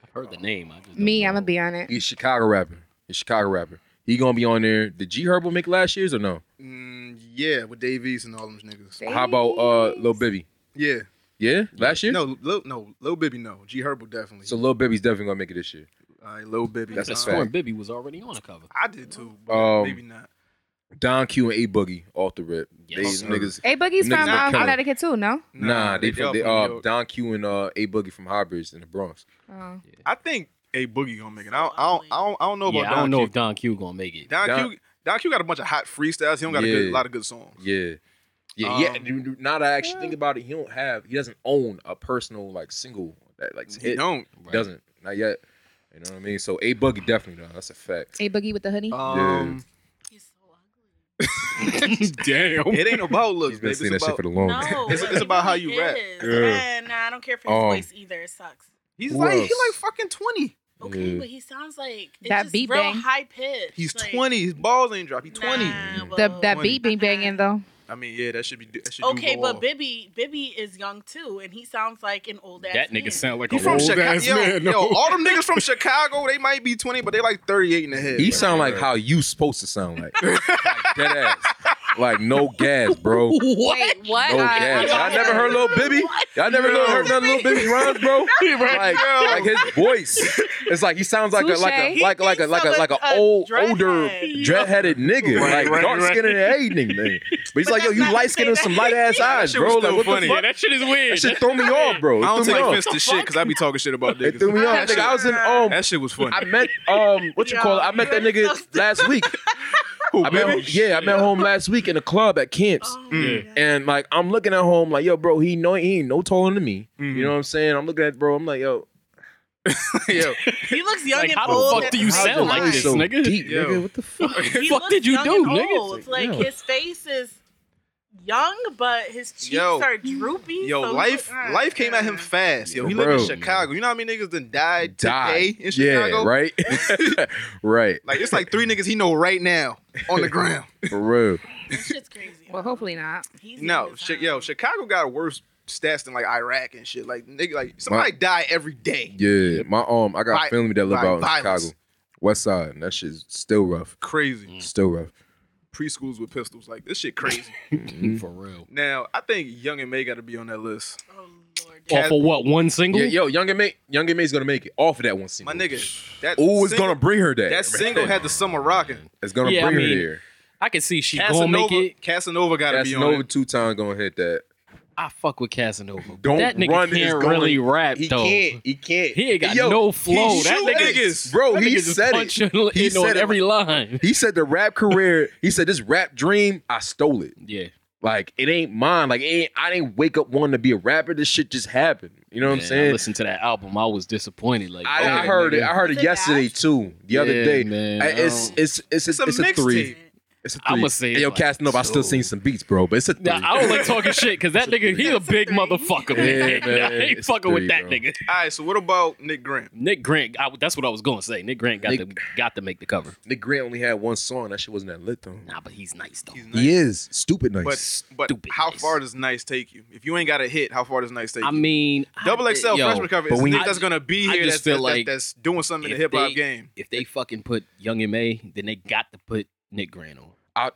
Speaker 7: I've heard the name. I just
Speaker 6: Me,
Speaker 7: don't
Speaker 6: I'm
Speaker 7: know.
Speaker 6: gonna be on it.
Speaker 4: he's Chicago rapper. He's Chicago rapper. He gonna be on there. Did G Herbo make last year's or no?
Speaker 5: Mm, yeah, with Davies and all them niggas.
Speaker 4: How about uh Lil Bibby?
Speaker 5: Yeah,
Speaker 4: Yeah, last year.
Speaker 5: no, Lil, no, Lil Bibby, no, G Herbo definitely.
Speaker 4: So Lil Bibby's definitely gonna make it this year.
Speaker 5: all right, Lil Bibby.
Speaker 4: That's a
Speaker 5: um,
Speaker 4: fact.
Speaker 7: Scorn Bibby was already on a cover.
Speaker 5: I did too, but
Speaker 4: Um,
Speaker 5: maybe not.
Speaker 4: Don Q and A Boogie off the rip.
Speaker 7: Yes.
Speaker 4: These niggas.
Speaker 6: A Boogie's from
Speaker 4: Niggas not
Speaker 6: uh,
Speaker 4: killing.
Speaker 6: Connecticut too, no?
Speaker 4: Nah, they, from,
Speaker 5: all
Speaker 4: they
Speaker 5: New
Speaker 4: uh
Speaker 5: York.
Speaker 4: Don Q and uh A Boogie from Highbridge in the Bronx.
Speaker 6: Oh.
Speaker 5: I think a boogie gonna make it. I don't, I don't, I don't, I don't know about
Speaker 7: yeah,
Speaker 5: Don
Speaker 7: I don't know
Speaker 5: Q.
Speaker 7: if Don Q gonna make it.
Speaker 5: Don,
Speaker 4: Don-
Speaker 5: Q. Don Q got a bunch of hot freestyles. He don't got a, good,
Speaker 4: Yeah.
Speaker 5: lot of good songs.
Speaker 4: Yeah. Yeah, yeah.
Speaker 5: Um,
Speaker 4: dude, dude, Now that I actually think about it, he don't have he doesn't own a personal like single that like
Speaker 5: He
Speaker 4: hit.
Speaker 5: don't.
Speaker 4: Doesn't not yet. You know what I mean? So A Boogie definitely though. That's a fact.
Speaker 6: A boogie with the hoodie.
Speaker 3: Um,
Speaker 4: Damn.
Speaker 3: It ain't about looks,
Speaker 4: He's been
Speaker 3: baby.
Speaker 4: seeing
Speaker 3: It's
Speaker 4: that shit
Speaker 3: about,
Speaker 4: for the long time.
Speaker 8: No,
Speaker 3: It's-
Speaker 8: it
Speaker 3: it's about how you
Speaker 8: really
Speaker 3: rap.
Speaker 8: is.
Speaker 4: Yeah.
Speaker 8: And I don't care for his
Speaker 4: Um,
Speaker 8: voice either. It sucks.
Speaker 3: he's
Speaker 4: Who
Speaker 3: like he
Speaker 4: else?
Speaker 3: like fucking twenty.
Speaker 8: Okay,
Speaker 4: Yeah.
Speaker 8: but he sounds like it's
Speaker 6: That
Speaker 8: just
Speaker 6: beat
Speaker 8: real
Speaker 6: bang.
Speaker 8: high pitch.
Speaker 3: He's
Speaker 8: like,
Speaker 3: twenty. His balls ain't dropped. He's twenty.
Speaker 8: nah,
Speaker 6: The,
Speaker 8: well,
Speaker 6: that beat be banging though.
Speaker 3: I mean, yeah, that should be that should
Speaker 8: Okay,
Speaker 3: do go
Speaker 8: but
Speaker 3: off.
Speaker 8: Bibby Bibby is young too, and he sounds like an old ass.
Speaker 7: That
Speaker 8: man.
Speaker 7: nigga sound like
Speaker 3: He
Speaker 7: a
Speaker 3: from
Speaker 7: old
Speaker 3: Chicago.
Speaker 7: ass
Speaker 3: Yo,
Speaker 7: man.
Speaker 3: yo,
Speaker 7: no.
Speaker 3: all them niggas from Chicago, they might be 20, but they like 38 in the head.
Speaker 4: He
Speaker 3: bro.
Speaker 4: sound like how you supposed to sound like. like dead ass. Like no gas, bro. No
Speaker 10: Wait, what?
Speaker 4: gas. Y'all never heard Lil Bibby? Y'all never
Speaker 3: Yo.
Speaker 4: heard nothing Lil Bibby rhymes, bro? Like, like his voice. It's like he sounds like a like a
Speaker 6: Touche.
Speaker 4: like like a like a like a old older dread headed nigga.
Speaker 3: Right,
Speaker 4: Like
Speaker 3: right,
Speaker 4: dark skinned and hating nigga. But he's like, yo, you light skinned and some light ass eyes,
Speaker 3: shit
Speaker 4: bro.
Speaker 3: was
Speaker 4: Like what
Speaker 3: still
Speaker 4: the
Speaker 3: funny.
Speaker 7: Yeah,
Speaker 4: fuck?
Speaker 7: that shit is weird.
Speaker 4: That shit threw me off, bro.
Speaker 3: I
Speaker 4: It
Speaker 3: don't
Speaker 4: threw
Speaker 3: take
Speaker 4: me off.
Speaker 3: offense to shit because I be talking shit about niggas.
Speaker 4: It threw me off. Nigga, I was in um
Speaker 3: That shit was funny.
Speaker 4: I met um what you call it? I met that nigga last week. I met, yeah, I met home last week in a club at Camps.
Speaker 8: Oh,
Speaker 7: Mm.
Speaker 8: my God.
Speaker 4: And like I'm looking at home like, yo, bro, he no he ain't no taller than me.
Speaker 3: Mm-hmm.
Speaker 4: You know what I'm saying? I'm looking at bro, I'm like, yo,
Speaker 3: Yo,
Speaker 8: He looks young
Speaker 7: Like,
Speaker 8: and
Speaker 7: how
Speaker 8: old.
Speaker 7: the fuck do you
Speaker 8: at the same
Speaker 7: sound like
Speaker 8: time.
Speaker 7: this,
Speaker 4: so
Speaker 7: nigga?
Speaker 4: deep,
Speaker 3: Yo.
Speaker 4: nigga. What the fuck?
Speaker 8: He
Speaker 7: fuck
Speaker 8: looks
Speaker 7: did you
Speaker 8: young
Speaker 7: do,
Speaker 8: and
Speaker 7: nigga?
Speaker 8: old. Like
Speaker 4: yo.
Speaker 8: his face is young, but his cheeks
Speaker 3: Yo.
Speaker 8: are droopy.
Speaker 3: yo,
Speaker 8: so he
Speaker 3: life
Speaker 8: look-
Speaker 3: life came at him fast. Yo, he lived in
Speaker 4: Bro.
Speaker 3: Chicago. You know how many niggas done died today
Speaker 4: Die.
Speaker 3: in
Speaker 4: yeah,
Speaker 3: Chicago?
Speaker 4: right? right.
Speaker 3: Like it's like three niggas he know right now on the ground.
Speaker 4: For real.
Speaker 8: That shit's crazy.
Speaker 6: Well, hopefully not.
Speaker 8: He's in
Speaker 3: no,
Speaker 8: his
Speaker 3: shit, yo,
Speaker 8: time.
Speaker 3: Chicago got worse stats than like Iraq and shit. Like nigga, like somebody die every day.
Speaker 4: Yeah. My um I got
Speaker 3: Vi-
Speaker 4: a family that live
Speaker 3: vi-
Speaker 4: out in
Speaker 3: violence.
Speaker 4: Chicago. West side. And that shit's still rough.
Speaker 3: Crazy.
Speaker 7: Mm.
Speaker 4: Still rough.
Speaker 3: Preschools with pistols. Like this shit crazy.
Speaker 7: For real.
Speaker 3: now I think Young and May got to be on that list.
Speaker 8: Oh, Lord.
Speaker 7: Or for what? One single?
Speaker 4: Yeah, yo, Young and May Young and May's gonna make it off of that one
Speaker 3: My
Speaker 4: single.
Speaker 3: nigga, that
Speaker 4: Ooh, it's
Speaker 3: single-
Speaker 4: gonna bring her there.
Speaker 3: that single had the summer rocking.
Speaker 4: It's gonna
Speaker 7: Yeah, I
Speaker 4: bring her
Speaker 7: mean,
Speaker 4: there.
Speaker 7: I can see she gonna
Speaker 3: Casanova,
Speaker 7: make it.
Speaker 3: Casanova got to
Speaker 4: That's
Speaker 3: be
Speaker 4: Nova
Speaker 3: on.
Speaker 4: two time gonna hit that.
Speaker 7: I fuck with Casanova. but
Speaker 4: Don't
Speaker 7: that nigga
Speaker 4: run is
Speaker 7: can't
Speaker 4: going-
Speaker 7: really rap
Speaker 4: He
Speaker 7: though.
Speaker 4: can't. He can't.
Speaker 7: He ain't got
Speaker 4: Yo,
Speaker 7: no flow.
Speaker 4: he
Speaker 7: that
Speaker 4: shoot
Speaker 7: nigga
Speaker 4: niggas. Bro,
Speaker 7: that
Speaker 4: he
Speaker 7: nigga just
Speaker 4: said it.
Speaker 7: punching
Speaker 4: He
Speaker 7: in on
Speaker 4: said it.
Speaker 7: every line.
Speaker 4: He said the rap career. He said this rap dream. I stole it.
Speaker 7: Yeah.
Speaker 4: Like it ain't mine. Like it ain't, I didn't wake up wanting to be a rapper. This shit just happened. You know what
Speaker 7: Man,
Speaker 4: I'm
Speaker 7: I
Speaker 4: saying?
Speaker 7: listened to that album. I was disappointed. Like
Speaker 4: I, I
Speaker 7: okay,
Speaker 4: heard it.
Speaker 7: nigga.
Speaker 4: I heard
Speaker 8: Is
Speaker 4: it
Speaker 8: it
Speaker 4: yesterday
Speaker 8: bad?
Speaker 4: too. The other
Speaker 7: Yeah,
Speaker 4: day.
Speaker 7: man,
Speaker 4: I-
Speaker 7: I
Speaker 4: it's,
Speaker 7: don't-
Speaker 4: it's it's
Speaker 3: It's
Speaker 4: it's
Speaker 3: a
Speaker 4: a,
Speaker 3: mixtape.
Speaker 4: three. It's a three.
Speaker 7: I'ma say
Speaker 4: Hey, yo,
Speaker 7: like,
Speaker 4: Casanova. I still
Speaker 7: so-
Speaker 4: seen some beats, bro. But it's a three.
Speaker 7: Nah, I don't like talking shit because that nigga, he a
Speaker 8: It's a
Speaker 7: big
Speaker 8: three.
Speaker 7: motherfucker. Man.
Speaker 4: Yeah, man,
Speaker 7: I ain't
Speaker 4: it's a
Speaker 7: fucking with
Speaker 4: three,
Speaker 7: that
Speaker 4: bro.
Speaker 7: nigga.
Speaker 3: All right, so what about Nick Grant?
Speaker 7: Nick Grant, I, that's what I was gonna say. Nick Grant got
Speaker 4: Nick-
Speaker 7: to got to make the cover.
Speaker 4: Nick Grant only had one song. That shit wasn't that lit though.
Speaker 7: Nah, but he's nice though.
Speaker 3: He's
Speaker 4: He is stupid nice.
Speaker 3: But but
Speaker 7: Stupid
Speaker 3: how
Speaker 7: nice.
Speaker 3: far does nice take you? If you ain't got a hit, how far does nice take
Speaker 7: I
Speaker 3: you?
Speaker 7: mean, I
Speaker 3: Double
Speaker 7: did-
Speaker 3: XL
Speaker 7: yo,
Speaker 3: freshman cover
Speaker 4: but
Speaker 3: is a
Speaker 4: we-
Speaker 3: nigga
Speaker 7: I
Speaker 3: that's
Speaker 7: ju-
Speaker 3: gonna be
Speaker 7: I
Speaker 3: here. That's,
Speaker 7: just feel
Speaker 3: that-
Speaker 7: like
Speaker 3: that's doing something in the
Speaker 7: if
Speaker 3: hip hop
Speaker 7: they-
Speaker 3: game.
Speaker 7: If they fucking put Young and May, then they got to put Nick Grant on.
Speaker 4: I,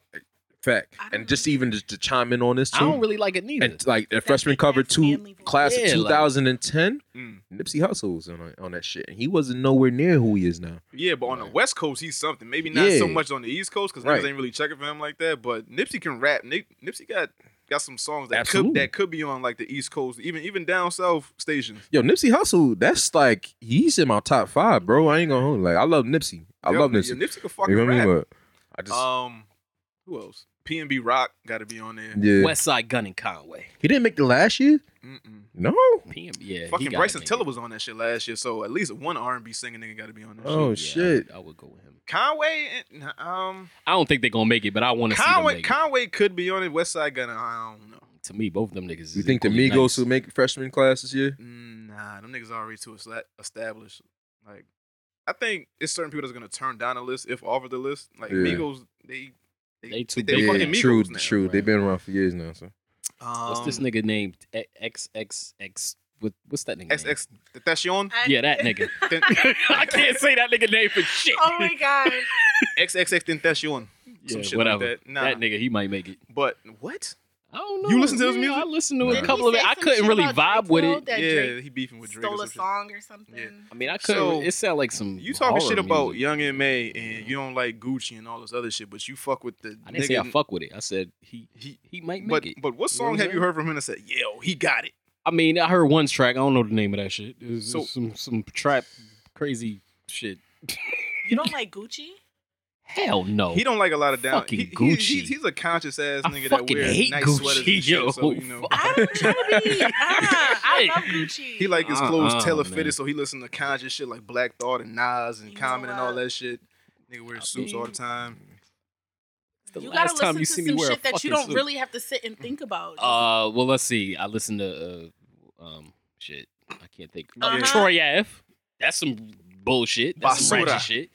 Speaker 4: fact,
Speaker 8: I don't
Speaker 4: and just even just to chime in on this too.
Speaker 7: I don't really like it neither.
Speaker 4: and like the freshman cover
Speaker 8: that's
Speaker 4: two
Speaker 8: family voice.
Speaker 4: class
Speaker 7: Yeah,
Speaker 4: of
Speaker 7: like-
Speaker 4: 2010,
Speaker 3: Mm.
Speaker 4: Nipsey Hussle was on, on that shit, and he wasn't nowhere near who he is now.
Speaker 3: Yeah, but on the West Coast, he's something. Maybe not so
Speaker 4: Yeah.
Speaker 3: much on the East Coast because
Speaker 4: Right.
Speaker 3: niggas ain't really checking for him like that. But Nipsey can rap. Nip, Nipsey got got some songs that
Speaker 4: Absolutely.
Speaker 3: could that could be on like the East Coast, even even down south stations.
Speaker 4: Yo, Nipsey Hussle, that's like he's in my top five, bro. I ain't gonna hold you. like I love Nipsey, I love
Speaker 3: Definitely.
Speaker 4: Nipsey.
Speaker 3: Yeah, Nipsey can
Speaker 4: you
Speaker 3: fucking
Speaker 4: know what I mean?
Speaker 3: rap.
Speaker 4: But I just
Speaker 3: Um, who else? P and B Rock got to be on there.
Speaker 4: yeah,
Speaker 7: West Side Gun and Conway.
Speaker 4: he didn't make the last year.
Speaker 3: Mm-mm.
Speaker 4: No,
Speaker 7: PM, yeah. he
Speaker 3: Fucking
Speaker 7: gotta
Speaker 3: Bryson
Speaker 7: make
Speaker 3: Tiller
Speaker 7: it.
Speaker 3: was on that shit last year, so at least one R and B singing nigga got to be on that.
Speaker 4: oh
Speaker 3: shit.
Speaker 7: Yeah, I
Speaker 4: shit.
Speaker 7: would, I would go with him.
Speaker 3: Conway, and, um,
Speaker 7: I don't think they're gonna make it, but I want to see them
Speaker 3: Conway,
Speaker 7: make it.
Speaker 3: Conway could be on it. West Side Gunna, I don't know.
Speaker 7: To me, both of them niggas.
Speaker 4: You
Speaker 7: is
Speaker 4: think the
Speaker 7: equally
Speaker 4: Migos will
Speaker 7: nice.
Speaker 4: make freshman class this year?
Speaker 3: Mm, Nah, them niggas already too esla- established. Like, I think it's certain people that's gonna turn down the list if offered the list. Like
Speaker 4: Yeah.
Speaker 3: Migos, they they
Speaker 7: They too
Speaker 3: they
Speaker 7: big.
Speaker 3: fucking Migos
Speaker 4: true,
Speaker 3: now.
Speaker 4: true.
Speaker 7: right?
Speaker 4: They've been around for years now. So
Speaker 3: Um,
Speaker 7: What's this nigga named E- X X X? What, what's that nigga? name?
Speaker 3: XX Tentacion.
Speaker 8: I-
Speaker 7: Yeah, that nigga.
Speaker 3: Ten-
Speaker 7: I can't say that nigga name for shit.
Speaker 8: Oh my god.
Speaker 3: XXX Tentacion.
Speaker 7: yeah,
Speaker 3: shit like
Speaker 7: whatever.
Speaker 3: that. Nah.
Speaker 7: nigga, he might make it.
Speaker 3: But what?
Speaker 7: I don't know.
Speaker 3: You listen to his
Speaker 7: Yeah,
Speaker 3: music?
Speaker 7: I listened to
Speaker 4: Nah.
Speaker 7: a couple of it. I couldn't really vibe with it.
Speaker 8: That
Speaker 3: yeah,
Speaker 8: Drake
Speaker 3: he beefing with Drake. or
Speaker 8: stole
Speaker 3: some
Speaker 8: a
Speaker 3: shit.
Speaker 8: song or something.
Speaker 7: I mean, I couldn't.
Speaker 3: So,
Speaker 7: it sounded like some.
Speaker 3: You talking
Speaker 7: horror
Speaker 3: shit about
Speaker 7: music.
Speaker 3: Young and May, and you don't like Gucci and all this other shit, but you fuck with the
Speaker 7: I didn't
Speaker 3: nigga.
Speaker 7: say I fuck with it. I said he
Speaker 3: He-
Speaker 7: he he might make
Speaker 3: but
Speaker 7: it.
Speaker 3: but what
Speaker 7: You know
Speaker 3: song
Speaker 7: what I'm
Speaker 3: have you
Speaker 7: saying?
Speaker 3: heard from him that said, "Yo, he got it"?
Speaker 7: I mean, I heard one track. I don't know the name of that shit. It was
Speaker 3: So-
Speaker 7: some some trap crazy shit.
Speaker 8: You don't like Gucci?
Speaker 7: Hell no.
Speaker 3: He don't like a lot of down.
Speaker 7: Fucking
Speaker 3: he- he-
Speaker 7: Gucci.
Speaker 3: he's, he's a conscious ass
Speaker 7: I
Speaker 3: nigga that
Speaker 7: fucking
Speaker 3: wears
Speaker 7: hate
Speaker 3: nice
Speaker 7: Gucci,
Speaker 3: sweaters and shit.
Speaker 7: yo.
Speaker 3: So you know,
Speaker 8: Ah, I love Gucci.
Speaker 3: he like his clothes
Speaker 7: Uh-uh,
Speaker 3: tailor
Speaker 7: man.
Speaker 3: fitted, so he listen to conscious shit like Black Thought and Nas and Common and all that shit. Nigga wears suits all the time.
Speaker 7: It's the
Speaker 8: you gotta
Speaker 7: last
Speaker 8: listen
Speaker 7: time you
Speaker 8: to
Speaker 7: see
Speaker 8: some
Speaker 7: me wear a
Speaker 8: shit that
Speaker 7: fucking
Speaker 8: you don't
Speaker 7: suit.
Speaker 8: really have to sit and think about.
Speaker 7: Uh, well, let's see. I listened to uh, um, shit. I can't think.
Speaker 8: Uh-huh.
Speaker 7: Troy F. That's some bullshit. That's some
Speaker 3: Basura.
Speaker 7: ratchet shit.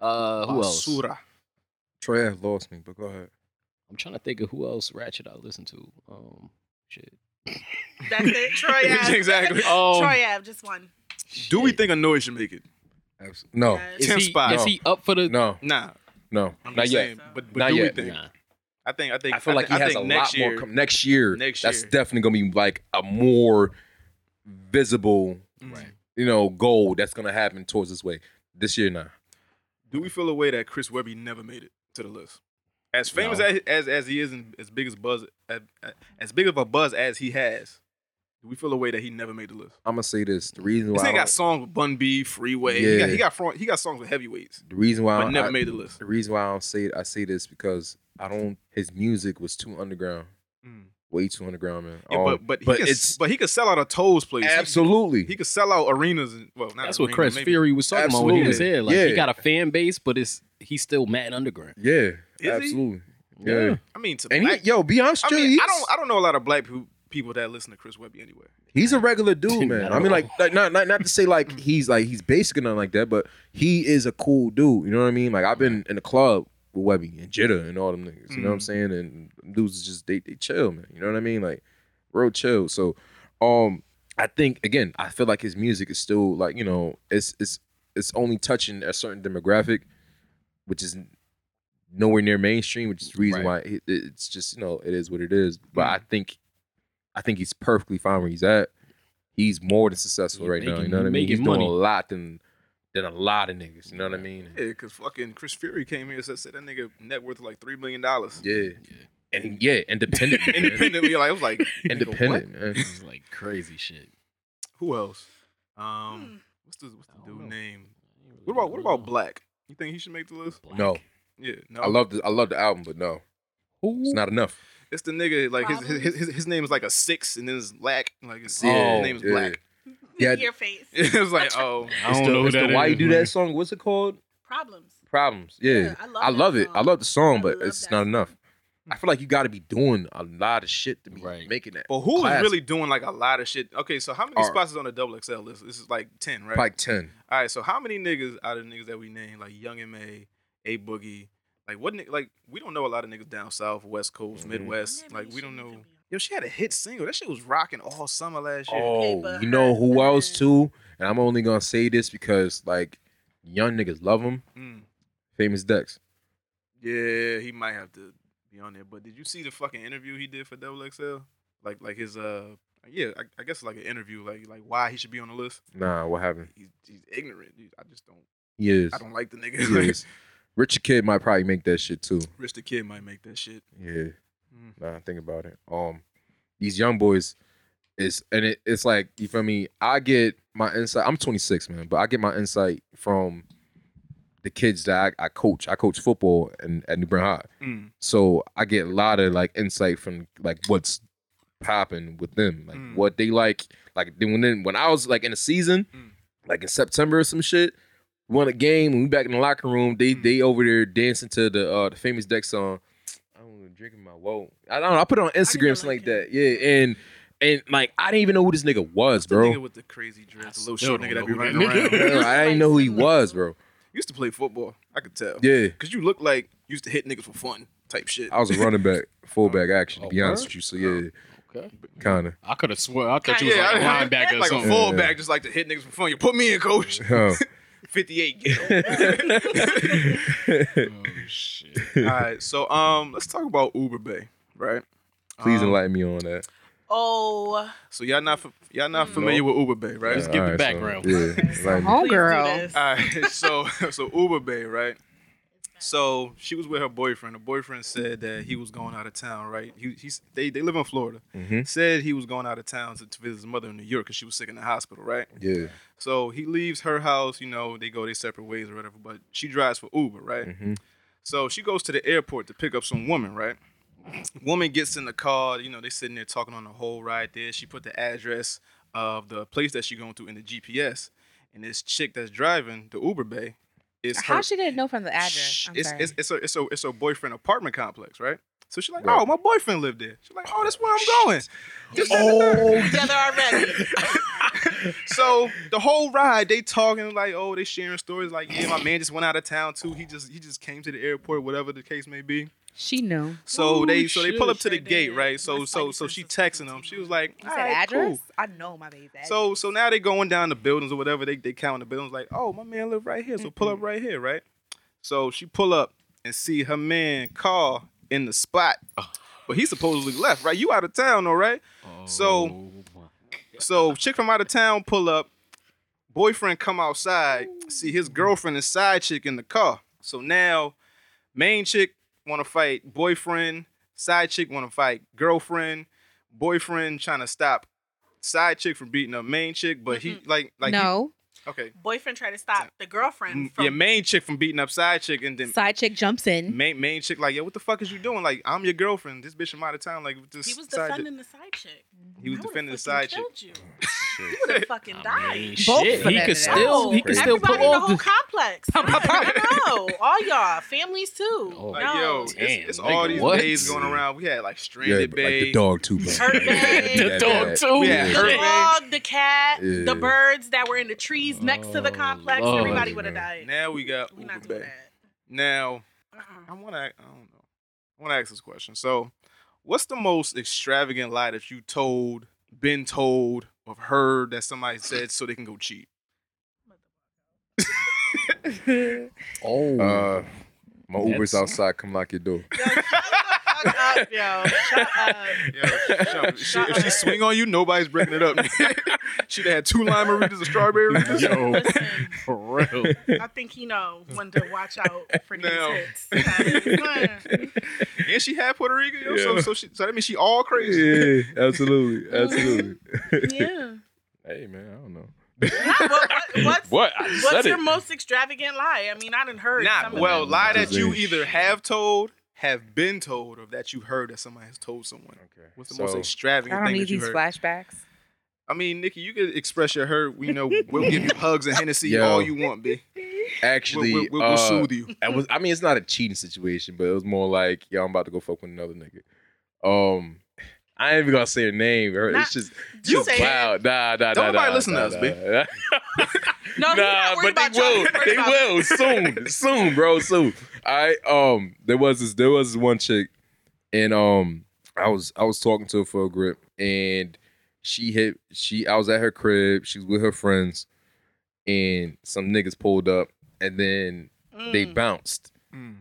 Speaker 7: Uh, who else?
Speaker 3: Basura.
Speaker 4: Troy F lost me, but go ahead.
Speaker 7: I'm trying to think of who else ratchet I listen to. Um, shit.
Speaker 8: That's it. Troy Ave.
Speaker 3: Exactly.
Speaker 7: Um,
Speaker 8: Troy Ave, just one.
Speaker 3: Do we
Speaker 7: shit.
Speaker 3: think a noise should make it?
Speaker 4: Abs- No,
Speaker 8: Yes.
Speaker 7: Is
Speaker 3: Tim
Speaker 7: he,
Speaker 3: Spy.
Speaker 7: Is he up for the?
Speaker 4: no,
Speaker 3: Nah,
Speaker 4: no,
Speaker 3: I'm
Speaker 4: not
Speaker 3: just
Speaker 4: yet.
Speaker 3: saying. But, but
Speaker 4: Not
Speaker 3: do
Speaker 4: yet.
Speaker 3: we think?
Speaker 7: Nah.
Speaker 3: I think. I think.
Speaker 4: I feel like he
Speaker 3: think- I
Speaker 4: has a
Speaker 3: think next
Speaker 4: lot
Speaker 3: year,
Speaker 4: more com- next year.
Speaker 3: Next
Speaker 4: that's
Speaker 3: year.
Speaker 4: definitely gonna be like a more visible,
Speaker 7: Right.
Speaker 4: you know, goal that's gonna happen towards this way. This year, nah.
Speaker 3: Do we feel a way that Chris Webby never made it to the list? As famous
Speaker 7: No.
Speaker 3: as, as as he is, and as big as buzz, as, as big of a buzz as he has, do we feel a way that he never made the list?
Speaker 4: I'm gonna say this: the reason
Speaker 3: This
Speaker 4: why I
Speaker 3: nigga got
Speaker 4: don't-
Speaker 3: songs with Bun B, Freeway. He got
Speaker 4: Yeah.
Speaker 3: he got, front, he got songs with heavyweights,
Speaker 4: the reason why I
Speaker 3: but
Speaker 4: don't-
Speaker 3: never
Speaker 4: I-
Speaker 3: made the list.
Speaker 4: The reason why I don't say I say this because I don't. His music was too underground,
Speaker 3: Mm.
Speaker 4: way too underground, man.
Speaker 3: Yeah, but
Speaker 4: All-
Speaker 3: Oh, but he
Speaker 4: but
Speaker 3: can,
Speaker 4: it's
Speaker 3: but he could sell out a Toes place. He-
Speaker 4: absolutely.
Speaker 3: He, could sell out arenas. And, well, not
Speaker 7: That's what
Speaker 3: arenas,
Speaker 7: Chris
Speaker 3: maybe.
Speaker 7: Fury was talking about when he was
Speaker 4: Absolutely.
Speaker 7: here. Like he
Speaker 4: Yeah.
Speaker 7: got a fan base, but it's he's still mad underground.
Speaker 4: yeah,
Speaker 3: he?
Speaker 4: absolutely. Yeah.
Speaker 3: I mean, to
Speaker 4: and he,
Speaker 3: black-
Speaker 4: yo, be honest,
Speaker 3: I
Speaker 4: with you,
Speaker 3: mean, I
Speaker 4: he's-
Speaker 3: don't I don't know a lot of black people, people that listen to Chris Webby anyway.
Speaker 4: He's a regular dude,
Speaker 7: Not
Speaker 4: man.
Speaker 7: at
Speaker 4: I mean,
Speaker 7: all.
Speaker 4: like, like not, not not to say like he's like he's basic or nothing like that, but he is a cool dude. You know what I mean? Like I've been in the club with Webby and Jitter and all them niggas. You
Speaker 7: Mm.
Speaker 4: know what I'm saying? And dudes is just they they chill, man. You know what I mean? Like real chill. So, um, I think again, I feel like his music is still like you know it's it's it's only touching a certain demographic, which is nowhere near mainstream, which is the reason why it, it's just you know it is what it is. But I think I think he's perfectly fine where he's at. He's more than successful
Speaker 7: He
Speaker 4: right now.
Speaker 7: making-
Speaker 4: You know what I
Speaker 7: he
Speaker 4: mean? He's
Speaker 7: making
Speaker 4: doing
Speaker 7: money.
Speaker 4: a lot than than a lot of niggas. You know what I mean?
Speaker 3: Yeah, because fucking Chris Fury came here and said, said that nigga net worth like three million dollars.
Speaker 4: Yeah. And yeah, independent. man.
Speaker 3: Independently, like I was like, nigga,
Speaker 4: Independent. man.
Speaker 7: This is like crazy shit.
Speaker 3: what? Who else?
Speaker 8: Hmm.
Speaker 3: Um, what's the what's the
Speaker 7: I
Speaker 3: dude
Speaker 7: don't know.
Speaker 3: name? What about what about Black? You think he should make the list?
Speaker 4: No.
Speaker 3: Yeah, no.
Speaker 4: I love the I love the album, but no. It's not enough.
Speaker 3: It's the nigga like his his, his his name is like a six and then it's Lack like
Speaker 7: Oh,
Speaker 3: his,
Speaker 4: Yeah,
Speaker 3: his name is
Speaker 4: yeah.
Speaker 3: Black.
Speaker 4: Yeah.
Speaker 8: Your face.
Speaker 3: it was like oh
Speaker 7: I
Speaker 4: It's
Speaker 7: don't
Speaker 4: the-
Speaker 7: know
Speaker 4: it's
Speaker 7: who
Speaker 4: the
Speaker 7: that
Speaker 4: why
Speaker 7: is,
Speaker 4: you do
Speaker 7: man.
Speaker 4: that song. What's it called?
Speaker 8: Problems.
Speaker 4: Problems. Yeah.
Speaker 8: Yeah, I
Speaker 4: I love,
Speaker 8: love that
Speaker 4: it.
Speaker 8: song.
Speaker 4: I love the song,
Speaker 8: I
Speaker 4: but
Speaker 8: love
Speaker 4: it's
Speaker 8: that
Speaker 4: not
Speaker 8: song.
Speaker 4: enough. I feel like you got to be doing a lot of shit to be
Speaker 7: Right.
Speaker 4: making that.
Speaker 3: But who is
Speaker 4: Classic.
Speaker 3: really doing like a lot of shit? Okay, so how many
Speaker 4: All right.
Speaker 3: spots is on the double XL list? This is like ten, right?
Speaker 4: like ten.
Speaker 3: All right, so how many niggas out of the niggas that we named, like Young and May, A Boogie, like what? ni- Like we don't know a lot of niggas down south, West Coast,
Speaker 4: Mm-hmm.
Speaker 3: Midwest.
Speaker 8: Yeah,
Speaker 3: Like
Speaker 8: but
Speaker 3: we
Speaker 8: she
Speaker 3: don't
Speaker 8: needs
Speaker 3: know.
Speaker 8: to be
Speaker 3: Yo, she had a hit single. That shit was rocking all summer last year.
Speaker 4: Oh,
Speaker 8: but
Speaker 4: you know who
Speaker 8: her-
Speaker 4: else too? And I'm only gonna say this because like young niggas love him.
Speaker 3: Mm.
Speaker 4: Famous Dex.
Speaker 3: Yeah, he might have to be on there. But did you see the fucking interview he did for Double XL? Like, like his uh, yeah, I, I guess like an interview, like like why he should be on the list.
Speaker 4: Nah, what happened?
Speaker 3: He's, he's ignorant. Dude. I just don't.
Speaker 4: He is.
Speaker 3: I don't like the nigga.
Speaker 4: He is. Richard Kidd might probably make that shit too.
Speaker 3: Rich the Kid might make that shit.
Speaker 4: Yeah.
Speaker 3: Mm.
Speaker 4: Nah, think about it. Um, these young boys is and it, it's like you feel me. I get my insight. I'm 26, man, but I get my insight from the kids that I, I coach. I coach football and at New Bern High,
Speaker 3: Mm.
Speaker 4: so I get a lot of like insight from like what's popping with them, like
Speaker 3: Mm.
Speaker 4: what they like. Like then when then, when I was like in the season,
Speaker 3: Mm.
Speaker 4: like in September or some shit. Won a game and we back in the locker room. They
Speaker 3: Mm.
Speaker 4: they over there dancing to the uh the famous Dex song. I don't know, drinking my woe. I don't know. I put it on Instagram, something like
Speaker 8: like
Speaker 4: that. Yeah, and and like I didn't even know who this nigga was,
Speaker 3: The
Speaker 4: bro.
Speaker 3: nigga with the crazy dreads, the
Speaker 7: still
Speaker 3: little short
Speaker 7: don't
Speaker 3: nigga that
Speaker 7: know
Speaker 3: be
Speaker 7: who
Speaker 3: running
Speaker 7: that nigga
Speaker 3: around.
Speaker 4: Bro, I didn't know who he was, bro.
Speaker 3: Used to play football. I could tell.
Speaker 4: Yeah,
Speaker 3: Cause you look like you used to hit niggas for fun type shit.
Speaker 4: I was a running back, fullback action. To
Speaker 7: Oh,
Speaker 4: be honest
Speaker 7: word?
Speaker 4: with you, so yeah,
Speaker 3: Oh,
Speaker 7: Okay.
Speaker 4: kind of.
Speaker 7: I could have sworn I thought you was
Speaker 3: Yeah,
Speaker 7: like
Speaker 3: I-
Speaker 7: a linebacker or
Speaker 3: like a
Speaker 7: something.
Speaker 3: fullback, just like to hit niggas for fun. You put me in, coach.
Speaker 4: Huh.
Speaker 3: Fifty-eight. All right, so um, let's talk about Uber Bay, right?
Speaker 4: Please
Speaker 3: Um,
Speaker 4: enlighten me on that.
Speaker 8: Oh,
Speaker 3: So y'all not fa- y'all not familiar with Uber Bay, right?
Speaker 7: Let's give the
Speaker 4: Alright,
Speaker 7: background.
Speaker 4: So, yeah,
Speaker 7: Oh,
Speaker 4: enlighten me.
Speaker 8: please do
Speaker 10: Homegirl.
Speaker 8: this.
Speaker 3: All right, so so Uber Bay, right? So she was with her boyfriend. The boyfriend said that he was going out of town, right? He, he's they they live in Florida. Said he was going out of town to, to visit his mother in New York because she was sick in the hospital, right?
Speaker 4: Yeah,
Speaker 3: So he leaves her house. You know, they go their separate ways or whatever. But she drives for Uber, right? So she goes to the airport to pick up some woman, right? Woman gets in the car. You know, they sitting there talking on the whole ride there. She put the address of the place that she going to in the GPS. And this chick that's driving the Uber Bay is
Speaker 6: How
Speaker 3: her-
Speaker 6: she didn't know from the address? I'm
Speaker 3: it's,
Speaker 6: sorry.
Speaker 3: it's, it's a it's a it's a boyfriend apartment complex, right? So she's like,
Speaker 4: Right.
Speaker 3: oh, my boyfriend lived there. She's like, oh, that's where I'm going.
Speaker 8: Together already.
Speaker 3: So the whole ride, they talking like, oh, they sharing stories like, yeah, my man just went out of town too. He just he just came to the airport, whatever the case may be.
Speaker 6: she knew.
Speaker 3: So
Speaker 7: Ooh,
Speaker 3: they so they pull
Speaker 7: shit,
Speaker 3: up to the
Speaker 8: sure
Speaker 3: gate,
Speaker 8: did.
Speaker 3: right? So
Speaker 8: My
Speaker 3: so
Speaker 8: spidey
Speaker 3: so she
Speaker 8: senses
Speaker 3: texting them. She was like,
Speaker 6: You
Speaker 3: all
Speaker 6: said
Speaker 3: right,
Speaker 6: address?
Speaker 3: cool.
Speaker 6: I know my baby's address.
Speaker 3: So so now they going down the buildings or whatever. They they counting the buildings like, oh, my man live right here. So pull up right here, right? So she pull up and see her man car in the spot, but he supposedly left, right? You out of town, all right? So so chick from out of town pull up, boyfriend come outside, see his girlfriend and side chick in the car. So now main chick want to fight boyfriend, side chick want to fight girlfriend, boyfriend trying to stop side chick from beating up main chick, but he like like he-
Speaker 6: no,
Speaker 3: okay.
Speaker 8: Boyfriend tried to stop the
Speaker 7: Mm,
Speaker 8: girlfriend from
Speaker 3: Yeah, main chick from beating up side chick, and then
Speaker 6: side chick jumps in.
Speaker 3: main main chick like, yo, what the fuck is you doing? Like, I'm your girlfriend. This bitch from out of town. Like, with this
Speaker 8: He was
Speaker 3: side
Speaker 8: defending the side chick.
Speaker 3: chick. he was
Speaker 8: I would've
Speaker 3: defending the side
Speaker 8: fucking
Speaker 3: chick.
Speaker 8: killed You would have fucking
Speaker 7: Oh, I
Speaker 8: died.
Speaker 7: mean,
Speaker 6: Both
Speaker 7: shit,
Speaker 6: for
Speaker 7: he
Speaker 6: that matter.
Speaker 7: could still he
Speaker 8: No,
Speaker 7: could still
Speaker 8: everybody
Speaker 7: pull
Speaker 8: in the
Speaker 7: off
Speaker 8: whole
Speaker 7: the.
Speaker 8: complex. I know all y'all families too.
Speaker 7: Oh,
Speaker 3: Like,
Speaker 8: no.
Speaker 3: yo, it's,
Speaker 7: Damn,
Speaker 3: it's all
Speaker 7: nigga,
Speaker 3: these
Speaker 7: what?
Speaker 3: bays going around. We had like
Speaker 4: Yeah,
Speaker 3: stranded
Speaker 4: but like
Speaker 3: bay.
Speaker 4: the dog too. bro.
Speaker 8: Her babe.
Speaker 4: Yeah,
Speaker 7: The dog
Speaker 4: that-
Speaker 7: too.
Speaker 3: Yeah,
Speaker 7: Yeah.
Speaker 8: the
Speaker 3: her
Speaker 8: dog, the cat,
Speaker 4: Yeah.
Speaker 8: the birds that were in the trees next to the
Speaker 7: Oh,
Speaker 8: complex.
Speaker 7: Lord,
Speaker 8: Everybody would have
Speaker 4: man.
Speaker 8: died.
Speaker 3: Now we got
Speaker 8: We're not
Speaker 3: Uber
Speaker 8: doing
Speaker 3: Bay.
Speaker 8: that.
Speaker 3: Now I
Speaker 8: Uh-uh.
Speaker 3: want to. I don't know. I want to ask this question. So, what's the most extravagant lie that you told, been told, or heard that somebody said so they can go cheat?
Speaker 4: Oh. Uh, my Uber's outside. Come lock your door.
Speaker 8: Yo, shut the fuck up, yo. Shut up.
Speaker 3: Yo, yo, she, if she swing on you, nobody's bringing it up. She'd have had two lime margaritas, a strawberry margaritas.
Speaker 7: Yo,
Speaker 8: Listen,
Speaker 7: for real.
Speaker 8: I think he know when to watch out for these
Speaker 3: Now.
Speaker 8: hits. Okay.
Speaker 3: and she had Puerto Rican. Yo, so
Speaker 4: Yeah.
Speaker 3: so she so that means she all crazy.
Speaker 4: yeah, absolutely, absolutely.
Speaker 8: yeah.
Speaker 4: hey man, I don't know.
Speaker 8: What, what- what's
Speaker 7: What? I just
Speaker 8: what's
Speaker 7: said
Speaker 8: your
Speaker 7: it.
Speaker 8: most extravagant lie? I mean, I didn't heard.
Speaker 3: Not
Speaker 8: some of
Speaker 3: well,
Speaker 8: them.
Speaker 3: lie that
Speaker 4: Just
Speaker 3: you
Speaker 4: ain't
Speaker 3: either have told, have been told, or that you heard that somebody has told someone.
Speaker 4: Okay.
Speaker 3: What's the
Speaker 4: so,
Speaker 3: most
Speaker 6: I
Speaker 3: extravagant
Speaker 6: don't
Speaker 3: thing
Speaker 6: need
Speaker 3: that you
Speaker 6: these
Speaker 3: heard?
Speaker 6: flashbacks.
Speaker 3: I mean, Nikki, you can express your hurt. We know we'll give you hugs and Hennessy
Speaker 4: Yo.
Speaker 3: all you want, B. We'll,
Speaker 4: Actually,
Speaker 3: we'll, we'll, we'll
Speaker 4: uh,
Speaker 3: soothe you.
Speaker 4: I was. I mean, it's not a cheating situation, but it was more like, yo, I'm about to go fuck with another nigga. Um, I ain't even gonna say her name. Her,
Speaker 8: Nah,
Speaker 4: it's just, it's
Speaker 8: you
Speaker 4: just
Speaker 8: say it.
Speaker 4: wild. Nah, nah,
Speaker 3: Don't
Speaker 4: nah,
Speaker 3: nobody
Speaker 4: nah,
Speaker 3: listen to
Speaker 4: nah,
Speaker 3: us,
Speaker 4: nah,
Speaker 3: B.
Speaker 4: nah.
Speaker 8: No, he's
Speaker 4: nah,
Speaker 8: not worried
Speaker 4: but
Speaker 8: about
Speaker 4: they
Speaker 8: y'all.
Speaker 4: will.
Speaker 8: He's worried
Speaker 4: They
Speaker 8: about-
Speaker 4: will soon, soon, bro, soon. I um, there was this, there was this one chick, and um, I was I was talking to her for a grip, and she hit she. I was at her crib. She was with her friends, and some niggas pulled up, and then they
Speaker 8: Mm.
Speaker 4: bounced.
Speaker 3: Mm.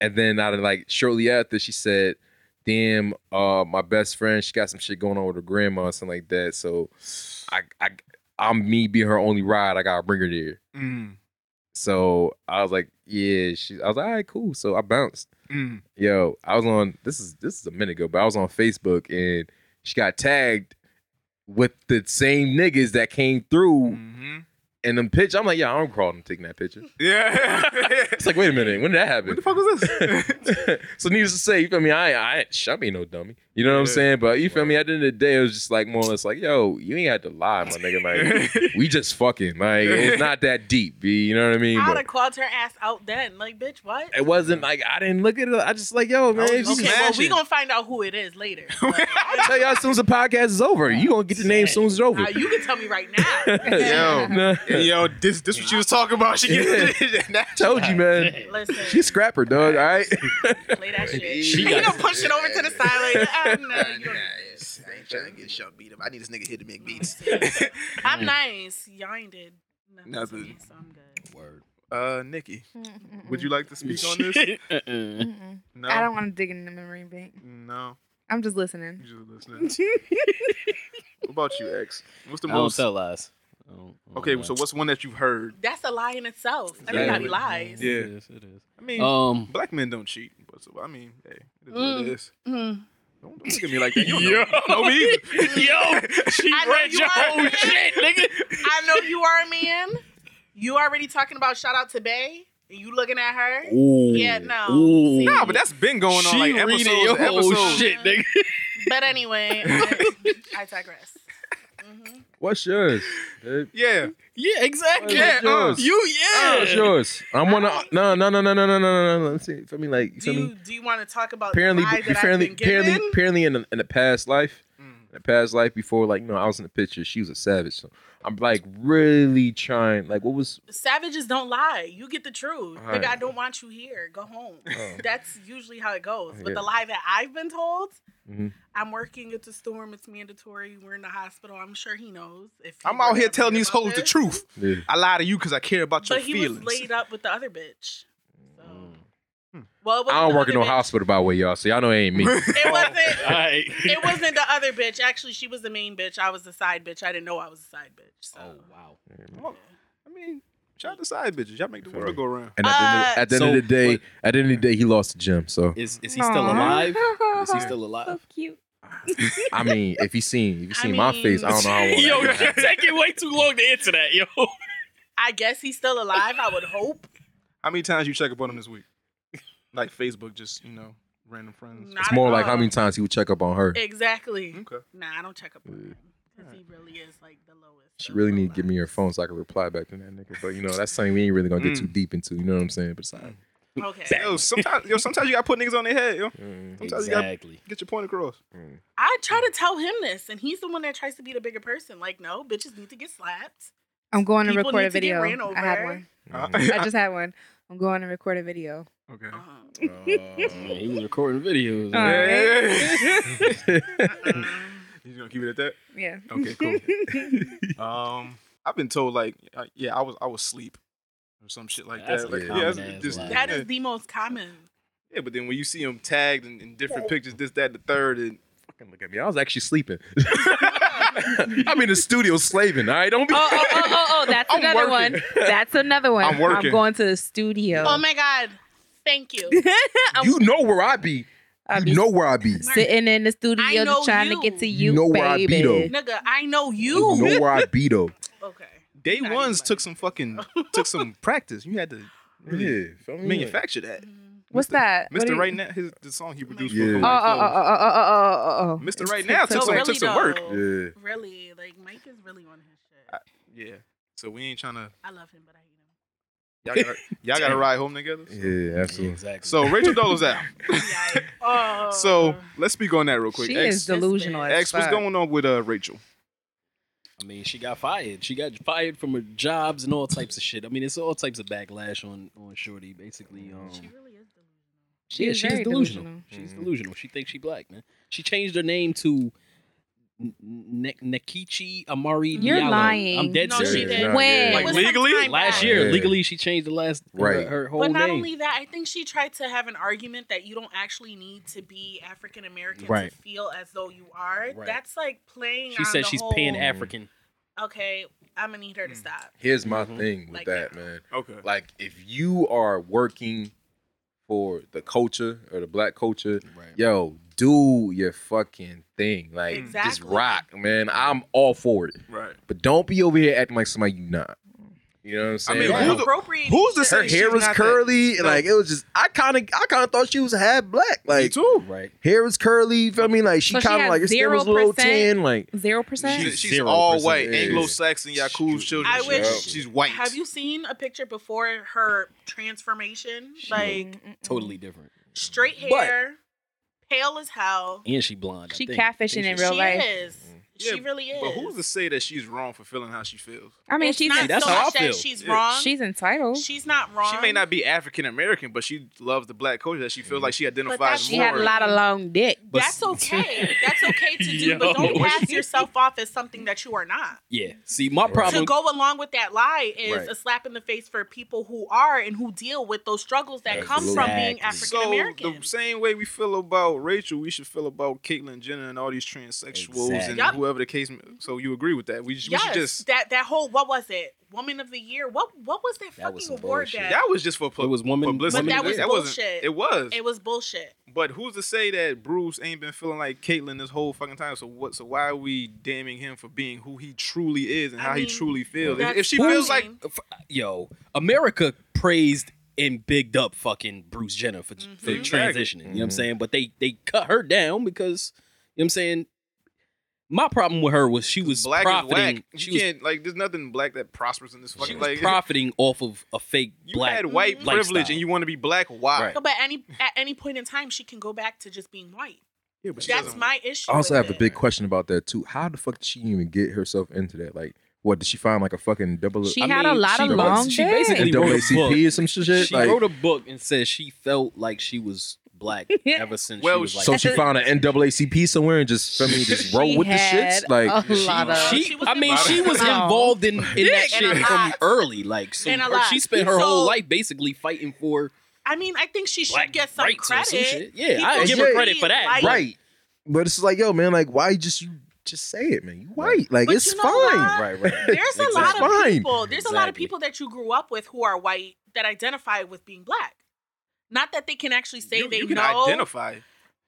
Speaker 4: And then out of like shortly after, she said, "Damn, uh, my best friend, she got some shit going on with her grandma or something like that." So, I, I, I'm me being her only ride. I gotta bring her there.
Speaker 3: Mm.
Speaker 4: So I was like, "Yeah." She, I was like, "All right, cool." So I bounced.
Speaker 3: Mm.
Speaker 4: Yo, I was on this is this is a minute ago, but I was on Facebook and she got tagged with the same niggas that came through
Speaker 3: hmm
Speaker 4: in them picture. I'm like, "Yeah, I'm crawling, taking that picture."
Speaker 3: Yeah.
Speaker 4: It's like, wait a minute, when did that happen?
Speaker 3: what the fuck was this?
Speaker 4: so needless to say, you feel me? I I sh- I ain't no dummy. You know what I'm
Speaker 3: Yeah.
Speaker 4: saying? But you feel me? At the end of the day, it was just like more or less like, yo, you ain't had to lie, my nigga. Like we just fucking like it's not that deep, b. You know what I mean?
Speaker 8: I would
Speaker 4: But
Speaker 8: have called her ass out then. Like, bitch, what?
Speaker 4: it wasn't like I didn't look at it. I just like, yo, man.
Speaker 3: was
Speaker 4: if you-
Speaker 8: Okay, well,
Speaker 3: smashing.
Speaker 8: we gonna find out who it is later.
Speaker 4: I'll tell y'all as soon as the podcast is over. You gonna get the name as soon as it's over.
Speaker 8: Uh, you can tell me right now.
Speaker 3: Yo.
Speaker 4: Nah,
Speaker 3: Yo, this this what she was talking about. She
Speaker 4: told you, man.
Speaker 8: Listen,
Speaker 4: She's scrapper, dog. All right.
Speaker 8: play that shit.
Speaker 3: She
Speaker 8: She
Speaker 3: got-
Speaker 8: gonna push it over to the side. Like, oh, no, you don't need this.
Speaker 3: I ain't trying to get shot beat up. I need this nigga here to make
Speaker 4: Mm.
Speaker 8: I'm nice. Y'all ain't did nothing, to
Speaker 3: Nothing.
Speaker 8: me, so I'm good.
Speaker 7: Word.
Speaker 3: Uh, Nikki, would you like to speak on this?
Speaker 7: Uh-uh.
Speaker 6: Mm-mm.
Speaker 3: No.
Speaker 6: Mm-hmm. I don't want to dig in the memory bank.
Speaker 3: No.
Speaker 6: I'm just
Speaker 3: You
Speaker 6: listening.
Speaker 3: just listening. what about you, ex? What's the
Speaker 7: I don't
Speaker 3: most?
Speaker 7: tell lies. I don't- I don't
Speaker 3: Okay,
Speaker 7: lie.
Speaker 3: so what's one that you've heard?
Speaker 8: That's a lie in itself. Everybody lies.
Speaker 3: Yeah.
Speaker 7: It is. It is.
Speaker 3: I mean,
Speaker 7: Um.
Speaker 3: black men don't cheat. But so, I mean, hey, it is what it
Speaker 8: Mm.
Speaker 3: is.
Speaker 8: Mm.
Speaker 3: Don't, don't look at me like that. You don't
Speaker 7: Yo.
Speaker 3: know, you don't know me either.
Speaker 7: Yo, she
Speaker 8: I know
Speaker 7: read
Speaker 8: you
Speaker 7: your
Speaker 8: are.
Speaker 7: whole shit, nigga.
Speaker 8: I know you are a man. You already talking about shout out to Bay. and you looking at her.
Speaker 4: Ooh.
Speaker 8: Yeah, no.
Speaker 4: Ooh.
Speaker 3: Nah, but that's been going on
Speaker 7: She
Speaker 3: like episodes.
Speaker 7: reading your
Speaker 3: and episodes.
Speaker 7: whole shit, nigga.
Speaker 8: But anyway, I, I digress.
Speaker 4: What's yours? babe?
Speaker 3: Yeah.
Speaker 7: Yeah, exactly.
Speaker 3: Yeah,
Speaker 4: What's yours?
Speaker 3: uh,
Speaker 7: You, yeah.
Speaker 4: What's yours? I'm wanna no no no no no no no no. Let's see. Feel me like you
Speaker 8: Do
Speaker 4: feel me?
Speaker 8: you do you want to talk about
Speaker 4: apparently,
Speaker 8: the vibe that
Speaker 4: apparently,
Speaker 8: I've been given?
Speaker 4: apparently, apparently, in the, in the past life, in the past life before, like you know, I was in the picture. She was a savage. So I'm like really trying. Like, what was?
Speaker 8: Savages don't lie. You get the truth.
Speaker 4: All
Speaker 8: Nigga,
Speaker 4: right. Oh.
Speaker 8: I don't want you here. Go home. That's usually how it goes. But
Speaker 4: Yeah.
Speaker 8: the lie that I've been told,
Speaker 4: Mhm.
Speaker 8: I'm working. It's a storm. It's mandatory. We're in the hospital. I'm sure he knows. If he
Speaker 3: I'm
Speaker 8: were
Speaker 3: out
Speaker 8: to
Speaker 3: here
Speaker 8: ever
Speaker 3: telling
Speaker 8: hear
Speaker 3: these
Speaker 8: about
Speaker 3: hoes the
Speaker 8: this.
Speaker 3: truth.
Speaker 4: Yeah.
Speaker 3: I lie to you because I care about your
Speaker 8: But he
Speaker 3: feelings. Hmm.
Speaker 8: was laid up with the other bitch. So. Well, it wasn't
Speaker 4: Mm. I don't
Speaker 8: the
Speaker 4: work in
Speaker 8: other
Speaker 4: no
Speaker 8: bitch.
Speaker 4: hospital, Oh. by the way, y'all. So y'all know it ain't me.
Speaker 8: It wasn't.
Speaker 7: All right.
Speaker 8: It wasn't the other bitch. Actually, she was the main bitch. I was the side bitch. I didn't know I was the side bitch. So.
Speaker 7: Oh, wow.
Speaker 3: Oh, I mean, shout out to side bitches. Y'all make the world go round.
Speaker 4: And at the end of, at the, end of
Speaker 7: Uh,
Speaker 4: the day,
Speaker 7: so-
Speaker 4: at the end of the day, he lost the gym. So
Speaker 7: Is, is he still
Speaker 6: Aw.
Speaker 7: alive? Is he still
Speaker 6: So
Speaker 7: alive?
Speaker 6: cute.
Speaker 4: I mean, if you seen, if you
Speaker 8: I
Speaker 4: seen my face, I don't know how long.
Speaker 7: yo,
Speaker 4: that
Speaker 7: you're
Speaker 4: happened.
Speaker 7: taking way too long to answer that, yo.
Speaker 8: I guess he's still alive. I would hope.
Speaker 3: How many times you check up on him this week? Like Facebook, just you know, random friends.
Speaker 8: Not
Speaker 4: It's more
Speaker 8: at
Speaker 4: like how
Speaker 8: all.
Speaker 4: many times he would check up on her.
Speaker 8: Exactly.
Speaker 3: Okay.
Speaker 8: Nah, I don't check up on him because he really is like the lowest.
Speaker 4: Mm. She
Speaker 8: of
Speaker 4: really
Speaker 8: the
Speaker 4: need to give me
Speaker 8: low.
Speaker 4: her phone so I can reply back to that nigga. But you know, that's something we ain't really gonna get too
Speaker 7: Mm.
Speaker 4: deep into. You know what I'm saying? But it's all right.
Speaker 8: Okay.
Speaker 3: Yo, sometimes yo, sometimes you gotta put niggas on their head, yo.
Speaker 7: Mm.
Speaker 3: Sometimes you gotta
Speaker 7: Exactly.
Speaker 3: get your point across.
Speaker 8: I try to tell him this, and he's the one that tries to be the bigger person. Like, no, bitches need to get slapped.
Speaker 6: I'm going to
Speaker 8: People
Speaker 6: record
Speaker 8: need
Speaker 6: a
Speaker 8: to
Speaker 6: video.
Speaker 8: get ran
Speaker 6: I had
Speaker 8: over.
Speaker 6: one. I
Speaker 3: Uh,
Speaker 6: just had one. I'm going to record a video.
Speaker 3: okay.
Speaker 8: Uh-huh.
Speaker 7: Man, Oh, he was recording videos.
Speaker 6: All
Speaker 3: Yeah,
Speaker 6: right.
Speaker 3: yeah, yeah. You gonna keep it at that?
Speaker 6: Yeah.
Speaker 3: Okay, cool. um, I've been told like, uh, yeah, I was I was sleep or some shit like
Speaker 7: That's
Speaker 3: that.
Speaker 7: a
Speaker 3: Like,
Speaker 7: common
Speaker 3: yeah, that's-
Speaker 7: ass
Speaker 3: just-
Speaker 7: lie.
Speaker 3: yeah.
Speaker 8: That is the most common.
Speaker 3: Yeah, but then when you see them tagged in, in different pictures, this, that, the third, and
Speaker 4: Fucking look at me. I was actually sleeping. I'm in the studio slaving. All right, don't be.
Speaker 6: Oh,
Speaker 8: Uh,
Speaker 6: oh, oh, oh, oh, that's
Speaker 4: I'm
Speaker 6: another
Speaker 4: working.
Speaker 6: one. That's another one.
Speaker 3: I'm working.
Speaker 6: I'm going to the studio.
Speaker 8: Oh my god! Thank you.
Speaker 6: I'm
Speaker 4: you know where I be.
Speaker 6: I'll
Speaker 4: you
Speaker 6: be
Speaker 4: know where I be.
Speaker 6: sitting in the studio
Speaker 8: know
Speaker 6: trying
Speaker 8: you.
Speaker 6: to get to
Speaker 4: You
Speaker 6: you,
Speaker 4: know where I be,
Speaker 6: baby.
Speaker 4: though.
Speaker 8: Nigga, I know
Speaker 4: You
Speaker 8: you.
Speaker 4: know where I be though.
Speaker 8: Okay.
Speaker 3: day
Speaker 8: Not
Speaker 3: ones
Speaker 8: even
Speaker 3: took some fucking took some practice. You had to
Speaker 7: Mm.
Speaker 4: Yeah, feel me?
Speaker 3: manufacture that.
Speaker 8: Mm-hmm.
Speaker 6: What's that? What do
Speaker 3: Mr.
Speaker 6: you-
Speaker 3: Right Now, his the song he produced for
Speaker 4: Yeah.
Speaker 8: Uh,
Speaker 6: Oh,
Speaker 3: Kodak
Speaker 6: oh, oh,
Speaker 3: Clothes.
Speaker 6: oh, oh, oh, oh, oh, oh.
Speaker 3: Mr. Right Now took
Speaker 8: So
Speaker 3: some
Speaker 8: really
Speaker 3: took some work.
Speaker 8: though,
Speaker 4: Yeah.
Speaker 8: Really, like Mike is really on his shit.
Speaker 3: Yeah. So we ain't trying to
Speaker 8: I love him, but I hate him.
Speaker 3: y'all gotta y'all gotta ride home together.
Speaker 4: Yeah, absolutely.
Speaker 7: Exactly.
Speaker 3: So Rachel Dolezal. out.
Speaker 8: Yikes. Oh.
Speaker 3: So let's speak on that real quick.
Speaker 6: She
Speaker 3: X,
Speaker 6: is delusional as
Speaker 3: X, what's
Speaker 6: fuck.
Speaker 3: going on with uh Rachel?
Speaker 7: I mean, she got fired. She got fired from her jobs and all types of shit. I mean, it's all types of backlash on on Shorty. Basically, um,
Speaker 8: she really is. delusional.
Speaker 6: She
Speaker 7: yeah,
Speaker 6: is
Speaker 7: she's
Speaker 6: very
Speaker 7: delusional.
Speaker 6: delusional.
Speaker 7: She's delusional. She thinks she black, man. She changed her name to N- N- Nekichi Amari.
Speaker 6: You're
Speaker 7: Diallo.
Speaker 6: lying.
Speaker 7: I'm dead
Speaker 8: No,
Speaker 7: serious.
Speaker 8: she didn't.
Speaker 4: Yeah.
Speaker 6: When?
Speaker 8: It
Speaker 7: Like,
Speaker 8: was
Speaker 3: legally?
Speaker 8: sometime
Speaker 7: Last
Speaker 8: back.
Speaker 7: year,
Speaker 4: Yeah.
Speaker 7: legally, she changed the last
Speaker 4: Right.
Speaker 7: her, her whole name.
Speaker 8: But not only that, I think she tried to have an argument that you don't actually need to be African American
Speaker 7: Right.
Speaker 8: to feel as though you are.
Speaker 7: Right.
Speaker 8: That's like playing.
Speaker 7: she
Speaker 8: on
Speaker 7: said
Speaker 8: the
Speaker 7: she's Hmm.
Speaker 8: whole,
Speaker 7: pan African.
Speaker 8: Okay, I'm gonna need her to stop.
Speaker 4: Here's my
Speaker 7: Mm-hmm.
Speaker 4: thing with
Speaker 8: Like
Speaker 4: that,
Speaker 8: that.
Speaker 4: man.
Speaker 3: Okay.
Speaker 4: Like if you are working for the culture or the black culture,
Speaker 7: Right.
Speaker 4: yo, do your fucking thing. Like just
Speaker 8: Exactly.
Speaker 4: rock, man. I'm all for it.
Speaker 3: Right.
Speaker 4: But don't be over here acting like somebody you not. You know what I'm
Speaker 3: I
Speaker 4: saying?
Speaker 3: mean,
Speaker 4: Like,
Speaker 3: who's the,
Speaker 8: Appropriate.
Speaker 3: who's to say
Speaker 4: her hair
Speaker 3: she's
Speaker 4: was
Speaker 3: not that-
Speaker 4: curly,
Speaker 3: No.
Speaker 4: like it was just. I kind of, I kind of thought she was half black.
Speaker 3: Me
Speaker 4: Like
Speaker 3: too.
Speaker 7: Right.
Speaker 4: hair was curly. You feel me? Like she
Speaker 6: So she
Speaker 4: kind of
Speaker 6: had
Speaker 4: like her skin was a little
Speaker 6: 0%?
Speaker 4: tan. Like
Speaker 6: Zero percent?
Speaker 3: She's,
Speaker 4: She's
Speaker 3: she's
Speaker 4: zero
Speaker 3: all
Speaker 4: percent
Speaker 3: white,
Speaker 4: Asian.
Speaker 3: Anglo-Saxon, Yakuza children.
Speaker 8: I wish-
Speaker 3: she's white.
Speaker 8: Have you seen a picture before her transformation? like
Speaker 7: Totally different.
Speaker 8: straight
Speaker 7: But-
Speaker 8: hair, pale as hell.
Speaker 7: And she blonde. I
Speaker 6: She
Speaker 7: think.
Speaker 6: catfishing in
Speaker 7: Think
Speaker 6: real
Speaker 8: she
Speaker 6: life.
Speaker 8: is.
Speaker 7: Hmm.
Speaker 3: Yeah,
Speaker 8: she really is.
Speaker 3: But who's to say that she's wrong for feeling how she feels?
Speaker 6: I mean,
Speaker 8: It's
Speaker 6: she's
Speaker 8: not
Speaker 7: See, that's
Speaker 8: so
Speaker 7: how I
Speaker 8: much
Speaker 7: feel.
Speaker 8: that she's
Speaker 3: Yeah.
Speaker 8: wrong.
Speaker 6: she's entitled.
Speaker 8: she's not wrong.
Speaker 3: She may not be African American, but she loves the black culture that she feels like she identifies
Speaker 8: that's-
Speaker 6: She
Speaker 3: more.
Speaker 6: had a lot of long dick.
Speaker 7: But-
Speaker 8: That's okay. That's okay to do, but don't
Speaker 7: Yo.
Speaker 8: pass yourself off as something that you are not.
Speaker 7: Yeah. See, my problem.
Speaker 8: To go along with that lie is
Speaker 7: Right.
Speaker 8: a slap in the face for people who are and who deal with those struggles that come from being
Speaker 7: Exactly.
Speaker 8: African
Speaker 3: so
Speaker 8: American.
Speaker 3: the same way we feel about Rachel, we should feel about Caitlyn Jenner and all these transsexuals
Speaker 7: Exactly.
Speaker 3: and
Speaker 8: Yup.
Speaker 3: whoever the case. may- So you agree with that? We, just- we
Speaker 8: yes,
Speaker 3: should just
Speaker 8: that that whole what was it? Woman of the Year. What what was that,
Speaker 7: That was
Speaker 8: fucking
Speaker 7: some
Speaker 8: award
Speaker 7: bullshit.
Speaker 8: that?
Speaker 3: that was just for pu-
Speaker 7: It was woman-
Speaker 3: publicity.
Speaker 7: But that was
Speaker 3: wasn't-
Speaker 8: bullshit.
Speaker 3: It was.
Speaker 8: It was bullshit.
Speaker 3: But who's to say that Bruce ain't been feeling like Caitlyn this whole fucking time? So what? So why are we damning him for being who he truly is and
Speaker 8: I
Speaker 3: how he
Speaker 8: mean,
Speaker 3: truly feels? If,
Speaker 8: that's
Speaker 3: if she feels like
Speaker 8: fine.
Speaker 7: Yo, America praised and bigged up fucking Bruce Jenner for,
Speaker 8: Mm-hmm.
Speaker 7: for
Speaker 3: Mhm.
Speaker 7: transitioning. You know what I'm saying? But they they cut her down because you know what I'm saying. My problem with her was she was
Speaker 3: Black is
Speaker 7: profiting.
Speaker 3: whack.
Speaker 7: She
Speaker 3: You
Speaker 7: was,
Speaker 3: can't like. There's nothing black that prospers in this fucking.
Speaker 7: she was
Speaker 3: like,
Speaker 7: profiting off of a fake
Speaker 3: you
Speaker 7: black
Speaker 3: had white
Speaker 8: Mm-hmm.
Speaker 3: privilege and you want to be black. Why?
Speaker 7: Right.
Speaker 8: No, but any at any point in time, she can go back to just being white.
Speaker 3: Yeah, but she
Speaker 8: That's
Speaker 3: doesn't-
Speaker 8: my issue.
Speaker 4: I also
Speaker 8: with
Speaker 4: have a
Speaker 8: it.
Speaker 4: big question about that too. How the fuck did she even get herself into that? Like, what did she find like a fucking double?
Speaker 6: She
Speaker 4: I
Speaker 6: had a
Speaker 4: mean,
Speaker 6: lot
Speaker 4: she
Speaker 6: of
Speaker 4: wrote-
Speaker 6: long
Speaker 7: she basically
Speaker 6: days.
Speaker 7: wrote a book.
Speaker 4: NAACP or some shit.
Speaker 7: She
Speaker 4: like,
Speaker 7: wrote a book and said she felt like she was black ever since
Speaker 3: Well,
Speaker 7: she was like.
Speaker 4: so she found an NAACP somewhere and just feel me just roll
Speaker 6: She
Speaker 4: with the
Speaker 6: had
Speaker 4: shit. Like,
Speaker 6: a lot of.
Speaker 7: she,
Speaker 8: She was
Speaker 7: I mean, she was
Speaker 6: No.
Speaker 7: involved in, in that
Speaker 8: And a
Speaker 7: shit
Speaker 8: lot.
Speaker 7: from early. Like, so
Speaker 8: And a
Speaker 7: her-
Speaker 8: lot.
Speaker 7: she spent her whole
Speaker 8: So-
Speaker 7: life basically fighting for
Speaker 8: I mean, I think she should
Speaker 7: black
Speaker 8: get some
Speaker 7: rights
Speaker 8: credit.
Speaker 7: or some shit. Yeah, I
Speaker 8: People
Speaker 7: give her
Speaker 8: should
Speaker 7: credit
Speaker 8: be
Speaker 7: for that.
Speaker 8: like-
Speaker 4: right. But it's like, yo, man, like, why just you just say it, man? You white, like,
Speaker 8: But
Speaker 4: it's
Speaker 8: you know
Speaker 4: fine.
Speaker 8: what?
Speaker 4: Right, right.
Speaker 8: There's a lot
Speaker 4: Exactly.
Speaker 8: of
Speaker 4: Fine.
Speaker 8: people. There's a lot of
Speaker 7: Exactly.
Speaker 8: people that you grew up with who are white that identify with being black. Not that they can actually say
Speaker 3: you,
Speaker 8: they
Speaker 3: you can
Speaker 8: know.
Speaker 3: identify.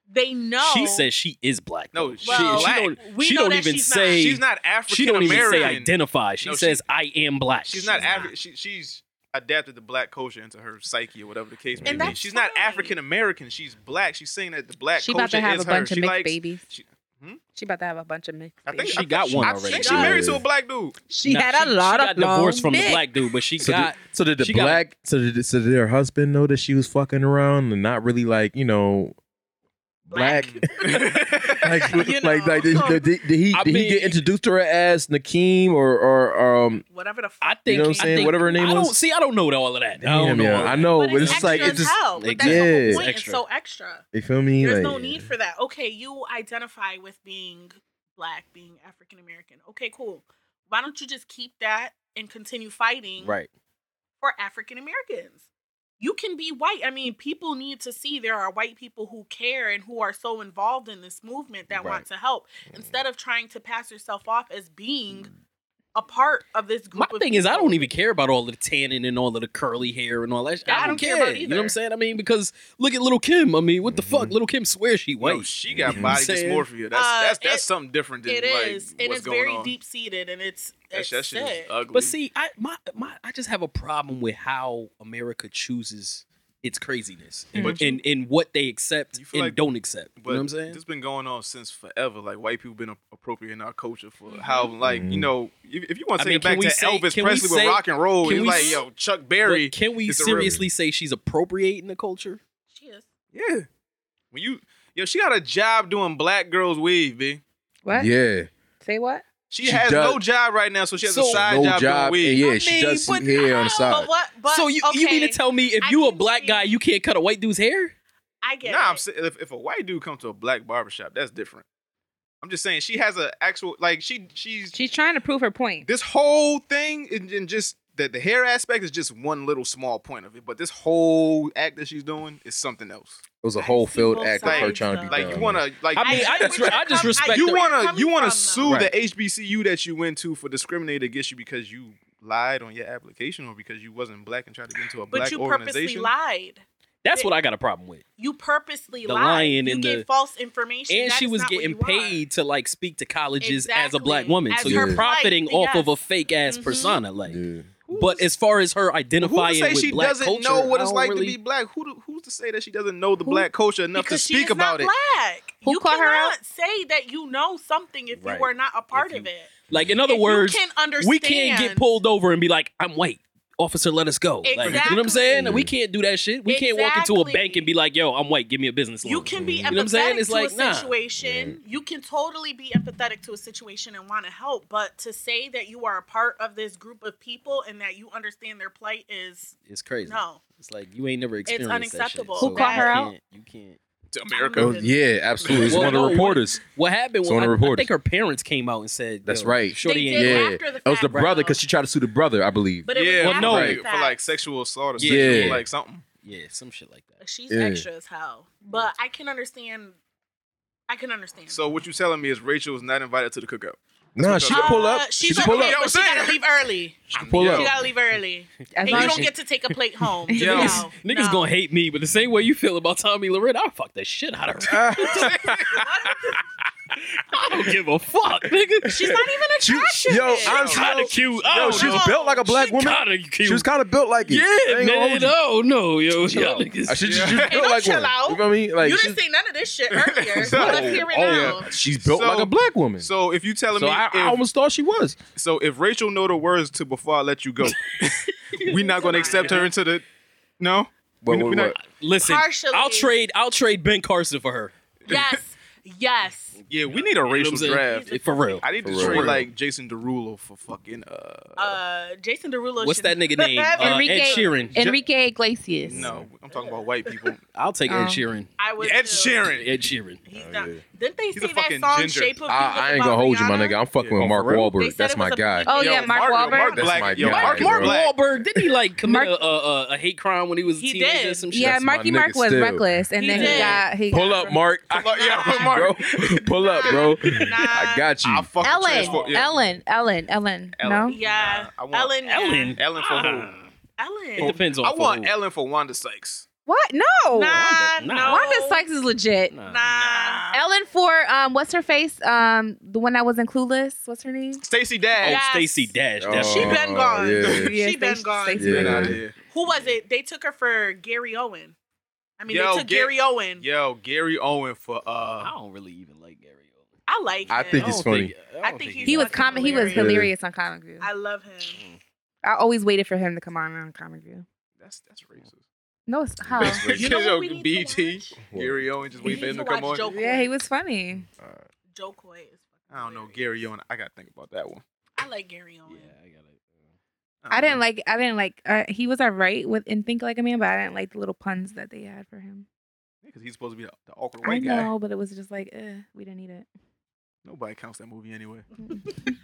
Speaker 8: They know.
Speaker 7: She says she is black.
Speaker 3: No,
Speaker 7: though.
Speaker 3: she's
Speaker 7: she,
Speaker 3: black.
Speaker 7: don't.
Speaker 8: We
Speaker 7: she
Speaker 8: know
Speaker 7: don't
Speaker 8: that
Speaker 7: even
Speaker 8: she's not.
Speaker 7: say.
Speaker 3: She's not African
Speaker 7: She don't even
Speaker 3: American.
Speaker 7: say identify. She
Speaker 3: No, she-
Speaker 7: says I am black.
Speaker 3: She's not Afri- she, she's adapted the black culture into her psyche or whatever the case may
Speaker 8: And
Speaker 3: be.
Speaker 8: that's
Speaker 3: She's not
Speaker 8: fine.
Speaker 3: African American. She's black. She's saying that the black
Speaker 6: She
Speaker 3: culture
Speaker 6: about to have
Speaker 3: is
Speaker 6: a bunch
Speaker 3: her.
Speaker 6: of
Speaker 3: she
Speaker 6: mixed
Speaker 3: likes,
Speaker 6: babies.
Speaker 3: she- Hmm?
Speaker 6: She about to have a bunch of mixed
Speaker 3: I think
Speaker 6: babies.
Speaker 7: She
Speaker 3: I-
Speaker 7: got one
Speaker 3: I
Speaker 7: already.
Speaker 3: think
Speaker 4: She
Speaker 3: she
Speaker 4: does.
Speaker 3: married to a black dude.
Speaker 6: She
Speaker 7: Nah,
Speaker 6: had
Speaker 7: she-
Speaker 6: a lot
Speaker 7: she
Speaker 6: of
Speaker 7: got
Speaker 6: long
Speaker 7: divorced from
Speaker 6: dick.
Speaker 7: the black dude, but she
Speaker 4: So,
Speaker 7: got.
Speaker 4: did, so did the
Speaker 7: she got-
Speaker 4: black? so did so did her husband know that she was fucking around and not really like you know, black? like,
Speaker 8: You
Speaker 4: like,
Speaker 8: know.
Speaker 4: like, did, did, did he did
Speaker 7: I
Speaker 4: he
Speaker 7: mean-
Speaker 4: get introduced to her as Nakeem or or um?
Speaker 8: whatever the fuck.
Speaker 7: I
Speaker 4: You
Speaker 7: think.
Speaker 4: know what I'm
Speaker 7: I
Speaker 4: saying?
Speaker 7: think-
Speaker 4: Whatever her name
Speaker 7: I don't
Speaker 4: was?
Speaker 7: see. I don't know all of that. I don't
Speaker 4: Damn,
Speaker 7: know.
Speaker 4: yeah,
Speaker 7: all
Speaker 4: I
Speaker 7: that.
Speaker 4: know,
Speaker 8: but
Speaker 4: but, it's,
Speaker 8: extra
Speaker 4: like it
Speaker 8: as
Speaker 4: just
Speaker 8: hell. But that's the
Speaker 4: yeah.
Speaker 8: whole point.
Speaker 7: Extra.
Speaker 8: It's so extra.
Speaker 4: You feel me?
Speaker 8: There's
Speaker 4: like,
Speaker 8: no need for that. Okay, you identify with being black, being African American. Okay, cool. Why don't you just keep that and continue fighting
Speaker 7: Right.
Speaker 8: for African Americans? You can be white. I mean, people need to see there are white people who care and who are so involved in this movement that want to help instead of trying to pass yourself off as being a part of this
Speaker 7: Mm. My
Speaker 8: group. of
Speaker 7: thing is, I
Speaker 8: people.
Speaker 7: don't even care about all of the tanning and all of the curly hair and all that. shit.
Speaker 8: I
Speaker 7: I
Speaker 8: don't
Speaker 7: don't
Speaker 8: care
Speaker 7: care.
Speaker 8: about
Speaker 7: You know what
Speaker 8: either.
Speaker 7: I'm saying? I mean, because look at little Kim. I mean, what the
Speaker 4: Mm-hmm.
Speaker 7: fuck? Little Kim swears she white.
Speaker 3: Wait, she got
Speaker 7: You know what I'm
Speaker 3: body
Speaker 7: saying?
Speaker 3: dysmorphia. That's
Speaker 8: Uh,
Speaker 3: that's that's
Speaker 8: it-
Speaker 3: something different than
Speaker 8: It
Speaker 3: like
Speaker 8: is, and
Speaker 3: what's
Speaker 8: it's
Speaker 3: going
Speaker 8: very
Speaker 3: on.
Speaker 8: deep seated, and it's,
Speaker 3: That
Speaker 8: it's
Speaker 3: sh- that shit is
Speaker 8: sick.
Speaker 3: ugly.
Speaker 7: But see, I my my I just have a problem with how America chooses its craziness and
Speaker 3: But
Speaker 7: and, and what they accept
Speaker 3: You
Speaker 7: and
Speaker 3: feel like-
Speaker 7: don't accept. You
Speaker 3: But
Speaker 7: know what I'm saying?
Speaker 3: This been going on since forever. Like white people been appropriating our culture for
Speaker 7: Mm-hmm.
Speaker 3: how, like you know, if, if you want
Speaker 7: I
Speaker 3: to take
Speaker 7: mean,
Speaker 3: it back
Speaker 7: can
Speaker 3: to
Speaker 7: we say-
Speaker 3: Elvis
Speaker 7: can we
Speaker 3: Presley with
Speaker 7: say-
Speaker 3: rock and roll,
Speaker 7: can
Speaker 3: it's
Speaker 7: we
Speaker 3: like
Speaker 7: s-
Speaker 3: yo Chuck
Speaker 7: But
Speaker 3: Berry.
Speaker 7: can we
Speaker 3: is the real-
Speaker 7: seriously say she's appropriating the culture?
Speaker 8: She is.
Speaker 3: Yeah. When you yo, she got a job doing black girls weave, b.
Speaker 6: What?
Speaker 4: Yeah,
Speaker 6: Say what?
Speaker 3: She,
Speaker 4: She
Speaker 3: has
Speaker 4: does-
Speaker 3: no job right now, so she has
Speaker 7: So-
Speaker 3: a side
Speaker 4: no
Speaker 3: job,
Speaker 4: job.
Speaker 3: doing
Speaker 4: and
Speaker 3: weave.
Speaker 4: yeah,
Speaker 7: I
Speaker 4: she
Speaker 7: mean,
Speaker 4: does some
Speaker 7: but
Speaker 4: hair on the
Speaker 8: Oh,
Speaker 4: side.
Speaker 8: But what? But,
Speaker 7: so you you mean to
Speaker 8: okay,
Speaker 7: tell me if
Speaker 8: I
Speaker 7: you a
Speaker 8: can
Speaker 7: black
Speaker 8: see-
Speaker 7: guy, you can't cut a white dude's hair?
Speaker 8: I get
Speaker 3: Nah,
Speaker 8: it.
Speaker 3: I'm saying if, if a white dude comes to a black barbershop, that's different. I'm just saying she has an actual like she she's
Speaker 6: She's trying to prove her point.
Speaker 3: this whole thing and, and just that the hair aspect is just one little small point of it, but this whole act that she's doing is something else.
Speaker 4: It was a
Speaker 3: I
Speaker 4: whole
Speaker 8: see
Speaker 4: field
Speaker 8: both
Speaker 4: act of her
Speaker 8: sides,
Speaker 4: trying to be
Speaker 8: though.
Speaker 3: Like
Speaker 4: done.
Speaker 3: you wanna like
Speaker 7: I mean, I
Speaker 8: get
Speaker 7: just
Speaker 8: where you're
Speaker 7: I just
Speaker 8: com- I-
Speaker 7: respect
Speaker 3: you
Speaker 7: her.
Speaker 3: wanna
Speaker 8: coming
Speaker 3: you wanna
Speaker 8: from,
Speaker 3: sue
Speaker 8: though.
Speaker 3: the HBCU that you went to for discriminating against you because you lied on your application or because you wasn't black and tried to get into a
Speaker 8: but
Speaker 3: black
Speaker 8: you purposely
Speaker 3: organization.
Speaker 8: lied.
Speaker 7: That's what I got a problem with.
Speaker 8: You purposely
Speaker 7: The
Speaker 8: lied.
Speaker 7: lying
Speaker 8: you
Speaker 7: and
Speaker 8: gave
Speaker 7: the-
Speaker 8: false information,
Speaker 7: and
Speaker 8: That
Speaker 7: she
Speaker 8: is
Speaker 7: was
Speaker 8: not what
Speaker 7: getting
Speaker 8: you are.
Speaker 7: paid to like speak to colleges as a black
Speaker 8: Exactly.
Speaker 7: woman.
Speaker 8: As
Speaker 7: so
Speaker 4: her
Speaker 7: you're
Speaker 4: plight,
Speaker 7: profiting off
Speaker 8: yes.
Speaker 7: of a fake ass
Speaker 8: Mhm.
Speaker 7: persona, like.
Speaker 4: Yeah.
Speaker 7: But as far as her
Speaker 3: Who to
Speaker 7: identifying
Speaker 3: say
Speaker 7: with
Speaker 3: she
Speaker 7: black
Speaker 3: doesn't
Speaker 7: culture,
Speaker 3: know what
Speaker 7: I
Speaker 3: it's
Speaker 7: don't
Speaker 3: like
Speaker 7: really-
Speaker 3: to be black? Who do, who's to say that she doesn't know the black culture enough
Speaker 8: because
Speaker 3: to
Speaker 8: she
Speaker 3: speak
Speaker 8: is
Speaker 3: about
Speaker 8: not
Speaker 3: it?
Speaker 8: black.
Speaker 6: Who
Speaker 8: you
Speaker 6: called her
Speaker 8: cannot
Speaker 6: out?
Speaker 8: say that you know something if
Speaker 7: Right.
Speaker 8: you are not a part
Speaker 7: If
Speaker 8: of
Speaker 7: you-
Speaker 8: it.
Speaker 7: Like in other
Speaker 8: If you
Speaker 7: words,
Speaker 8: can understand.
Speaker 7: we can't get pulled over and be like, "I'm white, officer, let us go." Like, you know what I'm
Speaker 8: Exactly.
Speaker 7: saying? We can't do that shit. We can't walk into a
Speaker 8: Exactly.
Speaker 7: bank and be like, "Yo, I'm white, give me a business loan."
Speaker 8: You can be empathetic
Speaker 7: know what I'm saying? It's
Speaker 8: to
Speaker 7: like,
Speaker 8: a
Speaker 7: nah.
Speaker 8: situation. You can totally be empathetic to a situation and want to help, but to say that you are a part of this group of people and that you understand their plight is
Speaker 7: it's crazy.
Speaker 8: no.
Speaker 7: It's like you ain't never experienced
Speaker 8: unacceptable.
Speaker 7: That
Speaker 8: Who
Speaker 7: shit.
Speaker 6: called her
Speaker 7: you
Speaker 6: out?
Speaker 7: can't- You can't.
Speaker 3: To
Speaker 4: Oh,
Speaker 3: America.
Speaker 8: Well,
Speaker 4: yeah, absolutely. It's
Speaker 7: Well,
Speaker 4: one of the
Speaker 7: no,
Speaker 4: reporters.
Speaker 7: What happened?
Speaker 4: It's
Speaker 7: Was,
Speaker 4: on
Speaker 7: I,
Speaker 4: the
Speaker 7: I
Speaker 4: reporter.
Speaker 7: think her parents came out and said,
Speaker 4: That's
Speaker 7: yo,
Speaker 4: right.
Speaker 7: Shorty
Speaker 8: They
Speaker 7: ain't
Speaker 8: did
Speaker 7: black.
Speaker 4: Yeah,
Speaker 8: after the
Speaker 4: it was the
Speaker 8: fact,
Speaker 4: brother
Speaker 8: though.
Speaker 4: because she tried to sue the brother, I believe.
Speaker 8: But it
Speaker 3: Yeah,
Speaker 8: was
Speaker 7: Well,
Speaker 3: for
Speaker 8: after
Speaker 7: no.
Speaker 3: like,
Speaker 8: the
Speaker 3: for
Speaker 8: fact.
Speaker 3: like sexual assault or
Speaker 7: Yeah.
Speaker 3: sexual,
Speaker 4: Yeah.
Speaker 3: like something.
Speaker 7: Yeah, some shit like that.
Speaker 8: She's
Speaker 4: Yeah.
Speaker 8: extra as hell, but I can understand. I can understand.
Speaker 3: So what you telling me is Rachel is not invited to the cookout.
Speaker 4: Nah,
Speaker 3: what
Speaker 4: she
Speaker 3: I'm
Speaker 4: could pull
Speaker 8: Uh,
Speaker 4: up. She
Speaker 8: she's
Speaker 4: could pull
Speaker 8: okay,
Speaker 3: You know
Speaker 4: up.
Speaker 3: what
Speaker 8: but she
Speaker 3: I'm
Speaker 8: gotta
Speaker 3: saying?
Speaker 8: leave early.
Speaker 4: She could pull
Speaker 3: Yo.
Speaker 8: She
Speaker 4: up.
Speaker 8: gotta leave early,
Speaker 6: As
Speaker 8: and
Speaker 6: long
Speaker 8: you
Speaker 6: as
Speaker 8: don't
Speaker 6: she-
Speaker 8: get to take a plate home.
Speaker 3: Yo.
Speaker 8: No,
Speaker 3: Niggas-
Speaker 7: Niggas
Speaker 8: no.
Speaker 7: gonna hate me, but the same way you feel about Tommy Loren, I'll fuck the shit out of her. I don't give a fuck, nigga.
Speaker 8: She's not even attractive.
Speaker 4: yo, I'm
Speaker 7: She's kind of cute. I
Speaker 4: Yo,
Speaker 7: don't
Speaker 4: she was
Speaker 7: know.
Speaker 4: built like a black
Speaker 7: She
Speaker 4: woman.
Speaker 7: kinda cute.
Speaker 4: She was kind of built like it.
Speaker 7: Yeah,
Speaker 4: I ain't gonna
Speaker 7: man.
Speaker 4: hold you.
Speaker 7: No, no, yo.
Speaker 4: Chill
Speaker 7: y'all
Speaker 4: out.
Speaker 7: niggas-
Speaker 4: Uh, She, she- she was
Speaker 8: Hey,
Speaker 4: built
Speaker 8: don't
Speaker 4: like
Speaker 8: chill
Speaker 4: one.
Speaker 8: out.
Speaker 4: You know what I mean? Like
Speaker 8: you
Speaker 4: she's,
Speaker 8: didn't say none of this shit earlier. so
Speaker 3: No.
Speaker 8: let's hear it
Speaker 4: oh,
Speaker 8: now.
Speaker 4: yeah. she's built
Speaker 3: So-
Speaker 4: like a black woman. So,
Speaker 3: So if you telling me,
Speaker 4: I, I
Speaker 3: if-
Speaker 4: almost thought she was.
Speaker 3: so if Rachel know the words to before I let you go, we not gonna accept her into the. No.
Speaker 4: What,
Speaker 3: we
Speaker 4: what,
Speaker 3: not-
Speaker 4: what?
Speaker 7: Listen,
Speaker 8: Partially.
Speaker 7: I'll trade. I'll trade Ben Carson for her.
Speaker 8: Yes. Yes.
Speaker 3: Yeah, we need a
Speaker 7: You know
Speaker 3: racial
Speaker 7: what I'm saying?
Speaker 3: draft.
Speaker 7: for real.
Speaker 3: I need to
Speaker 4: For real.
Speaker 3: trade like Jason Derulo for fucking uh
Speaker 8: Uh, Jason Derulo.
Speaker 7: What's that
Speaker 8: should-
Speaker 7: nigga name? Uh, Ed
Speaker 6: Enrique
Speaker 7: Sheeran.
Speaker 6: Enrique Iglesias.
Speaker 3: no, I'm talking about white people.
Speaker 7: I'll take
Speaker 8: Oh.
Speaker 6: Um,
Speaker 7: Ed Sheeran.
Speaker 8: I would.
Speaker 3: Ed
Speaker 8: too.
Speaker 3: Sheeran.
Speaker 7: Ed Sheeran.
Speaker 8: He's
Speaker 4: Oh,
Speaker 8: not.
Speaker 4: yeah.
Speaker 8: Didn't they
Speaker 3: a
Speaker 8: say that
Speaker 3: fucking
Speaker 8: song
Speaker 3: ginger.
Speaker 8: "Shape of You"?
Speaker 4: I, I ain't
Speaker 8: about
Speaker 4: gonna hold
Speaker 8: Rihanna?
Speaker 4: you, my nigga. I'm fucking
Speaker 3: Yeah,
Speaker 4: with Mark
Speaker 7: for real.
Speaker 8: They
Speaker 4: Wahlberg.
Speaker 8: said
Speaker 4: That's
Speaker 8: it was
Speaker 4: my
Speaker 8: a- E
Speaker 4: guy.
Speaker 6: Oh
Speaker 3: Yo,
Speaker 6: yeah, Mark
Speaker 3: Mark-
Speaker 6: Wahlberg.
Speaker 3: Mark-
Speaker 4: That's
Speaker 3: Black-
Speaker 4: my
Speaker 3: yo,
Speaker 4: guy.
Speaker 7: Mark,
Speaker 3: Black-
Speaker 4: bro.
Speaker 7: Mark Wahlberg didn't he like commit
Speaker 6: Mark-
Speaker 7: a, a, a hate crime when he was a
Speaker 8: He
Speaker 7: teenager or
Speaker 8: did.
Speaker 7: some shit?
Speaker 6: Yeah,
Speaker 4: That's
Speaker 6: Marky
Speaker 4: my
Speaker 6: Mark
Speaker 4: nigga
Speaker 6: was
Speaker 4: still.
Speaker 6: reckless, and
Speaker 8: He
Speaker 6: then
Speaker 8: did.
Speaker 6: he got he
Speaker 4: Pull
Speaker 6: got
Speaker 4: up, Mark. I,
Speaker 3: Like, yeah, Mark.
Speaker 4: bro, pull up, bro.
Speaker 8: Nah.
Speaker 4: I got you.
Speaker 3: I fucking
Speaker 6: Ellen,
Speaker 3: transform- yeah.
Speaker 6: Ellen, Ellen, Ellen. No,
Speaker 3: Ellen.
Speaker 8: Yeah,
Speaker 3: Nah, I want
Speaker 8: Ellen. yeah.
Speaker 7: Ellen.
Speaker 3: Ellen for
Speaker 7: Ah. It
Speaker 8: Ellen.
Speaker 7: depends
Speaker 3: who?
Speaker 7: on.
Speaker 3: I
Speaker 7: for
Speaker 3: want
Speaker 7: who.
Speaker 3: Ellen for Wanda Sykes.
Speaker 6: what? No,
Speaker 8: Nah,
Speaker 7: Wanda-
Speaker 8: no.
Speaker 7: nah.
Speaker 6: oh, Wanda Sykes is legit.
Speaker 7: Nah.
Speaker 8: Nah.
Speaker 6: Ellen for um, what's her face? Um, the one that was in Clueless. What's her name?
Speaker 3: Stacy
Speaker 7: Oh,
Speaker 3: Dash.
Speaker 8: Yes.
Speaker 7: Stacey Dash.
Speaker 8: She
Speaker 7: definitely.
Speaker 8: been gone.
Speaker 4: Yeah.
Speaker 8: She been
Speaker 6: Stacey-
Speaker 8: gone.
Speaker 6: Stacey
Speaker 4: Yeah.
Speaker 3: Get
Speaker 6: Dash.
Speaker 3: out of here.
Speaker 8: Who was it? They took her for Gary Owen. I mean,
Speaker 3: Yo,
Speaker 8: they took
Speaker 3: Ga-
Speaker 8: Gary Owen.
Speaker 3: Yo, Gary Owen for
Speaker 7: I
Speaker 3: uh
Speaker 7: don't really even like Gary. Oldman.
Speaker 8: I like.
Speaker 4: I
Speaker 8: him.
Speaker 4: think
Speaker 7: I
Speaker 4: it's
Speaker 7: don't
Speaker 4: funny.
Speaker 7: don't
Speaker 8: I think he's
Speaker 6: He was
Speaker 8: fucking
Speaker 6: comic. He was
Speaker 8: hilarious.
Speaker 6: hilarious on Comic View.
Speaker 8: I love him.
Speaker 6: I always waited for him to come on on Comic View.
Speaker 3: that's that's racist.
Speaker 6: No, it's how.
Speaker 4: That's racist.
Speaker 8: You know
Speaker 3: Yo,
Speaker 8: what we need to
Speaker 3: BT,
Speaker 8: watch?
Speaker 3: Gary Owen just
Speaker 8: We
Speaker 3: waiting for
Speaker 8: need
Speaker 3: him
Speaker 8: to
Speaker 3: to come
Speaker 8: watch
Speaker 3: on.
Speaker 8: Joe Coy.
Speaker 6: Yeah, he was funny.
Speaker 8: Joe Coy is. fucking
Speaker 3: I don't know,
Speaker 8: hilarious.
Speaker 3: Gary Owen. I gotta think about that one.
Speaker 8: I like Gary Owen.
Speaker 7: I got it.
Speaker 6: I
Speaker 3: Um,
Speaker 6: didn't like. I didn't like. Uh, he was alright with and think like a man, but I didn't like the little puns that they had for him.
Speaker 3: because he's supposed to be the, the awkward
Speaker 6: I
Speaker 3: white guy.
Speaker 6: know, but it was just like, eh, we didn't need it.
Speaker 3: Nobody counts that movie anyway.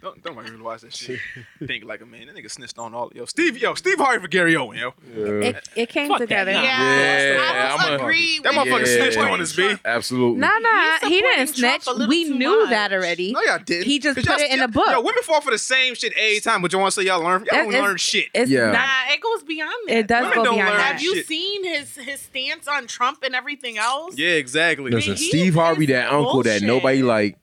Speaker 6: Mm.
Speaker 3: Don't don't really watch that shit. Think like a man. That nigga snitched on all yo Steve yo Steve Harvey for Gary Owen yo.
Speaker 4: Yeah.
Speaker 6: It it came
Speaker 7: Fuck that,
Speaker 6: together.
Speaker 7: nah.
Speaker 4: Yeah,
Speaker 8: I
Speaker 4: I'm
Speaker 8: will
Speaker 4: a-
Speaker 8: agree.
Speaker 3: That
Speaker 8: with
Speaker 3: motherfucker
Speaker 8: you.
Speaker 3: snitched on us, B. Oh,
Speaker 4: Absolutely.
Speaker 6: No, no,
Speaker 8: He's
Speaker 6: he didn't
Speaker 8: supporting Trump
Speaker 6: snitch.
Speaker 8: a little
Speaker 6: We
Speaker 8: too
Speaker 6: knew
Speaker 8: much.
Speaker 6: that already.
Speaker 3: No, y'all didn't.
Speaker 6: He just
Speaker 3: 'Cause
Speaker 6: put
Speaker 3: y'all
Speaker 6: it in
Speaker 3: still-
Speaker 6: a book.
Speaker 3: Yo, women fall for the same shit every time, but you want to say y'all learn? Y'all
Speaker 6: That
Speaker 3: don't
Speaker 6: is-
Speaker 3: learn shit.
Speaker 6: It's not.
Speaker 4: Yeah.
Speaker 8: Nah, it goes beyond that.
Speaker 6: It does
Speaker 3: Women
Speaker 6: go
Speaker 3: don't
Speaker 6: beyond
Speaker 3: learn
Speaker 8: Have
Speaker 6: that.
Speaker 8: you
Speaker 3: shit.
Speaker 8: seen his his stance on Trump and everything else?
Speaker 3: Yeah, exactly.
Speaker 4: Listen,
Speaker 8: He
Speaker 4: Steve
Speaker 8: is
Speaker 4: Harvey, that uncle that
Speaker 8: bullshit.
Speaker 4: nobody like.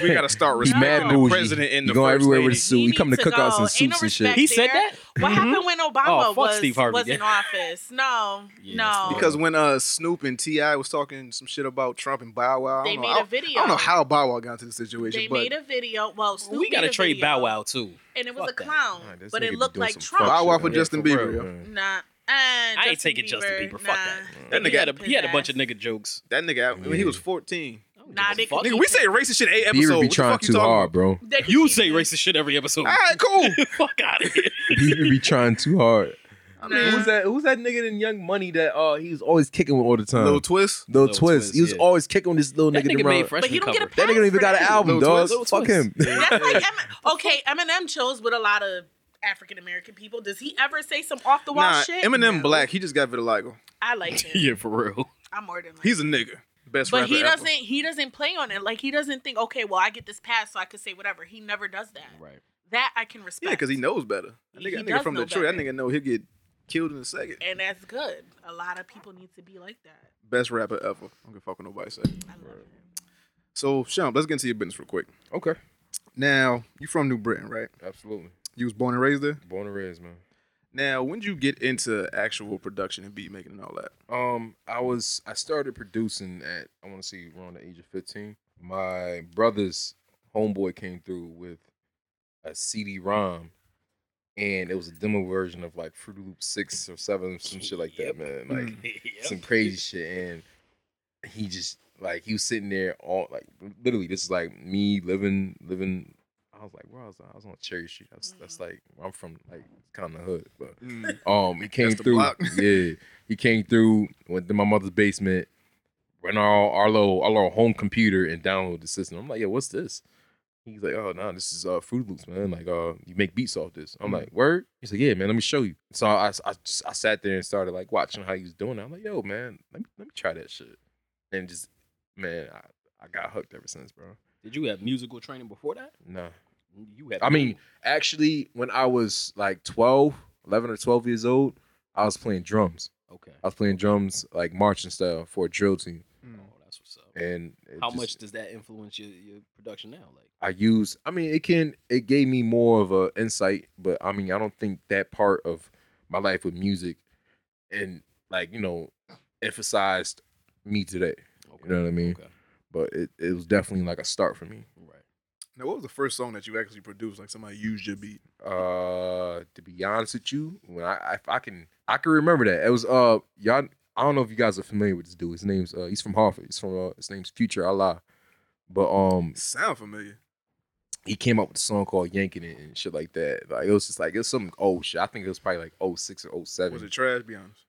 Speaker 3: We gotta start
Speaker 4: He's
Speaker 3: respecting
Speaker 4: mad
Speaker 3: the
Speaker 4: bougie.
Speaker 3: president and
Speaker 4: He
Speaker 3: the
Speaker 4: going
Speaker 3: first
Speaker 4: everywhere
Speaker 3: lady.
Speaker 4: with his suit.
Speaker 8: He
Speaker 4: He come to
Speaker 8: needs to
Speaker 4: cookouts
Speaker 8: go.
Speaker 4: and
Speaker 8: Ain't no
Speaker 4: suits and shit.
Speaker 8: respect.
Speaker 7: He said
Speaker 8: there.
Speaker 7: that.
Speaker 8: What
Speaker 6: Mm-hmm.
Speaker 7: Mhm.
Speaker 8: happened when Obama
Speaker 7: Oh, fuck
Speaker 8: was
Speaker 7: Steve Harvey,
Speaker 8: was in
Speaker 7: yeah.
Speaker 8: office? No,
Speaker 7: Yeah,
Speaker 8: no.
Speaker 7: fuck.
Speaker 3: Because when uh Snoop and Ti was talking some shit about Trump and Bow Wow, I
Speaker 8: They
Speaker 3: don't
Speaker 8: made
Speaker 3: know,
Speaker 8: a
Speaker 3: I don't-
Speaker 8: video.
Speaker 3: I don't know how Bow Wow got into the situation,
Speaker 8: they
Speaker 3: but
Speaker 8: made a video. Well, Snoop
Speaker 7: we
Speaker 8: got
Speaker 7: gotta
Speaker 8: to
Speaker 7: trade Bow Wow too.
Speaker 8: and it was
Speaker 7: Fuck
Speaker 8: a
Speaker 7: that.
Speaker 8: clown,
Speaker 4: Nah, this
Speaker 8: but
Speaker 4: nigga
Speaker 8: it
Speaker 4: be
Speaker 8: looked
Speaker 4: doing
Speaker 8: like
Speaker 4: some
Speaker 8: Trump.
Speaker 3: Bow
Speaker 4: fuck
Speaker 3: Wow
Speaker 4: shit,
Speaker 3: for
Speaker 4: man.
Speaker 3: Justin
Speaker 4: For
Speaker 3: Bieber,
Speaker 4: real,
Speaker 3: yo.
Speaker 4: man.
Speaker 8: Nah. Uh,
Speaker 7: I ain't taking Justin Bieber. Fuck that.
Speaker 3: That
Speaker 7: He
Speaker 3: nigga-
Speaker 7: had a, he had a bunch of nigga jokes.
Speaker 3: that nigga when he was fourteen.
Speaker 7: I don't
Speaker 8: Nah,
Speaker 7: give a
Speaker 8: they
Speaker 7: fuck.
Speaker 3: Nigga, we say racist shit every episode.
Speaker 4: Bieber be
Speaker 3: What the
Speaker 4: trying
Speaker 3: fuck you
Speaker 4: too
Speaker 3: talking
Speaker 4: hard, bro.
Speaker 8: That-
Speaker 7: You say racist shit every episode.
Speaker 3: All right, cool.
Speaker 7: fuck out of here.
Speaker 4: Bieber be trying too hard.
Speaker 3: I
Speaker 8: Nah.
Speaker 3: mean,
Speaker 4: Who's that? Who's that nigga in Young Money that uh he was always kicking with all the time?
Speaker 3: little twist.
Speaker 4: Little
Speaker 7: Lil
Speaker 4: Twist.
Speaker 7: Twist,
Speaker 4: He was
Speaker 7: yeah.
Speaker 4: always kicking with this little
Speaker 7: That
Speaker 4: nigga.
Speaker 7: nigga
Speaker 4: around.
Speaker 7: made freshman
Speaker 8: But he don't get
Speaker 7: cover.
Speaker 8: a
Speaker 4: that nigga don't even
Speaker 8: for
Speaker 4: got an
Speaker 8: that.
Speaker 4: album,
Speaker 3: Lil
Speaker 4: dog.
Speaker 3: Twist, Lil
Speaker 4: Fuck
Speaker 7: Twist.
Speaker 4: him.
Speaker 8: That's like Emin- okay, Eminem chills with a lot of African American people. Does he ever say some off the wall
Speaker 3: Nah,
Speaker 8: shit?
Speaker 3: Eminem
Speaker 8: No.
Speaker 3: black. He just got vitiligo.
Speaker 8: I like him.
Speaker 7: yeah, for real.
Speaker 8: I'm more than like
Speaker 3: He's a nigga. Best
Speaker 8: but
Speaker 3: rapper
Speaker 8: he
Speaker 3: ever.
Speaker 8: doesn't he doesn't play on it. Like he doesn't think, okay, well I get this pass so I can say whatever. He never does that.
Speaker 7: Right.
Speaker 8: That I can respect.
Speaker 3: Yeah, because he knows better. That
Speaker 8: He
Speaker 3: nigga, that
Speaker 8: does
Speaker 3: nigga from
Speaker 8: know
Speaker 3: Detroit. That
Speaker 8: better.
Speaker 3: nigga know he'll get killed in a second.
Speaker 8: And that's good. A lot of people need to be like that.
Speaker 3: Best rapper ever. I don't give a fuck what nobody say.
Speaker 8: I love him.
Speaker 3: So, Sean, let's get into your business real quick.
Speaker 4: Okay,
Speaker 3: Now, you from New Britain, right?
Speaker 4: absolutely.
Speaker 3: You was born and raised there.
Speaker 4: Born and raised, man.
Speaker 3: Now, when did you get into actual production and beat making and all that?
Speaker 4: Um, I was I started producing at I want to see around the age of fifteen. My brother's homeboy came through with a CD-ROM, and it was a demo version of like Fruit Loop six or seven, some shit like that,
Speaker 7: Yep.
Speaker 4: man. Like
Speaker 7: Yep.
Speaker 4: some crazy shit, and he just like he was sitting there all like literally this is like me living living. I was like, where I was I was on Cherry Street. That's that's
Speaker 3: Mm-hmm.
Speaker 4: like where I'm from like kind of hood, but um, he
Speaker 3: Mm.
Speaker 4: came
Speaker 3: That's the
Speaker 4: through.
Speaker 3: block.
Speaker 4: yeah, he came through. Went to my mother's basement, ran our our little our little home computer and downloaded the system. I'm like, yeah, what's this? He's like, oh no, this is uh, Fruit Loops, man. Like, uh, you make beats off this.
Speaker 7: Mm-hmm.
Speaker 4: I'm like, word. He's like, yeah, man. Let me show you. So I I, I just- I sat there and started like watching how he was doing. it. I'm like, yo, man, let me let me try that shit. And just man, I, I got hooked ever since, bro.
Speaker 7: Did you have musical training before that?
Speaker 4: Nah.
Speaker 7: You had.
Speaker 4: I mean, actually, when I was like 12, 11 or 12 years old, I was playing drums.
Speaker 7: okay.
Speaker 4: I was playing drums like marching style for a drill team.
Speaker 7: Oh, that's what's up.
Speaker 4: And it
Speaker 7: How
Speaker 4: just-
Speaker 7: much does that influence your, your production now? Like,
Speaker 4: I use. I mean, it can. It gave me more of a insight, but I mean, I don't think that part of my life with music and like you know emphasized me today. You know what I mean? But it, it was definitely like a start for me.
Speaker 3: Now, what was the first song that you actually produced? Like somebody used your beat.
Speaker 4: Uh, to be honest with you, when I if I can I can remember that it was uh y'all. I don't know if you guys are familiar with this dude. His name's uh he's from Harvard. He's from uh, his name's Future Allah. But um,
Speaker 3: Sound familiar?
Speaker 4: he came up with a song called Yanking It and shit like that. Like it was just like it's some old shit. I think it was probably like 06 or 07.
Speaker 3: Was it trash? Be honest.